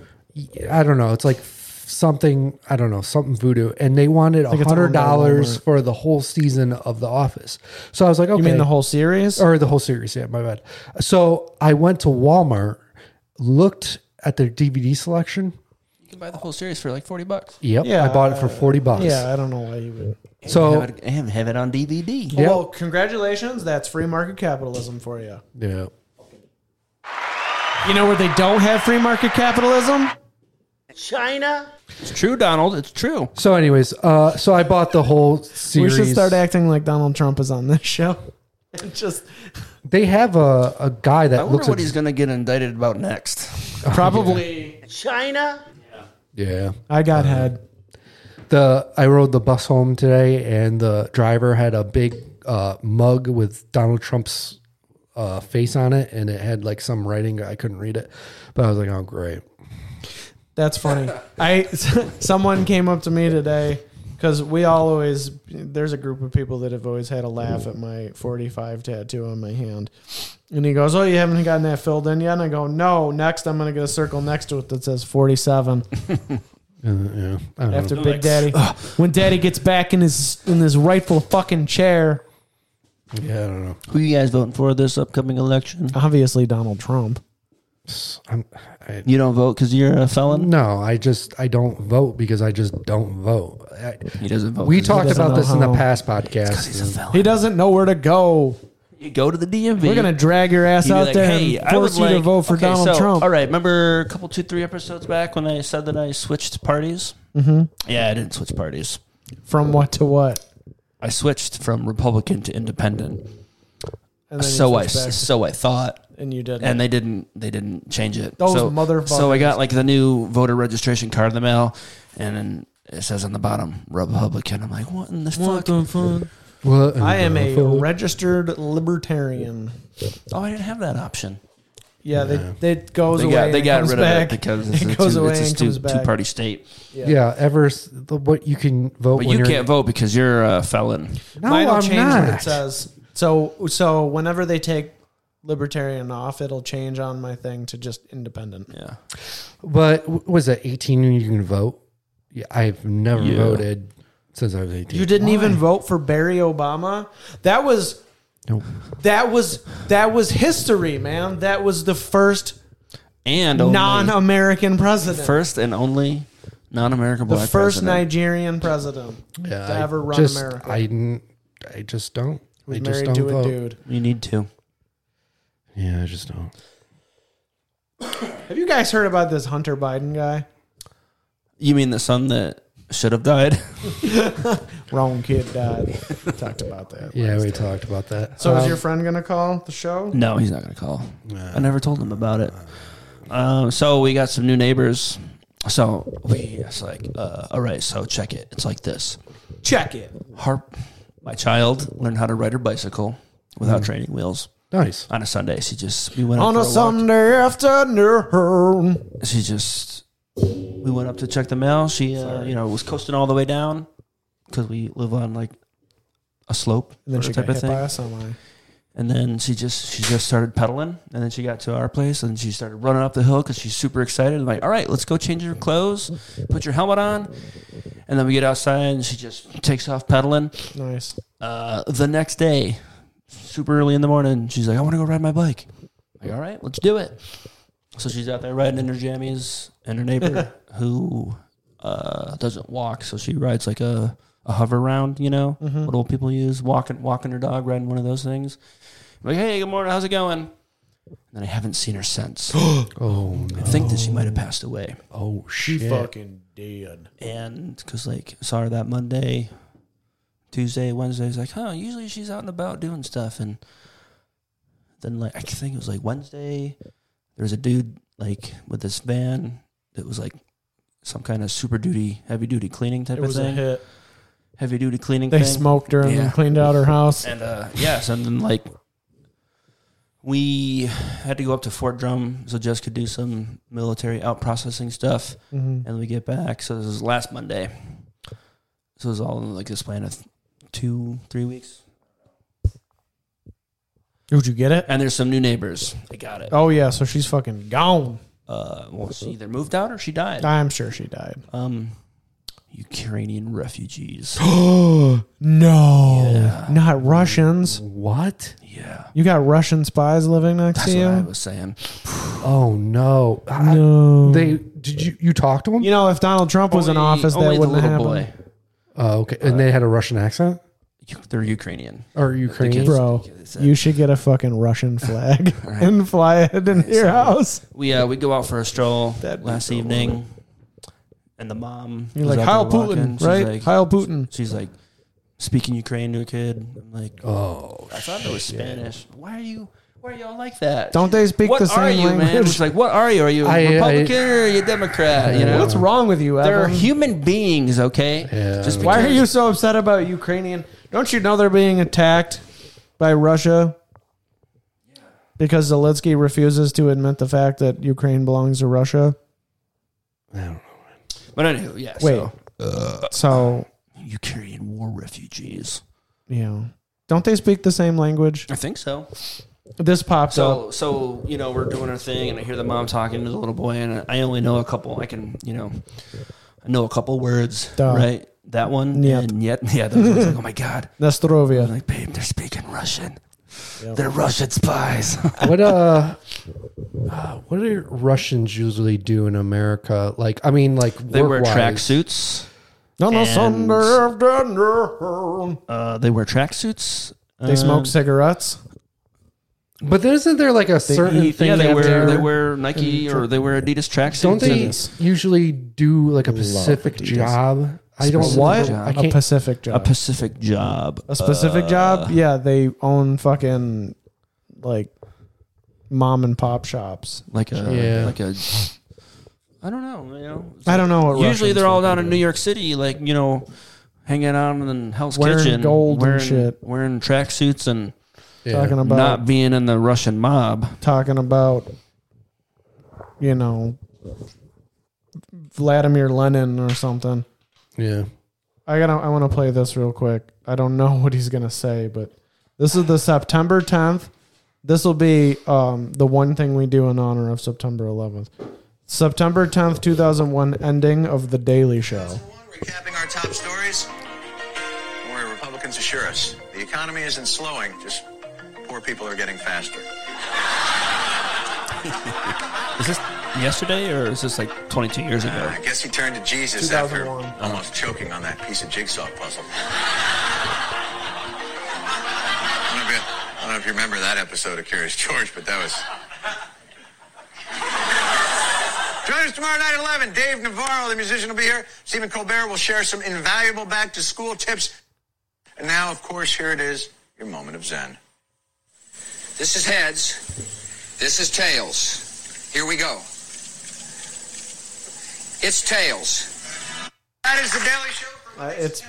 Speaker 1: I don't know. It's like something I don't know something voodoo, and they wanted
Speaker 3: think it's
Speaker 1: hundred dollars
Speaker 3: Walmart.
Speaker 1: for the whole season of The Office. So I was like, okay,
Speaker 3: You mean the whole series?
Speaker 1: or the whole series. Yeah, my bad. So I went to Walmart, looked at their DVD selection.
Speaker 2: You can buy the whole series for like forty bucks.
Speaker 1: Yep,
Speaker 3: Yeah.
Speaker 1: I bought it for forty bucks.
Speaker 3: yeah, I don't know why you would.
Speaker 1: So
Speaker 2: have it, and have it on DVD.
Speaker 1: Yep.
Speaker 3: Well, congratulations. That's free market capitalism for you.
Speaker 1: yeah,
Speaker 3: You know where they don't have free market capitalism?
Speaker 4: China,
Speaker 2: It's true, Donald. It's true.
Speaker 1: So, anyways, uh, so I bought the whole series.
Speaker 3: We should start acting like Donald Trump is on this show. And just
Speaker 1: They have a, a guy that
Speaker 2: I wonder
Speaker 1: looks like
Speaker 2: what he's going to get indicted about next.
Speaker 3: probably
Speaker 4: China,
Speaker 1: yeah.
Speaker 3: I got head.
Speaker 1: the I rode the bus home today, and the driver had a big uh, mug with Donald Trump's uh, face on it, and it had like some writing. I couldn't read it, but I was like, "Oh, great!"
Speaker 3: That's funny. I someone came up to me today because we all always there's a group of people that have always had a laugh at my 45 tattoo on my hand, and he goes, "Oh, you haven't gotten that filled in yet?" And I go, "No. Next, I'm gonna get a circle next to it that says 47
Speaker 1: Uh, yeah, I don't
Speaker 3: after
Speaker 1: know.
Speaker 3: Big Daddy. When Daddy gets back in his in his rightful fucking chair,
Speaker 1: yeah, I don't know.
Speaker 2: Who you guys voting for this upcoming election?
Speaker 3: obviously Donald Trump.
Speaker 1: I'm, I,
Speaker 2: You don't vote because you're a felon.
Speaker 1: no, I just I don't vote because I just don't vote. I,
Speaker 2: He doesn't vote.
Speaker 1: we
Speaker 2: 'cause Oh, he-
Speaker 1: talked
Speaker 3: doesn't
Speaker 1: about
Speaker 3: know
Speaker 1: this in the
Speaker 3: how.
Speaker 1: past podcast.
Speaker 2: He's a felon.
Speaker 3: He doesn't know where to go.
Speaker 2: You go to the DMV.
Speaker 3: We're gonna drag your ass
Speaker 2: You'd be
Speaker 3: out
Speaker 2: like,
Speaker 3: there
Speaker 2: "Hey,
Speaker 3: and
Speaker 2: I
Speaker 3: force
Speaker 2: would
Speaker 3: you to
Speaker 2: like-
Speaker 3: vote for
Speaker 2: okay,
Speaker 3: Donald
Speaker 2: so,
Speaker 3: Trump."
Speaker 2: All right, remember a couple, two, three episodes back when I said that I switched parties? Mm-hmm. Yeah, I didn't switch parties.
Speaker 3: From what to what?
Speaker 2: I switched from Republican to Independent.
Speaker 3: And then he
Speaker 2: So I,
Speaker 3: switched back.
Speaker 2: so I thought,
Speaker 3: and you didn't.
Speaker 2: and they didn't, they didn't change it.
Speaker 3: Those
Speaker 2: so,
Speaker 3: motherfuckers.
Speaker 2: So I got like the new voter registration card in the mail, and then it says on the bottom Republican. I'm like, what in the fuck?
Speaker 1: Well,
Speaker 3: I am a
Speaker 1: uh,
Speaker 3: registered libertarian.
Speaker 2: Oh, I didn't have that option.
Speaker 3: Yeah, they they it goes
Speaker 2: They
Speaker 3: away.
Speaker 2: got, they
Speaker 3: and
Speaker 2: got
Speaker 3: comes
Speaker 2: rid
Speaker 3: back.
Speaker 2: of it because it's
Speaker 3: it
Speaker 2: a,
Speaker 3: goes
Speaker 2: two,
Speaker 3: away
Speaker 2: it's a
Speaker 3: and comes
Speaker 2: two,
Speaker 3: back.
Speaker 2: party state.
Speaker 1: yeah. Ever s- the, what you can vote,
Speaker 2: But
Speaker 1: when
Speaker 2: you
Speaker 1: you're-
Speaker 2: can't vote because you're a felon.
Speaker 1: No,
Speaker 3: Mine will
Speaker 1: I'm
Speaker 3: change uh,
Speaker 1: not.
Speaker 3: what it says. So so whenever they take libertarian off, it'll change on my thing to just independent.
Speaker 2: Yeah.
Speaker 1: But w- was it 18 and you can vote? Yeah, I've never
Speaker 2: Yeah.
Speaker 1: voted since I was 18.
Speaker 3: You didn't even vote for Barry Obama. That was
Speaker 1: No.
Speaker 3: that was that was history, man. That was the first
Speaker 2: And only,
Speaker 3: non-American president.
Speaker 2: first and only non-American
Speaker 3: the
Speaker 2: black
Speaker 3: first
Speaker 2: president.
Speaker 3: Nigerian president
Speaker 1: Yeah,
Speaker 3: to
Speaker 1: I
Speaker 3: ever run
Speaker 1: just,
Speaker 3: America.
Speaker 1: I, didn't- I just don't. I
Speaker 3: was
Speaker 1: just
Speaker 3: married
Speaker 1: don't
Speaker 3: to
Speaker 1: vote.
Speaker 3: a dude.
Speaker 2: You need to.
Speaker 1: Yeah, I just don't.
Speaker 3: Have you guys heard about this Hunter Biden guy?
Speaker 2: You mean the son that should have died?
Speaker 3: Wrong kid died. Talked about that.
Speaker 1: Yeah, we talked about that.
Speaker 3: So is
Speaker 1: Um,
Speaker 3: your friend gonna call the show?
Speaker 2: no, he's not going to call. I never told him about it. Um, so we got some new neighbors. So we, it's like, uh, all right, so check it. It's like this.
Speaker 3: Check it.
Speaker 2: Harp, my child, learned how to ride her bicycle without training wheels
Speaker 1: nice.
Speaker 2: on a Sunday. She just, we went out
Speaker 3: Mm. On
Speaker 2: for
Speaker 3: a
Speaker 2: walk.
Speaker 3: Sunday afternoon.
Speaker 2: she just we went up to check the mail she uh, you know was coasting all the way down because we live on like a slope
Speaker 3: And then
Speaker 2: sort
Speaker 3: she
Speaker 2: of
Speaker 3: got
Speaker 2: type of
Speaker 3: hit by
Speaker 2: thing
Speaker 3: a semi.
Speaker 2: and then she just she just started pedaling and then she got to our place and she started running up the hill because she's super excited I'm like all right let's go change your clothes put your helmet on and then we get outside and she just takes off pedaling
Speaker 3: Nice.
Speaker 2: uh, the next day super early in the morning she's like i want to go ride my bike Like, all right, let's do it. So she's out there riding in her jammies, and her neighbor who uh, doesn't walk, so she rides like a, a hover round, you know, what old people use, walking walking her dog, riding one of those things. I'm like, hey, good morning, how's it going? And then I haven't seen her since.
Speaker 1: Oh,
Speaker 2: I think that she might have passed away,
Speaker 1: oh shit.
Speaker 3: Fucking dead.
Speaker 2: and because like saw her that Monday, Tuesday, Wednesday, it's like, huh? Usually she's out and about doing stuff, and then like I think it was like Wednesday, there was a dude like with this van that was like some kind of super duty, heavy duty cleaning type
Speaker 3: It
Speaker 2: of
Speaker 3: was a
Speaker 2: thing,
Speaker 3: hit.
Speaker 2: heavy duty cleaning.
Speaker 3: They
Speaker 2: thing.
Speaker 3: smoked her and
Speaker 2: Yeah.
Speaker 3: then cleaned out her house.
Speaker 2: And uh, yeah, so then like we had to go up to Fort Drum so Jess could do some military out processing stuff,
Speaker 3: Mm-hmm.
Speaker 2: and we get back. So this was last Monday. So it was all in like this plan of two, three weeks.
Speaker 3: Would you get it?
Speaker 2: And there's some new neighbors. I got it.
Speaker 3: Oh yeah, so she's fucking gone.
Speaker 2: Uh, well, she either moved out or she died.
Speaker 3: I'm sure she died.
Speaker 2: Um, Ukrainian refugees.
Speaker 3: No, not Russians.
Speaker 1: What?
Speaker 2: yeah,
Speaker 3: You got Russian spies living next
Speaker 2: that's
Speaker 3: to you.
Speaker 2: what I was saying.
Speaker 1: Oh no. I-
Speaker 3: no.
Speaker 1: they
Speaker 2: Mm.
Speaker 1: did you you talk to them?
Speaker 3: you know, if Donald Trump was in
Speaker 2: Only-
Speaker 3: office, that
Speaker 2: only the
Speaker 3: wouldn't
Speaker 2: little
Speaker 3: happen.
Speaker 2: boy.
Speaker 1: Oh, okay. And they had a Russian accent
Speaker 2: U- They're Ukrainian.
Speaker 1: or Ukrainian?
Speaker 3: Bro, you should get a fucking Russian flag and fly it into your house.
Speaker 2: We uh, we go out for a stroll
Speaker 3: That'd be
Speaker 2: last
Speaker 3: so
Speaker 2: evening, and the mom.
Speaker 3: You're
Speaker 2: was
Speaker 3: like,
Speaker 2: out
Speaker 3: Heil
Speaker 2: there walking.
Speaker 3: Putin,
Speaker 2: She's
Speaker 3: right?
Speaker 2: Like,
Speaker 3: Heil Putin.
Speaker 2: She's like speaking Ukraine to a kid. I'm like,
Speaker 1: Oh,
Speaker 2: I thought that was Spanish. Why are you? Why are y'all like that?
Speaker 3: Don't they speak
Speaker 2: what
Speaker 3: the
Speaker 2: are
Speaker 3: same
Speaker 2: you, Man?
Speaker 3: language?
Speaker 2: She's like, what are you? Are you a
Speaker 1: I- I-
Speaker 2: Republican or are you a Democrat? You know,
Speaker 3: What's wrong with you,
Speaker 2: They're
Speaker 3: Evan?
Speaker 2: human beings, okay?
Speaker 1: Yeah.
Speaker 3: Why are
Speaker 2: because-
Speaker 3: you so upset about Ukrainian? Don't you know they're being attacked by Russia? Because Zelensky refuses to admit the fact that Ukraine belongs to Russia.
Speaker 2: But anywho, yeah.
Speaker 3: Wait.
Speaker 2: so,
Speaker 3: So,
Speaker 2: Ukrainian war refugees.
Speaker 3: you know, don't they speak the same language?
Speaker 2: I think so.
Speaker 3: This pops up.
Speaker 2: So, so you know, we're doing our thing, and I hear the mom talking to the little boy, and I only know a couple. I can, you know, I know a couple words,
Speaker 3: Duh.
Speaker 2: right? That one,
Speaker 3: Yep.
Speaker 2: and yet, yeah, that was like, oh my god, I'm
Speaker 3: Nostrovia.
Speaker 2: like, babe, they're speaking Russian. They're Russian spies.
Speaker 1: what uh, uh, what do Russians usually do in America? Like, I mean, like
Speaker 2: they wear
Speaker 1: work-wise.
Speaker 2: tracksuits.
Speaker 3: On a
Speaker 2: And-
Speaker 3: Sunday afternoon.
Speaker 2: Uh, they wear tracksuits. Uh,
Speaker 3: They smoke cigarettes.
Speaker 1: But isn't there like a certain
Speaker 3: eat-
Speaker 1: thing?
Speaker 2: yeah, they
Speaker 1: that
Speaker 2: wear
Speaker 1: they're-
Speaker 2: they wear Nike or they wear Adidas tracksuits.
Speaker 1: Don't they
Speaker 2: and-
Speaker 1: usually do like a Pacific job? I don't.
Speaker 2: Specific
Speaker 1: What?
Speaker 2: job.
Speaker 1: I
Speaker 3: A
Speaker 1: can't.
Speaker 3: Pacific job.
Speaker 2: a Pacific Uh. job?
Speaker 3: a specific job yeah they own fucking like mom and pop shops
Speaker 2: like a
Speaker 1: Yeah.
Speaker 2: like a I don't know, you know.
Speaker 3: i don't know what
Speaker 2: Usually
Speaker 3: Russians
Speaker 2: they're all
Speaker 3: fucking
Speaker 2: down in New York City, like you know, hanging out in Hell's
Speaker 3: Wearing
Speaker 2: Kitchen,
Speaker 3: gold and
Speaker 2: wearing,
Speaker 3: shit.
Speaker 2: wearing tracksuits and
Speaker 1: yeah.
Speaker 3: talking about
Speaker 2: not being in the Russian mob.
Speaker 3: talking about you know vladimir lenin or something
Speaker 1: yeah.
Speaker 3: i gotta i want to play this real quick i don't know what he's gonna say but this is the september 10th this will be um, the one thing we do in honor of september 11th september 10th 2001 ending of the daily show
Speaker 6: Recapping our top stories. Don't worry, Republicans assure us the economy isn't slowing, just poor people are getting faster.
Speaker 2: Is this yesterday or is this like 22 years ago?
Speaker 6: I guess he turned to Jesus after
Speaker 3: 2001.
Speaker 6: almost choking on that piece of jigsaw puzzle. I don't, know if you, I don't know if you remember that episode of Curious George, but that was. Join us tomorrow night at 11. Dave Navarro, the musician, will be here. Stephen Colbert will share some invaluable back to school tips. And now, of course, here it is your moment of Zen. This is heads. This is tails. Here we go. It's tails. That is the Daily Show. for
Speaker 3: Uh, it's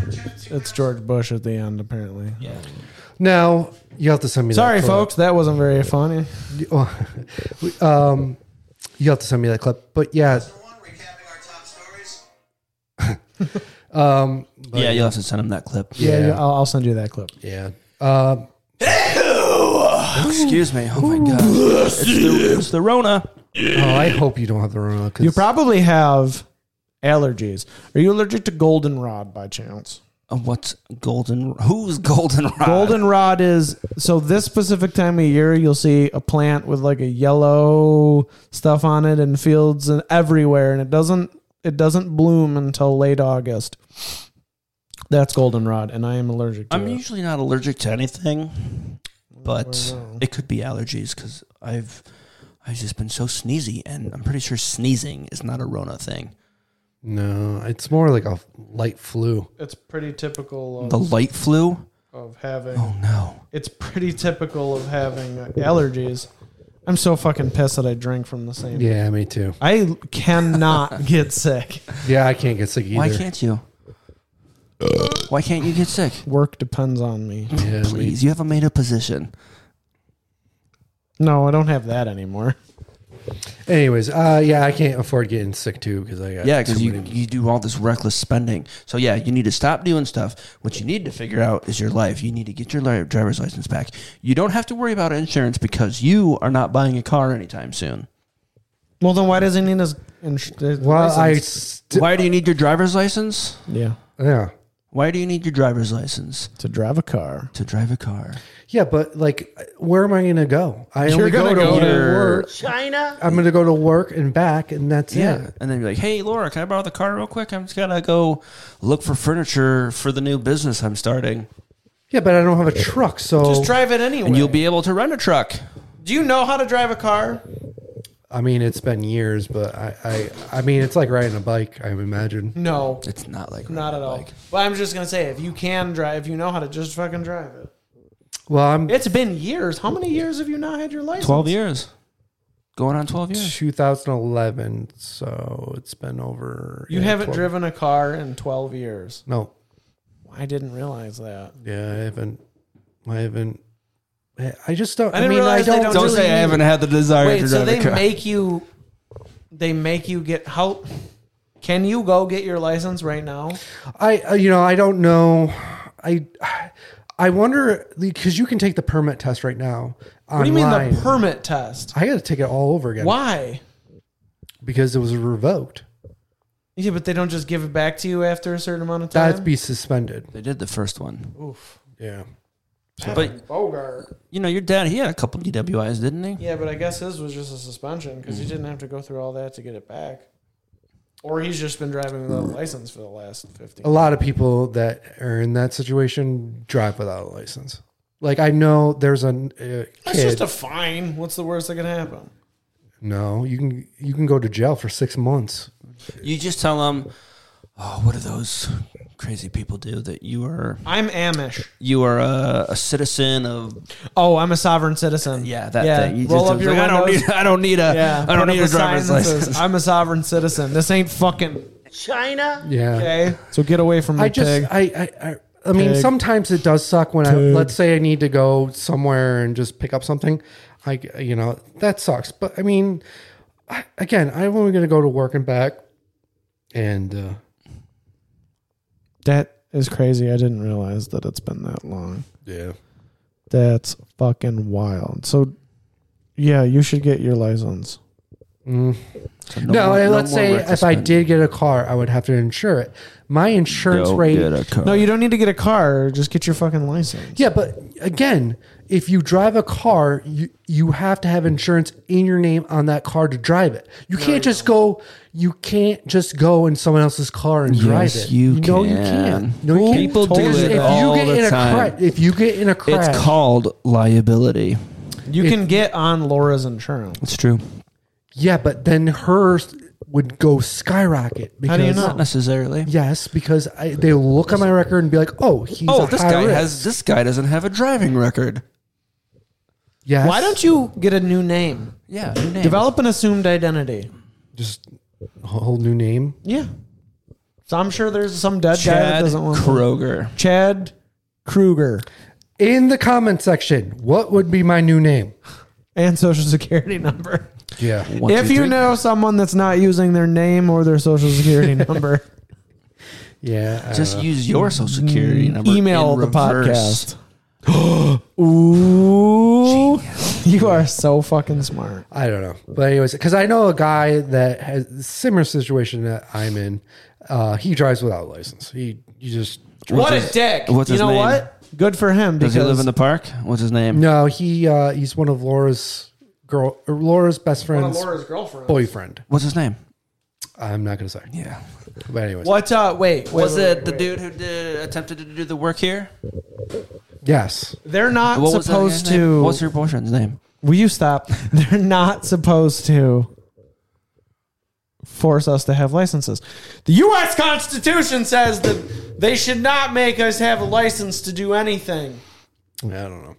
Speaker 3: it's George Bush at the end, apparently.
Speaker 1: Now you have to send me.
Speaker 3: Sorry,
Speaker 1: that clip.
Speaker 3: folks, that wasn't very funny.
Speaker 1: um, you have to send me that clip. But yeah,
Speaker 6: One, recapping our top stories.
Speaker 2: yeah, you'll have to send him that clip.
Speaker 3: Yeah,
Speaker 1: Yeah.
Speaker 3: yeah, I'll, I'll send you that clip.
Speaker 1: yeah. Um,
Speaker 2: Excuse me. Oh my god, it's the, it's the Rona.
Speaker 1: oh, I hope you don't have the Rona. 'cause-
Speaker 3: You probably have allergies. Are you allergic to goldenrod by chance?
Speaker 2: of what's golden? Who's goldenrod?
Speaker 3: Goldenrod is so this specific time of year you'll see a plant with like a yellow stuff on it and fields and everywhere and it doesn't it doesn't bloom until late August. That's goldenrod and I am allergic to
Speaker 2: I'm
Speaker 3: it.
Speaker 2: usually not allergic to anything,
Speaker 1: Oh,
Speaker 2: but it could be allergies because I've I've just been so sneezy, and I'm pretty sure sneezing is not a Rona thing.
Speaker 1: No, it's more like a light flu.
Speaker 3: It's pretty
Speaker 1: Oh,
Speaker 3: typical
Speaker 2: The
Speaker 3: of,
Speaker 2: light flu?
Speaker 3: of having
Speaker 2: Oh no!
Speaker 3: it's pretty typical of having allergies. I'm so fucking pissed that I drink from the same.
Speaker 1: Yeah, me too.
Speaker 3: I cannot get sick.
Speaker 1: Yeah, I can't get sick either.
Speaker 2: Why can't you? Why can't you get sick?
Speaker 3: Work depends on me.
Speaker 1: Yeah, me-
Speaker 2: Please, you have a made up position.
Speaker 3: No, I don't have that anymore.
Speaker 1: Anyways, uh, yeah, I can't afford getting sick too because I got
Speaker 2: Yeah, because
Speaker 1: too
Speaker 2: you,
Speaker 1: many-
Speaker 2: you do all this reckless spending. So yeah, you need to stop doing stuff. What you need to figure out is your life. You need to get your li- driver's license back. You don't have to worry about insurance because you are not buying a car anytime soon.
Speaker 3: Well, then why does he need his, ins- his
Speaker 1: Well, I
Speaker 3: license?
Speaker 1: st-
Speaker 2: Why do you need your driver's license?
Speaker 3: yeah
Speaker 1: yeah
Speaker 2: Why do you need your driver's license
Speaker 3: to drive a car?
Speaker 2: to drive a car?
Speaker 1: yeah, but like, where am I gonna go? I
Speaker 3: You're
Speaker 1: only go to
Speaker 3: gonna go to-
Speaker 1: work.
Speaker 4: China.
Speaker 1: I'm gonna go to work and back, and that's
Speaker 2: Yeah.
Speaker 1: it.
Speaker 2: And then you're like, hey, Laura, can I borrow the car real quick? I'm just going to go look for furniture for the new business I'm starting.
Speaker 1: Yeah, but I don't have a truck, so
Speaker 3: Just drive it anyway.
Speaker 2: And you'll be able to rent a truck.
Speaker 3: Do you know how to drive a car?
Speaker 1: I mean, it's been years, but I, I, I mean, it's like riding a bike. I imagine.
Speaker 3: No,
Speaker 2: It's not like
Speaker 3: not at all.
Speaker 2: like-
Speaker 3: But I'm just gonna say, if you can drive, if you know how to, just fucking drive it.
Speaker 1: Well, I'm
Speaker 3: It's been years. How many years have you not had your license?
Speaker 2: 12 years. Going on 12 years.
Speaker 1: 2011, so it's been over.
Speaker 3: You
Speaker 1: yeah,
Speaker 3: haven't
Speaker 1: 12
Speaker 3: driven a car in 12 years.
Speaker 1: No,
Speaker 3: I didn't realize that.
Speaker 1: yeah, I haven't. I haven't. I- I just don't. I,
Speaker 3: didn't
Speaker 1: mean, I
Speaker 3: realize they
Speaker 1: don't.
Speaker 3: don't
Speaker 2: Don't
Speaker 3: really
Speaker 2: say I
Speaker 3: need-
Speaker 2: haven't had the desire
Speaker 3: Wait,
Speaker 2: to
Speaker 3: so
Speaker 2: drive
Speaker 3: they
Speaker 2: a car.
Speaker 3: make you, they make you get how? Can you go get your license right now?
Speaker 1: I uh, you know I don't know. I I wonder because you can take the permit test right now. Online.
Speaker 3: What do you mean the permit test?
Speaker 1: I got to take it all over again.
Speaker 3: Why?
Speaker 1: Because it was revoked.
Speaker 3: Yeah, but they don't just give it back to you after a certain amount of time.
Speaker 1: That'd be suspended.
Speaker 2: they did the first one.
Speaker 1: Yeah.
Speaker 2: But,
Speaker 3: Bogart.
Speaker 2: you know, your dad, he had a couple DWIs, didn't he?
Speaker 3: Yeah, but I guess his was just a suspension because he didn't have to go through all that to get it back. Or he's just been driving without a license for the last
Speaker 1: A
Speaker 3: 15.
Speaker 1: lot of people that are in that situation drive without a license. Like I know there's an uh,
Speaker 3: That's
Speaker 1: kid.
Speaker 3: just a fine. What's the worst that can happen?
Speaker 1: no, you can you can go to jail for six months.
Speaker 2: You just tell them, oh, what do those crazy people do that you are
Speaker 3: I'm Amish.
Speaker 2: you are a, a citizen of
Speaker 3: Oh, I'm a sovereign citizen.
Speaker 2: yeah that thing. You
Speaker 3: Roll
Speaker 2: just-
Speaker 3: up your
Speaker 2: like, I don't
Speaker 3: windows.
Speaker 2: need I don't need a
Speaker 3: Yeah,
Speaker 2: I
Speaker 3: put
Speaker 2: don't
Speaker 3: up
Speaker 2: need a driver's
Speaker 3: sign that says,
Speaker 2: license.
Speaker 3: I'm a sovereign citizen. This ain't fucking
Speaker 4: China.
Speaker 1: Yeah.
Speaker 3: okay. So get away from me,
Speaker 1: I just
Speaker 3: pig.
Speaker 1: I I. I I mean,
Speaker 3: Pig.
Speaker 1: sometimes it does suck when I let's say I need to go somewhere and just pick up something. I you know that sucks, but I mean, I, again, I'm only going to go to work and back, and uh,
Speaker 3: That is crazy. I didn't realize that it's been that long.
Speaker 1: yeah,
Speaker 3: That's fucking wild. So, yeah, you should get your license.
Speaker 1: No,
Speaker 2: more-
Speaker 1: and let's
Speaker 2: more
Speaker 1: say
Speaker 2: reckless
Speaker 1: if I
Speaker 2: spending.
Speaker 1: did get a car, I would have to insure it. My insurance
Speaker 2: Don't
Speaker 1: rate.
Speaker 2: get a car.
Speaker 3: No, you don't need to get a car. Just get your fucking license.
Speaker 1: Yeah, but again, if you drive a car, you you have to have insurance in your name on that car to drive it. You can't just go. You can't just go in someone else's car and drive
Speaker 2: Yes,
Speaker 1: it.
Speaker 2: you
Speaker 1: no, you
Speaker 2: can.
Speaker 1: can't. No, you can't.
Speaker 2: People do
Speaker 1: Because
Speaker 2: it
Speaker 1: if
Speaker 2: all
Speaker 1: you get
Speaker 2: the
Speaker 1: in a
Speaker 2: time.
Speaker 1: Cra- if you get in a crash,
Speaker 2: it's called liability.
Speaker 3: You can get on Laura's insurance.
Speaker 2: It's true.
Speaker 1: yeah, but then hers would go skyrocket. Because,
Speaker 3: How do you know?
Speaker 2: Not necessarily.
Speaker 1: Yes, because I, they look at my record and be like, "Oh, he's
Speaker 2: Oh,
Speaker 1: a
Speaker 2: this
Speaker 1: high
Speaker 2: guy
Speaker 1: risk.
Speaker 2: has this guy doesn't have a driving record.
Speaker 1: Yes.
Speaker 3: Why don't you get a new name?
Speaker 2: Yeah.
Speaker 3: Develop an assumed identity.
Speaker 1: just a whole new name.
Speaker 3: Yeah. So I'm sure there's some dead guy that
Speaker 2: Chad
Speaker 3: doesn't want one.
Speaker 2: Kroger.
Speaker 3: Chad Kruger
Speaker 1: In the comment section, what would be my new name?
Speaker 3: and social security number.
Speaker 1: Yeah.
Speaker 2: One,
Speaker 3: if
Speaker 2: two,
Speaker 3: you
Speaker 2: three.
Speaker 3: know someone that's not using their name or their social security number,
Speaker 1: Yeah. I
Speaker 2: just use your social security number.
Speaker 3: Uh, email
Speaker 2: in
Speaker 3: the
Speaker 2: reverse.
Speaker 3: podcast. Ooh, you are so fucking smart.
Speaker 1: I don't know. But anyways, because I know a guy that has a similar situation that I'm in. Uh, he drives without a license. He you just
Speaker 3: What
Speaker 2: What's
Speaker 3: a
Speaker 2: his-
Speaker 3: dick.
Speaker 2: what's
Speaker 3: you
Speaker 2: his
Speaker 3: know
Speaker 2: name?
Speaker 3: what? Good for him
Speaker 2: Does
Speaker 3: because
Speaker 2: he live in the park? What's his name?
Speaker 1: No, he uh, he's one of Laura's girl, or Laura's best
Speaker 3: one of
Speaker 1: friend's
Speaker 3: Laura's girlfriends.
Speaker 1: boyfriend.
Speaker 2: What's his name?
Speaker 1: I'm not gonna say,
Speaker 2: Yeah.
Speaker 1: but anyways,
Speaker 3: What? Uh, wait, wait,
Speaker 2: Was
Speaker 3: wait,
Speaker 2: it
Speaker 3: wait,
Speaker 2: the
Speaker 3: wait.
Speaker 2: dude who did, attempted to do the work here?
Speaker 1: yes,
Speaker 3: They're not
Speaker 2: What was that
Speaker 3: supposed
Speaker 2: guy's name?
Speaker 3: to.
Speaker 2: What's your boyfriend's name?
Speaker 3: Will you stop? They're not supposed to force us to have licenses. The U.S. Constitution says that they should not make us have a license to do anything.
Speaker 1: I don't know,
Speaker 2: Uh,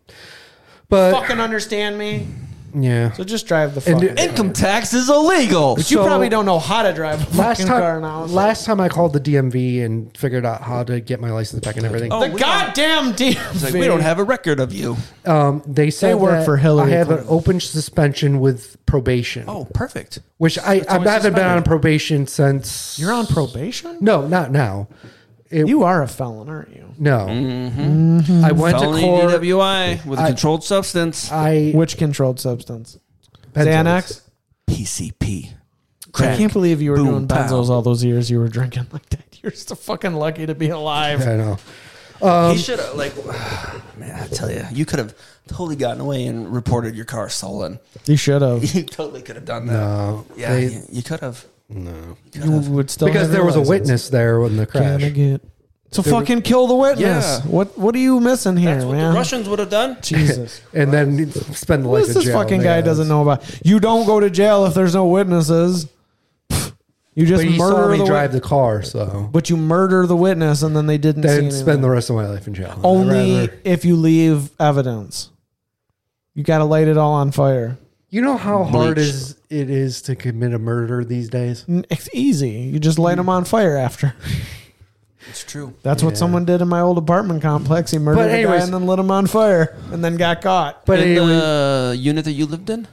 Speaker 1: but
Speaker 3: Fucking understand me?
Speaker 1: yeah.
Speaker 3: So just drive the
Speaker 1: And
Speaker 3: fucking.
Speaker 1: it-
Speaker 2: Income tax is illegal.
Speaker 3: but you
Speaker 1: so-
Speaker 3: probably don't know how to drive a
Speaker 1: Last
Speaker 3: fucking car
Speaker 1: time,
Speaker 3: now.
Speaker 1: last time I called the DMV and figured out how to get my license back and everything.
Speaker 2: Oh,
Speaker 3: the
Speaker 2: we
Speaker 3: goddamn DMV.
Speaker 2: Like, we don't have a record of you.
Speaker 1: Um, they said
Speaker 3: They work
Speaker 1: that
Speaker 3: for Hillary
Speaker 1: I have an
Speaker 3: Clinton.
Speaker 1: open suspension with probation,
Speaker 2: Oh, perfect.
Speaker 1: which I, I haven't
Speaker 2: only
Speaker 1: been on
Speaker 2: suspended.
Speaker 1: probation since.
Speaker 3: You're on probation.
Speaker 1: No, not now. It,
Speaker 3: You are a felon, aren't you?
Speaker 1: no.
Speaker 3: Mm-hmm.
Speaker 1: I went
Speaker 2: Felony
Speaker 1: to court.
Speaker 2: DWI with a controlled substance.
Speaker 1: I
Speaker 3: Which controlled substance?
Speaker 1: Benzos.
Speaker 3: Xanax.
Speaker 2: PCP.
Speaker 3: I can't believe you were doing
Speaker 2: Boom, pow.
Speaker 3: benzos all those years you were drinking like that. You're so fucking lucky to be alive.
Speaker 1: I know.
Speaker 2: he should have like, man, I tell you, you could have totally gotten away and reported your car stolen.
Speaker 3: You should have.
Speaker 2: You totally could have done that.
Speaker 1: No,
Speaker 2: yeah,
Speaker 1: Uh, they-
Speaker 2: you, you could have.
Speaker 3: You would still
Speaker 1: because
Speaker 3: have
Speaker 1: there
Speaker 3: your
Speaker 1: was a
Speaker 3: license.
Speaker 1: witness there in the
Speaker 3: Can I
Speaker 1: crash.
Speaker 3: get- So fucking kill the witness.
Speaker 2: Yeah.
Speaker 3: What What are you missing here,
Speaker 2: That's what
Speaker 3: man?
Speaker 2: the Russians would have done.
Speaker 3: Jesus.
Speaker 1: And then spend the
Speaker 3: What
Speaker 1: life
Speaker 3: is
Speaker 1: in
Speaker 3: this
Speaker 1: jail.
Speaker 3: fucking
Speaker 1: Yeah,
Speaker 3: guy
Speaker 1: that's-
Speaker 3: doesn't know about? You don't go to jail if there's no witnesses. Pfft. You just
Speaker 1: But he
Speaker 3: murder
Speaker 1: saw me
Speaker 3: the
Speaker 1: drive
Speaker 3: wit-
Speaker 1: the car, so
Speaker 3: But you murder the witness and then they didn't see
Speaker 1: then
Speaker 3: anything.
Speaker 1: spend the rest of my life in jail. I'd
Speaker 3: Only
Speaker 1: rather-
Speaker 3: if you leave evidence. You got to light it all on fire.
Speaker 1: you know how hard
Speaker 2: Bleach.
Speaker 1: is it is to commit a murder these days.
Speaker 3: N- It's easy. You just light them on fire after.
Speaker 2: It's true.
Speaker 3: That's what someone did in my old apartment complex. He murdered
Speaker 1: But
Speaker 3: a guy
Speaker 1: anyways-
Speaker 3: and then lit him on fire and then got caught.
Speaker 1: But
Speaker 2: in
Speaker 1: anyway,
Speaker 2: the unit that you lived in,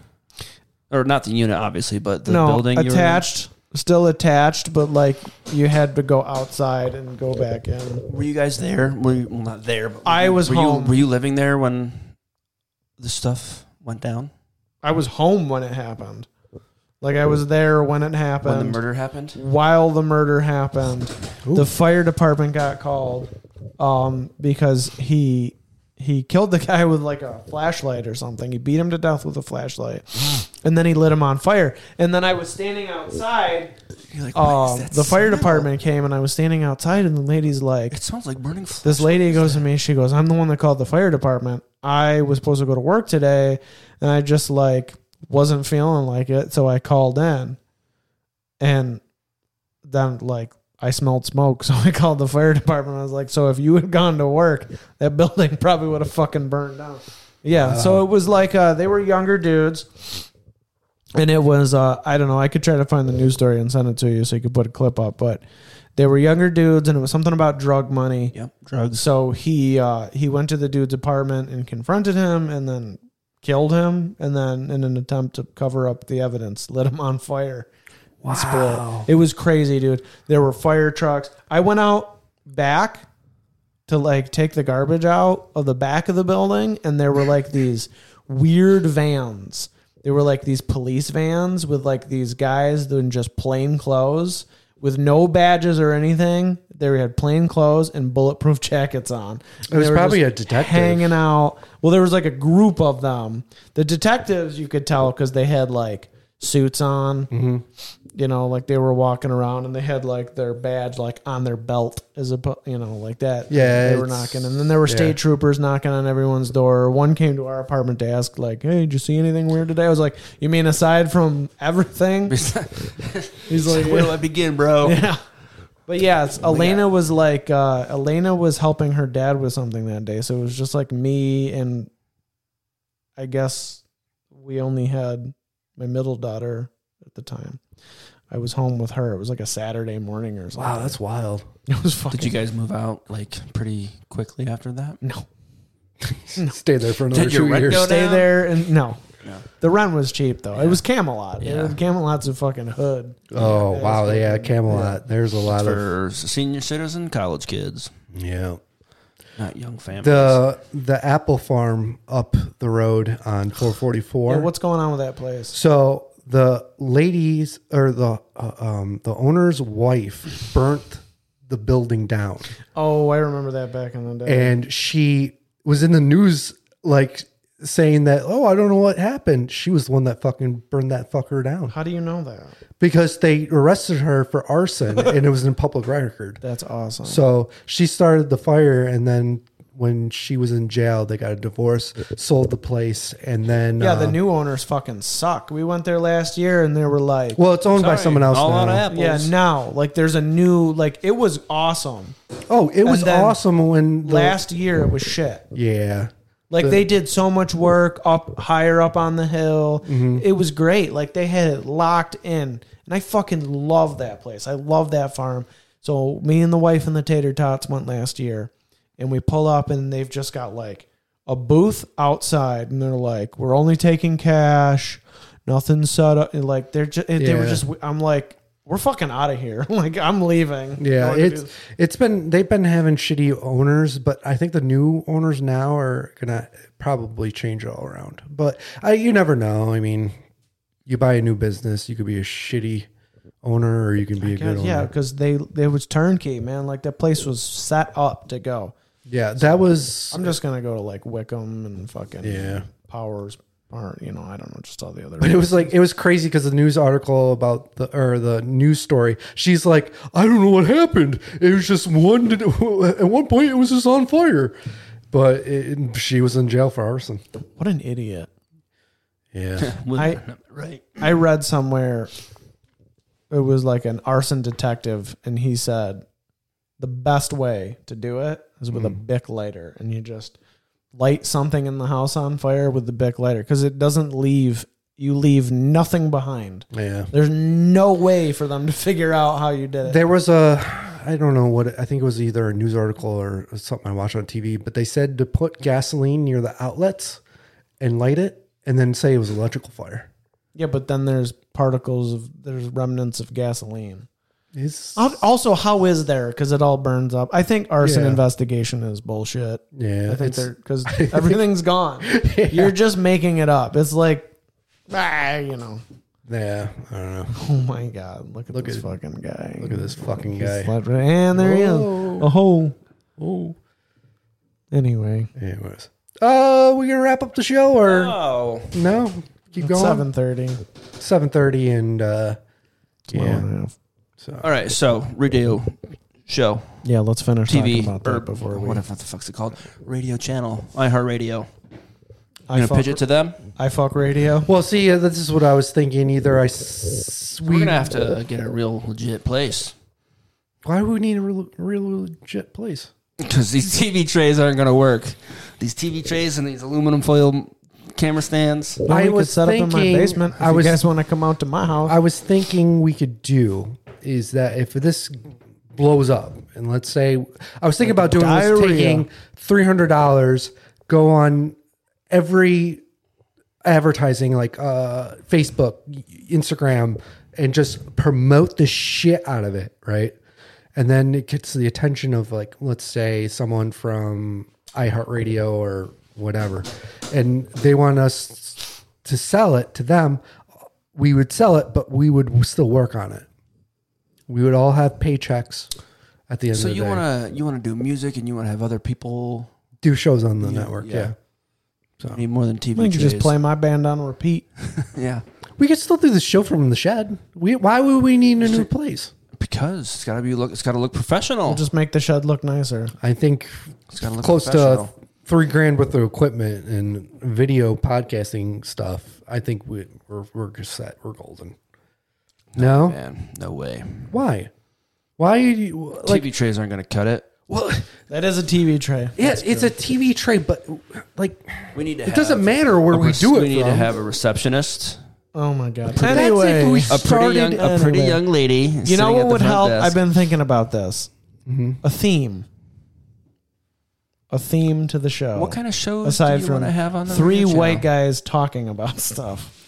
Speaker 2: or not the unit, obviously, but the
Speaker 3: no,
Speaker 2: building you were in?
Speaker 3: attached, still attached, but like you had to go outside and go back in.
Speaker 2: Were you guys there? Were you, well, not there. But
Speaker 3: I was
Speaker 2: were
Speaker 3: home.
Speaker 2: You, were you living there when the stuff went down?
Speaker 3: I was home when it happened. Like I was there when it happened.
Speaker 2: When the murder happened?
Speaker 3: while the murder happened, the fire department got called um, because he he killed the guy with like a flashlight or something. He beat him to death with a flashlight, and then he lit him on fire. And then I was standing outside.
Speaker 2: You're like, what
Speaker 3: Um,
Speaker 2: is that
Speaker 3: the fire
Speaker 2: smell?
Speaker 3: department came, and I was standing outside, and the lady's like,
Speaker 2: It smells like burning flesh.
Speaker 3: this lady goes to me she goes i'm the one that called the fire department i was supposed to go to work today and i just like wasn't feeling like it so i called in and then like i smelled smoke so i called the fire department i was like so if you had gone to work that building probably would have fucking burned down yeah so it was like uh, they were younger dudes and it was uh, i don't know i could try to find the news story and send it to you so you could put a clip up but they were younger dudes and it was something about drug money
Speaker 2: Yep, drugs.
Speaker 3: so he uh, he went to the dude's apartment and confronted him, and then killed him, and then in an attempt to cover up the evidence, lit him on fire. Wow, it was crazy, dude. There were fire trucks. I went out back to like take the garbage out of the back of the building, and there were like these weird vans. They were like these police vans with like these guys in just plain clothes with no badges or anything. They had plain clothes and bulletproof jackets on. And
Speaker 1: was
Speaker 3: they were
Speaker 1: probably
Speaker 3: just
Speaker 1: a detective.
Speaker 3: hanging out. Well, there was like a group of them. The detectives you could tell because they had like suits on.
Speaker 1: Mm-hmm.
Speaker 3: You know, like they were walking around and they had like their badge like on their belt as a you know like that.
Speaker 1: Yeah,
Speaker 3: they were
Speaker 1: it's-
Speaker 3: knocking, and then there were state
Speaker 1: yeah.
Speaker 3: troopers knocking on everyone's door. One came to our apartment to ask like, "Hey, did you see anything weird today?" I was like, "You mean aside from everything?" He's like,
Speaker 2: Where do I begin, bro?
Speaker 3: yeah. But yeah, it's, Elena was like uh, Elena was helping her dad with something that day, so it was just like me and I guess we only had my middle daughter at the time. I was home with her. It was like a Saturday morning or something.
Speaker 1: wow, that's wild.
Speaker 3: it was fucking.
Speaker 2: Did you guys move out like pretty quickly after that?
Speaker 3: no
Speaker 1: Stay there for another
Speaker 2: Did your
Speaker 1: two
Speaker 2: rent
Speaker 1: years.
Speaker 2: go
Speaker 3: stay
Speaker 2: down?
Speaker 3: there and no. The rent was cheap though. It was Camelot.
Speaker 2: Yeah.
Speaker 3: Yeah. Camelot's a fucking hood.
Speaker 1: Oh
Speaker 3: Yeah,
Speaker 1: wow,
Speaker 3: it's
Speaker 1: yeah,
Speaker 3: fucking-
Speaker 1: Camelot. There's a lot of
Speaker 2: For senior citizen, college kids,
Speaker 1: yeah.
Speaker 2: not young families.
Speaker 1: The the apple farm up the road on 444.
Speaker 3: Yeah, what's going on with that place?
Speaker 1: So the ladies or the uh, um, the owner's wife burnt the building down.
Speaker 3: Oh, I remember that back in the day.
Speaker 1: and she was in the news like saying that oh i don't know what happened she was the one that fucking burned that fucker down
Speaker 3: How do you know that?
Speaker 1: because they arrested her for arson and it was in public record
Speaker 3: That's awesome.
Speaker 1: so she started the fire and then when she was in jail they got a divorce sold the place and then
Speaker 3: yeah,
Speaker 1: uh,
Speaker 3: the new owners fucking suck. We went there last year and they were like,
Speaker 1: well it's owned by
Speaker 2: Sorry,
Speaker 1: someone else
Speaker 2: All
Speaker 1: now.
Speaker 2: out of apples.
Speaker 3: yeah, now like there's a new like it was awesome.
Speaker 1: oh it was
Speaker 3: then
Speaker 1: awesome when the,
Speaker 3: Last year it was shit.
Speaker 1: yeah
Speaker 3: Like they did so much work up higher up on the hill.
Speaker 1: Mm-hmm.
Speaker 3: It was great. Like they had it locked in. And I fucking love that place. I love that farm. So me and the wife and the tater tots went last year and we pull up and they've just got like a booth outside and they're like, We're only taking cash, nothing set up and like they're just they were
Speaker 1: Yeah.
Speaker 3: just I'm like, We're fucking out of here. like I'm leaving. I
Speaker 1: Yeah,
Speaker 3: don't wanna do
Speaker 1: it's
Speaker 3: this.
Speaker 1: it's been they've been having shitty owners, but I think the new owners now are gonna probably change all around. But I, you never know. I mean, you buy a new business, you could be a shitty owner, or you can be a good
Speaker 3: yeah,
Speaker 1: owner.
Speaker 3: because they they was turnkey, man. Like that place was set up to go.
Speaker 1: Yeah, that was
Speaker 3: I'm just gonna go to like Wickham and fucking
Speaker 1: Yeah.
Speaker 3: Powers or you know I don't know just all the other.
Speaker 1: But it was like it was crazy because the news article about the or the news story. She's like, I don't know what happened. It was just one. At one point, it was just on fire. But it, she was in jail for arson.
Speaker 3: what an idiot!
Speaker 1: Yeah.
Speaker 3: I
Speaker 2: right.
Speaker 3: I read somewhere it was like an arson detective and he said the best way to do it is with a Bic lighter and you just light something in the house on fire with the Bic lighter because it doesn't leave you leave nothing behind.
Speaker 1: yeah.
Speaker 3: There's no way for them to figure out how you did it.
Speaker 1: There was a, I don't know what, I think it was either a news article or something I watched on TV, but they said to put gasoline near the outlets and light it and then say it was electrical fire.
Speaker 3: Yeah, but then there's particles of there's remnants of gasoline.
Speaker 1: It's,
Speaker 3: Al- Also, how is there? Because it all burns up. I think arson
Speaker 1: Yeah.
Speaker 3: investigation is bullshit.
Speaker 1: yeah.
Speaker 3: I think
Speaker 1: it's-
Speaker 3: they're because everything's gone. You're just making it up. It's like, ah, you know.
Speaker 1: yeah. I don't know.
Speaker 3: Oh my god! Look at
Speaker 1: Look
Speaker 3: this
Speaker 1: at-
Speaker 3: fucking guy.
Speaker 1: Look at this fucking
Speaker 3: He's
Speaker 1: guy.
Speaker 3: left- And there he is. A hole.
Speaker 1: Oh.
Speaker 3: Anyway,
Speaker 1: Anyways. Uh, we gonna wrap up the show or
Speaker 2: Oh,
Speaker 1: no? Keep going.
Speaker 3: seven thirty.
Speaker 1: Seven thirty and uh, yeah.
Speaker 3: Yeah.
Speaker 2: all right. So radio show,
Speaker 3: yeah. Let's finish
Speaker 2: TV,
Speaker 3: talking about
Speaker 2: or
Speaker 3: that before we.
Speaker 2: whatever the fuck's it called, radio channel, iHeartRadio.
Speaker 3: I
Speaker 2: Gonna
Speaker 3: fuck,
Speaker 2: pitch it to them.
Speaker 3: I fuck radio.
Speaker 1: Well, see, uh, this is what I was thinking. Either I, s-
Speaker 2: We're
Speaker 1: we,
Speaker 2: gonna have to get a real legit place
Speaker 1: why would we need a real, real legit place?
Speaker 2: because these TV trays aren't gonna work. These TV trays and these aluminum foil camera stands.
Speaker 3: Well,
Speaker 1: I
Speaker 3: we could
Speaker 1: was
Speaker 3: set up in
Speaker 1: thinking-
Speaker 3: my basement. If
Speaker 1: I
Speaker 3: you
Speaker 1: was-
Speaker 3: guys want to come out to my house.
Speaker 1: I was thinking we could do is that if this blows up, and let's say I was thinking about doing was
Speaker 3: Diarrhea.
Speaker 1: taking three hundred dollars, go on every advertising like uh, Facebook, Instagram, and just promote the shit out of it, right? And then it gets the attention of like let's say someone from iHeartRadio or whatever, and they want us to sell it to them we would sell it, but we would still work on it. We would all have paychecks at the end
Speaker 2: So
Speaker 1: of the
Speaker 2: you
Speaker 1: day.
Speaker 2: wanna you wanna do music and you wanna have other people.
Speaker 1: do shows on the network, yeah.
Speaker 2: So need more than TV
Speaker 3: I think you
Speaker 2: trays.
Speaker 3: just play my band on repeat.
Speaker 2: Yeah,
Speaker 1: We could still do the show from the shed. We why would we need a new place?
Speaker 2: because it's gotta be look. It's gotta look professional.
Speaker 3: Just make the shed look nicer.
Speaker 1: I think
Speaker 2: it's gotta look
Speaker 1: close to
Speaker 2: professional.
Speaker 1: three grand worth of equipment and video podcasting stuff. I think we, we're we're just set. We're golden. No,
Speaker 2: Man, no way.
Speaker 1: why? Why do you, like?
Speaker 2: TV trays aren't gonna cut it.
Speaker 1: Well,
Speaker 3: That is a TV tray.
Speaker 1: yeah, it's a TV tray, but like,
Speaker 2: We need to.
Speaker 1: it doesn't matter where we do it.
Speaker 2: We need to
Speaker 1: from.
Speaker 2: have a receptionist,
Speaker 3: Oh my god.
Speaker 1: That's if
Speaker 3: Anyway,
Speaker 1: we
Speaker 2: a pretty young,
Speaker 1: started-
Speaker 2: a pretty
Speaker 3: anyway.
Speaker 2: young lady.
Speaker 3: you know what would help? I've been thinking about this.
Speaker 1: Mm-hmm.
Speaker 3: A theme. A theme to the show.
Speaker 2: What kind of shows
Speaker 3: Aside
Speaker 2: do you
Speaker 3: from
Speaker 2: want to have on the
Speaker 3: three
Speaker 2: radio channel?
Speaker 3: white guys talking about stuff.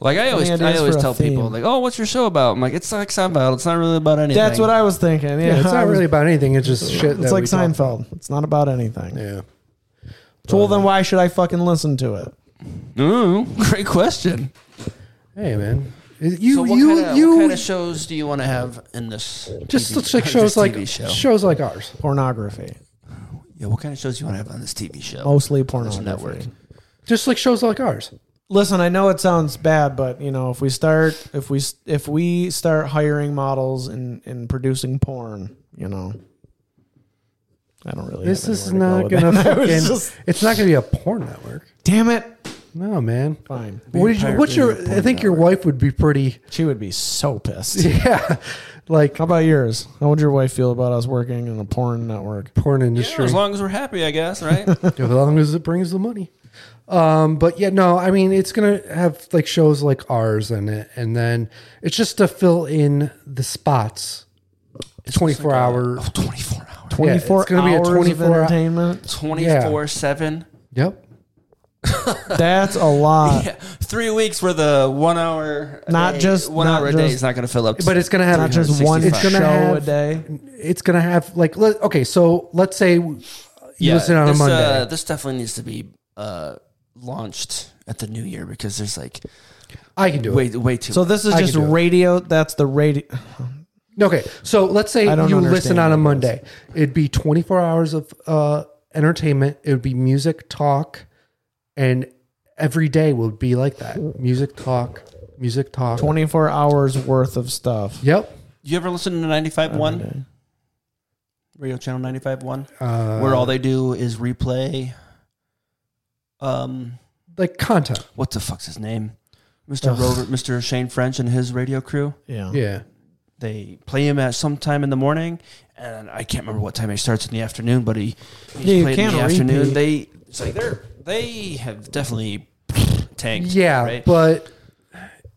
Speaker 2: Like I always,
Speaker 3: Any
Speaker 2: I
Speaker 3: ideas
Speaker 2: always
Speaker 3: for a
Speaker 2: tell people
Speaker 3: theme?
Speaker 2: like, "Oh, what's your show about?" I'm like, "It's like Seinfeld. It's not really about anything."
Speaker 3: That's what I was thinking. Yeah,
Speaker 1: Yeah, it's
Speaker 3: I
Speaker 1: not
Speaker 3: was-
Speaker 1: really about anything. It's just shit.
Speaker 3: It's
Speaker 1: that
Speaker 3: like
Speaker 1: we talk-
Speaker 3: Seinfeld. It's not about anything.
Speaker 1: Yeah.
Speaker 3: So, well, then why should I fucking listen to it?
Speaker 2: Ooh, great Mm-hmm. question.
Speaker 1: Hey, man. You
Speaker 2: so what
Speaker 1: you
Speaker 2: kind of,
Speaker 1: you
Speaker 2: what kind of shows do you want to have in this?
Speaker 1: just
Speaker 2: TV
Speaker 1: let's take
Speaker 2: this
Speaker 1: shows
Speaker 2: TV
Speaker 1: like
Speaker 2: show.
Speaker 1: shows like ours.
Speaker 3: Pornography.
Speaker 2: Yeah, what kind of shows do you want to have on this TV show?
Speaker 3: Mostly
Speaker 2: This
Speaker 3: pornography.
Speaker 2: network.
Speaker 1: Just like shows like ours.
Speaker 3: Listen, I know it sounds bad, but you know, if we start if we if we start hiring models and and producing porn, you know. I don't really
Speaker 1: This
Speaker 3: have
Speaker 1: is
Speaker 3: anywhere
Speaker 1: not
Speaker 3: to go
Speaker 1: gonna
Speaker 3: with that. I was
Speaker 1: fucking.
Speaker 3: just-
Speaker 1: It's not gonna be a porn network.
Speaker 3: Damn it.
Speaker 1: No man.
Speaker 3: Fine.
Speaker 1: What did you, what's your? I think your wife would be pretty.
Speaker 3: She would be so pissed.
Speaker 1: Yeah, like
Speaker 3: How about yours? How would your wife feel about us working in a porn network?
Speaker 1: porn industry.
Speaker 2: As long as we're happy, I guess, right?
Speaker 1: as long as it brings the money. Um, but yeah, no, I mean it's gonna have like shows like ours in it, and then it's just to fill in the spots. It's twenty four hour.
Speaker 2: Oh, 24 hours.
Speaker 1: Yeah, it's
Speaker 3: 24
Speaker 1: gonna be a
Speaker 3: hours
Speaker 1: 24
Speaker 3: of
Speaker 1: hour-
Speaker 3: entertainment?
Speaker 2: 24 7.
Speaker 1: Yep.
Speaker 3: That's a lot.
Speaker 2: Yeah, three weeks where the one hour. a
Speaker 3: Not
Speaker 2: day-
Speaker 3: just-
Speaker 2: one
Speaker 3: not
Speaker 2: hour a day
Speaker 3: just-
Speaker 2: is not going to fill up.
Speaker 1: But it's gonna have
Speaker 3: Not just one
Speaker 1: It's
Speaker 3: show
Speaker 1: gonna
Speaker 3: a
Speaker 1: have.
Speaker 3: day.
Speaker 1: It's gonna have like let, okay. So let's say you listen on a
Speaker 2: this,
Speaker 1: Monday.
Speaker 2: Uh, this definitely needs to be uh, launched at the new year because there's like
Speaker 1: I can do
Speaker 2: way
Speaker 1: it.
Speaker 2: way too.
Speaker 3: So this is
Speaker 1: I
Speaker 3: just
Speaker 1: can do it.
Speaker 3: radio. That's the radio.
Speaker 1: Okay, so let's say
Speaker 3: I don't
Speaker 1: you listen
Speaker 3: understand
Speaker 1: on
Speaker 3: what it
Speaker 1: a
Speaker 3: is.
Speaker 1: Monday. It'd be 24 hours of uh, entertainment. It would be music, talk, and every day would be like that. Music, talk, music, talk.
Speaker 3: 24 hours worth of stuff.
Speaker 1: Yep.
Speaker 2: you ever listen to ninety five one? Radio Channel ninety five one,
Speaker 1: Uh,
Speaker 2: where all they do is replay. Um,
Speaker 1: Like content.
Speaker 2: what the fuck's his name? Mr. Rover, Mr. Shane French and his radio crew.
Speaker 3: Yeah.
Speaker 1: Yeah.
Speaker 2: They play him at some time in the morning, and I can't remember what time he starts in the afternoon, but he he's
Speaker 3: Yeah, you
Speaker 2: played in the
Speaker 3: can't
Speaker 2: afternoon.
Speaker 3: repeat.
Speaker 2: They it's like they're they have definitely tanked.
Speaker 1: Yeah,
Speaker 2: right?
Speaker 1: but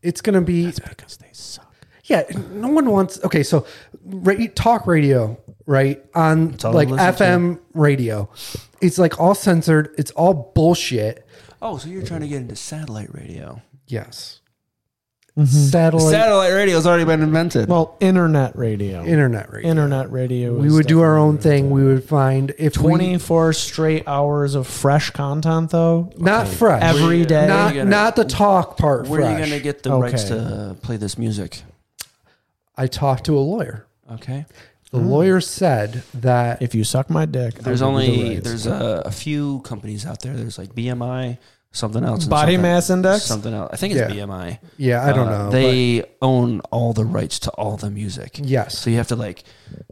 Speaker 1: it's going to be.
Speaker 2: because they suck.
Speaker 1: Yeah, no one wants. Okay, so ra- talk radio, right on
Speaker 2: all
Speaker 1: like
Speaker 2: I listen to.
Speaker 1: FM radio, it's like all censored. It's all bullshit.
Speaker 2: Oh, so you're trying to get into satellite radio?
Speaker 1: Yes, Mm-hmm. satellite,
Speaker 2: Satellite radio's already been invented.
Speaker 3: Well, internet radio.
Speaker 1: internet radio.
Speaker 3: internet radio.
Speaker 1: we
Speaker 3: is
Speaker 1: would do our own
Speaker 3: definitely-
Speaker 1: thing. We would find if 20
Speaker 3: 24 straight hours of fresh content, though.
Speaker 1: we, not fresh
Speaker 3: Every
Speaker 1: Where-
Speaker 3: day.
Speaker 1: Not
Speaker 2: Where you
Speaker 1: not the talk part.
Speaker 2: Where are you
Speaker 1: fresh.
Speaker 2: going to get the
Speaker 3: Okay.
Speaker 2: rights to play this music?
Speaker 1: I talked to a lawyer.
Speaker 2: Okay.
Speaker 1: The lawyer said that
Speaker 3: If you suck my dick,
Speaker 2: There's
Speaker 3: I'll give you the
Speaker 2: only
Speaker 3: rights.
Speaker 2: there's a, a few companies out there. There's like BMI, something else, and
Speaker 3: Body
Speaker 2: something-
Speaker 3: mass index?
Speaker 2: something else. I think it's
Speaker 1: Yeah.
Speaker 2: BMI.
Speaker 1: yeah, I don't
Speaker 2: Uh,
Speaker 1: know.
Speaker 2: They own all the rights to all the music.
Speaker 1: Yes.
Speaker 2: So you have to like.
Speaker 3: You-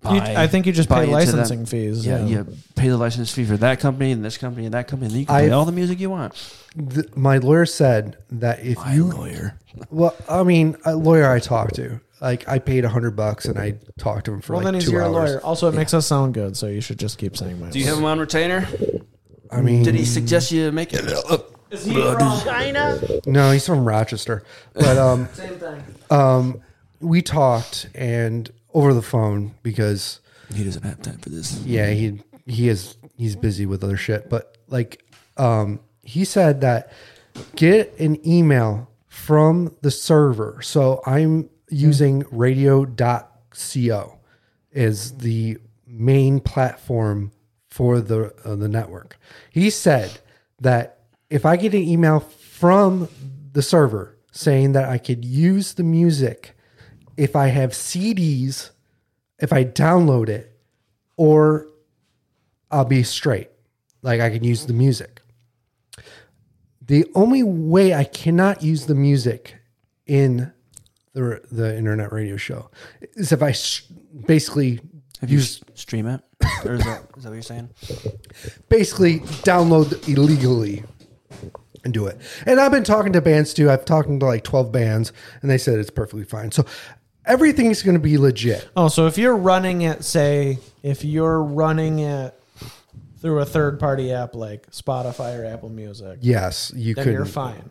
Speaker 2: buy-
Speaker 3: I think you just
Speaker 2: buy
Speaker 3: pay
Speaker 2: into them.
Speaker 3: licensing fees.
Speaker 2: Yeah, you pay the license fee for that company and this company and that company, and then you can play
Speaker 1: I've-
Speaker 2: all the music you want.
Speaker 1: but th- my lawyer said that if
Speaker 2: My
Speaker 1: you
Speaker 2: lawyer.
Speaker 1: well, I mean, a lawyer I talked to, like I paid a hundred bucks and I talked to him for
Speaker 3: Well,
Speaker 1: like
Speaker 3: then he's
Speaker 1: two
Speaker 3: your
Speaker 1: hours.
Speaker 3: lawyer. Also, it makes us sound good, so you should just keep saying my.
Speaker 2: Do you have him on retainer?
Speaker 1: I mean,
Speaker 2: Did he suggest you make it?
Speaker 4: China.
Speaker 1: No, he's from Rochester. But um, same thing. Um, we talked and over the phone because
Speaker 2: He doesn't have time for this.
Speaker 1: yeah, he he is he's busy with other shit. But like, um, he said that get an email from the server. So I'm using radio.co is the main platform for the uh, the network. He said that if I get an email from the server saying that I could use the music if I have CDs, if I download it, or I'll be straight. Like I can use the music. The only way I cannot use the music in the the internet radio show is if I s- basically
Speaker 2: Have you
Speaker 1: use
Speaker 2: s- stream it? Or is that, is that what you're saying?
Speaker 1: basically download illegally and do it. And I've been talking to bands too. I've talked to like 12
Speaker 3: Mm-hmm.
Speaker 1: bands and they said it's perfectly fine. So everything's going to be legit.
Speaker 3: Oh, so if you're running it, say, if you're running it through a third party app like Spotify or Apple Music,
Speaker 1: Yes, you
Speaker 3: then
Speaker 1: could.
Speaker 3: you're fine.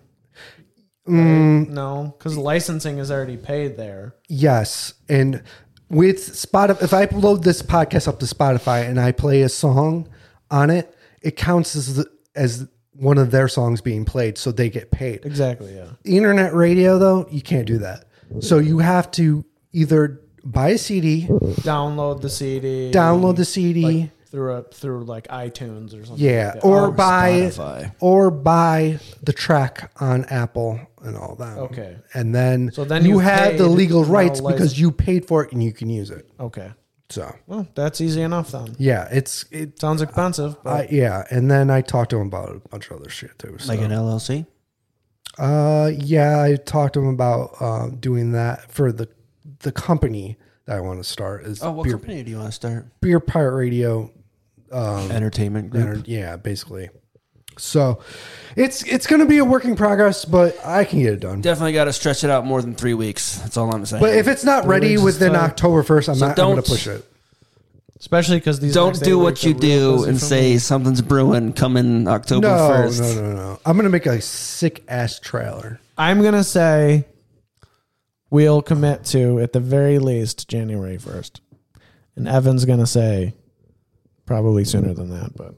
Speaker 3: Right? No, because licensing is already paid there.
Speaker 1: Yes. And with Spotify, if I upload this podcast up to Spotify and I play a song on it, it counts as the, as one of their songs being played, so they get paid.
Speaker 3: Exactly. Yeah.
Speaker 1: Internet radio, though, you can't do that. So you have to either buy a CD,
Speaker 3: Download the CD.
Speaker 1: download the CD,
Speaker 3: through a, through like iTunes or something.
Speaker 1: Yeah,
Speaker 3: like that.
Speaker 1: or
Speaker 3: Oh,
Speaker 1: buy
Speaker 2: Spotify.
Speaker 1: or buy the track on Apple and all that.
Speaker 3: Okay.
Speaker 1: and then
Speaker 3: So then
Speaker 1: you,
Speaker 3: you
Speaker 1: have the
Speaker 3: paid
Speaker 1: legal
Speaker 3: no
Speaker 1: rights
Speaker 3: license.
Speaker 1: because you paid for it and you can use it.
Speaker 3: okay.
Speaker 1: So
Speaker 3: Well, that's easy enough then.
Speaker 1: yeah, it's it.
Speaker 3: Sounds expensive, but
Speaker 1: I, yeah, and then I talked to him about a bunch of other shit too. So.
Speaker 2: Like an LLC?
Speaker 1: uh, yeah, I talked to him about uh, doing that for the the company that I want to start is
Speaker 2: Oh, what
Speaker 1: beer,
Speaker 2: company do you want to start?
Speaker 1: beer pirate radio
Speaker 2: Entertainment group.
Speaker 1: Enter- yeah, basically. So it's it's going to be a work in progress, but I can get it done.
Speaker 2: Definitely got to stretch it out more than three weeks. That's all I'm saying.
Speaker 1: But if it's not ready
Speaker 3: weeks is
Speaker 1: within
Speaker 3: tight.
Speaker 1: October first, I'm
Speaker 2: So
Speaker 1: not. I'm going to
Speaker 2: don't-
Speaker 1: push it.
Speaker 3: especially because these
Speaker 2: don't
Speaker 3: next eight
Speaker 2: do what
Speaker 3: weeks
Speaker 2: you
Speaker 3: are real
Speaker 2: do
Speaker 3: busy
Speaker 2: and
Speaker 3: for
Speaker 2: say
Speaker 3: me.
Speaker 2: something's brewing coming October
Speaker 1: No,
Speaker 2: 1st.
Speaker 1: no, no, no. I'm going to make a sick ass trailer.
Speaker 3: I'm gonna say we'll commit to at the very least January first, and Evan's gonna say probably sooner than that, but.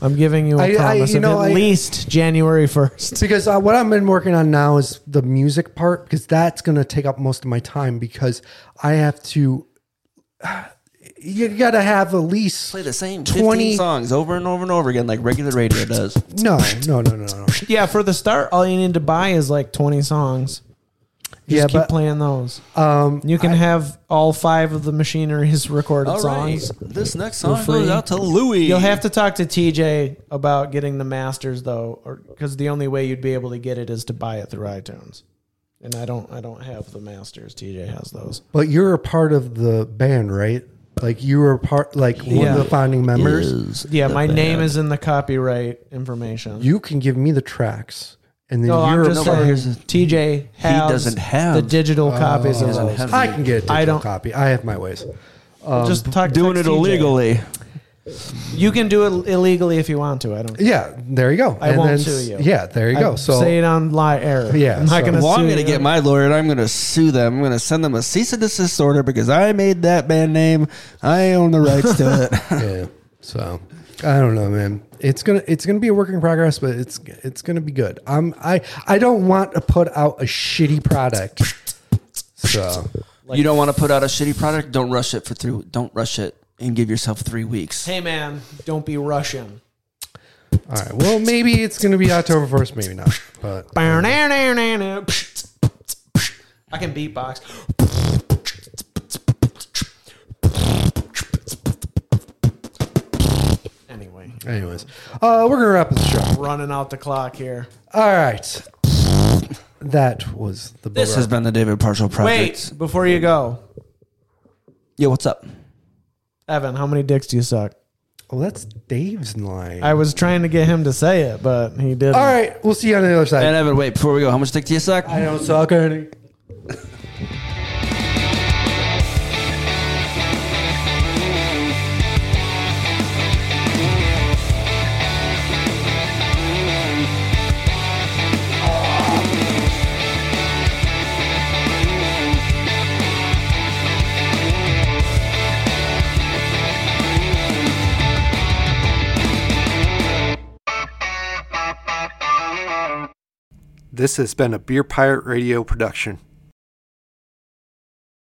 Speaker 3: I'm giving you a
Speaker 1: I- I-
Speaker 3: promise
Speaker 1: you
Speaker 3: of
Speaker 1: know,
Speaker 3: at
Speaker 1: I-
Speaker 3: least January 1st.
Speaker 1: Because uh, what I've been working on now is the music part, because that's going to take up most of my time because I have to. You got to have at least
Speaker 2: Play the same
Speaker 1: 20
Speaker 2: 20 songs over and over and over again, like regular radio does.
Speaker 1: no, no, no, no, no.
Speaker 3: Yeah, for the start, all you need to buy is like 20 songs. Just
Speaker 1: Yeah,
Speaker 3: keep
Speaker 1: but-
Speaker 3: playing those. Um, you can have all five of the machinery's recorded
Speaker 2: All right.
Speaker 3: songs.
Speaker 2: This next song
Speaker 3: free.
Speaker 2: goes out to Louis.
Speaker 3: You'll have to talk to TJ about getting the masters though, because the only way you'd be able to get it is to buy it through iTunes. And I don't, I don't have the masters. TJ has those.
Speaker 1: But you're a part of the band, right? Like you were a part, like one of
Speaker 3: Yeah.
Speaker 1: the founding members.
Speaker 3: Yeah, my name is in the copyright information.
Speaker 1: You can give me the tracks, and then
Speaker 3: no, I'm
Speaker 1: you're. a
Speaker 3: just
Speaker 1: part-
Speaker 2: but
Speaker 3: saying.
Speaker 2: here's the-
Speaker 3: TJ has
Speaker 2: doesn't have-
Speaker 3: the digital copies of
Speaker 2: doesn't
Speaker 3: those.
Speaker 2: have-
Speaker 1: I can get a digital
Speaker 3: I don't-
Speaker 1: copy. I have my ways.
Speaker 3: just talk,
Speaker 2: Doing it
Speaker 3: text TJ.
Speaker 2: illegally.
Speaker 3: You can do it illegally if you want to. I don't.
Speaker 1: Yeah, there you go.
Speaker 3: I won't
Speaker 1: then-
Speaker 3: sue you.
Speaker 1: Yeah, there you go.
Speaker 3: I
Speaker 1: So
Speaker 3: say it on lie air.
Speaker 1: Yeah,
Speaker 3: I'm not
Speaker 1: so-
Speaker 3: gonna.
Speaker 2: Well, I'm
Speaker 3: sue
Speaker 2: going to
Speaker 3: you.
Speaker 2: get my lawyer and I'm going to sue them. I'm going to send them a cease and desist order because I made that band name. I own the rights to it.
Speaker 1: yeah, so I don't know, man. It's gonna it's gonna be a work in progress, but it's it's gonna be good. I'm I I don't want to put out a shitty product. So
Speaker 2: you don't want to put out a shitty product. Don't rush it for three. Don't rush it and give yourself three weeks.
Speaker 3: Hey man, don't be Russian.
Speaker 1: all right, well maybe it's gonna be October first, maybe not. But
Speaker 3: I can beatbox. Anyway,
Speaker 1: anyways, uh, we're gonna wrap this show.
Speaker 3: running out the clock here.
Speaker 1: All right, that was the
Speaker 2: This has been the David Partial Project.
Speaker 3: Wait, before you go,
Speaker 2: Yo, what's up?
Speaker 3: Evan, how many dicks do you suck?
Speaker 1: Oh, that's Dave's line.
Speaker 3: I was trying to get him to say it, but he didn't.
Speaker 1: All right, we'll see you on the other side.
Speaker 2: And Evan, wait, before we go, how much dick do you suck?
Speaker 1: I don't suck any. This has been a Beer Pirate Radio production.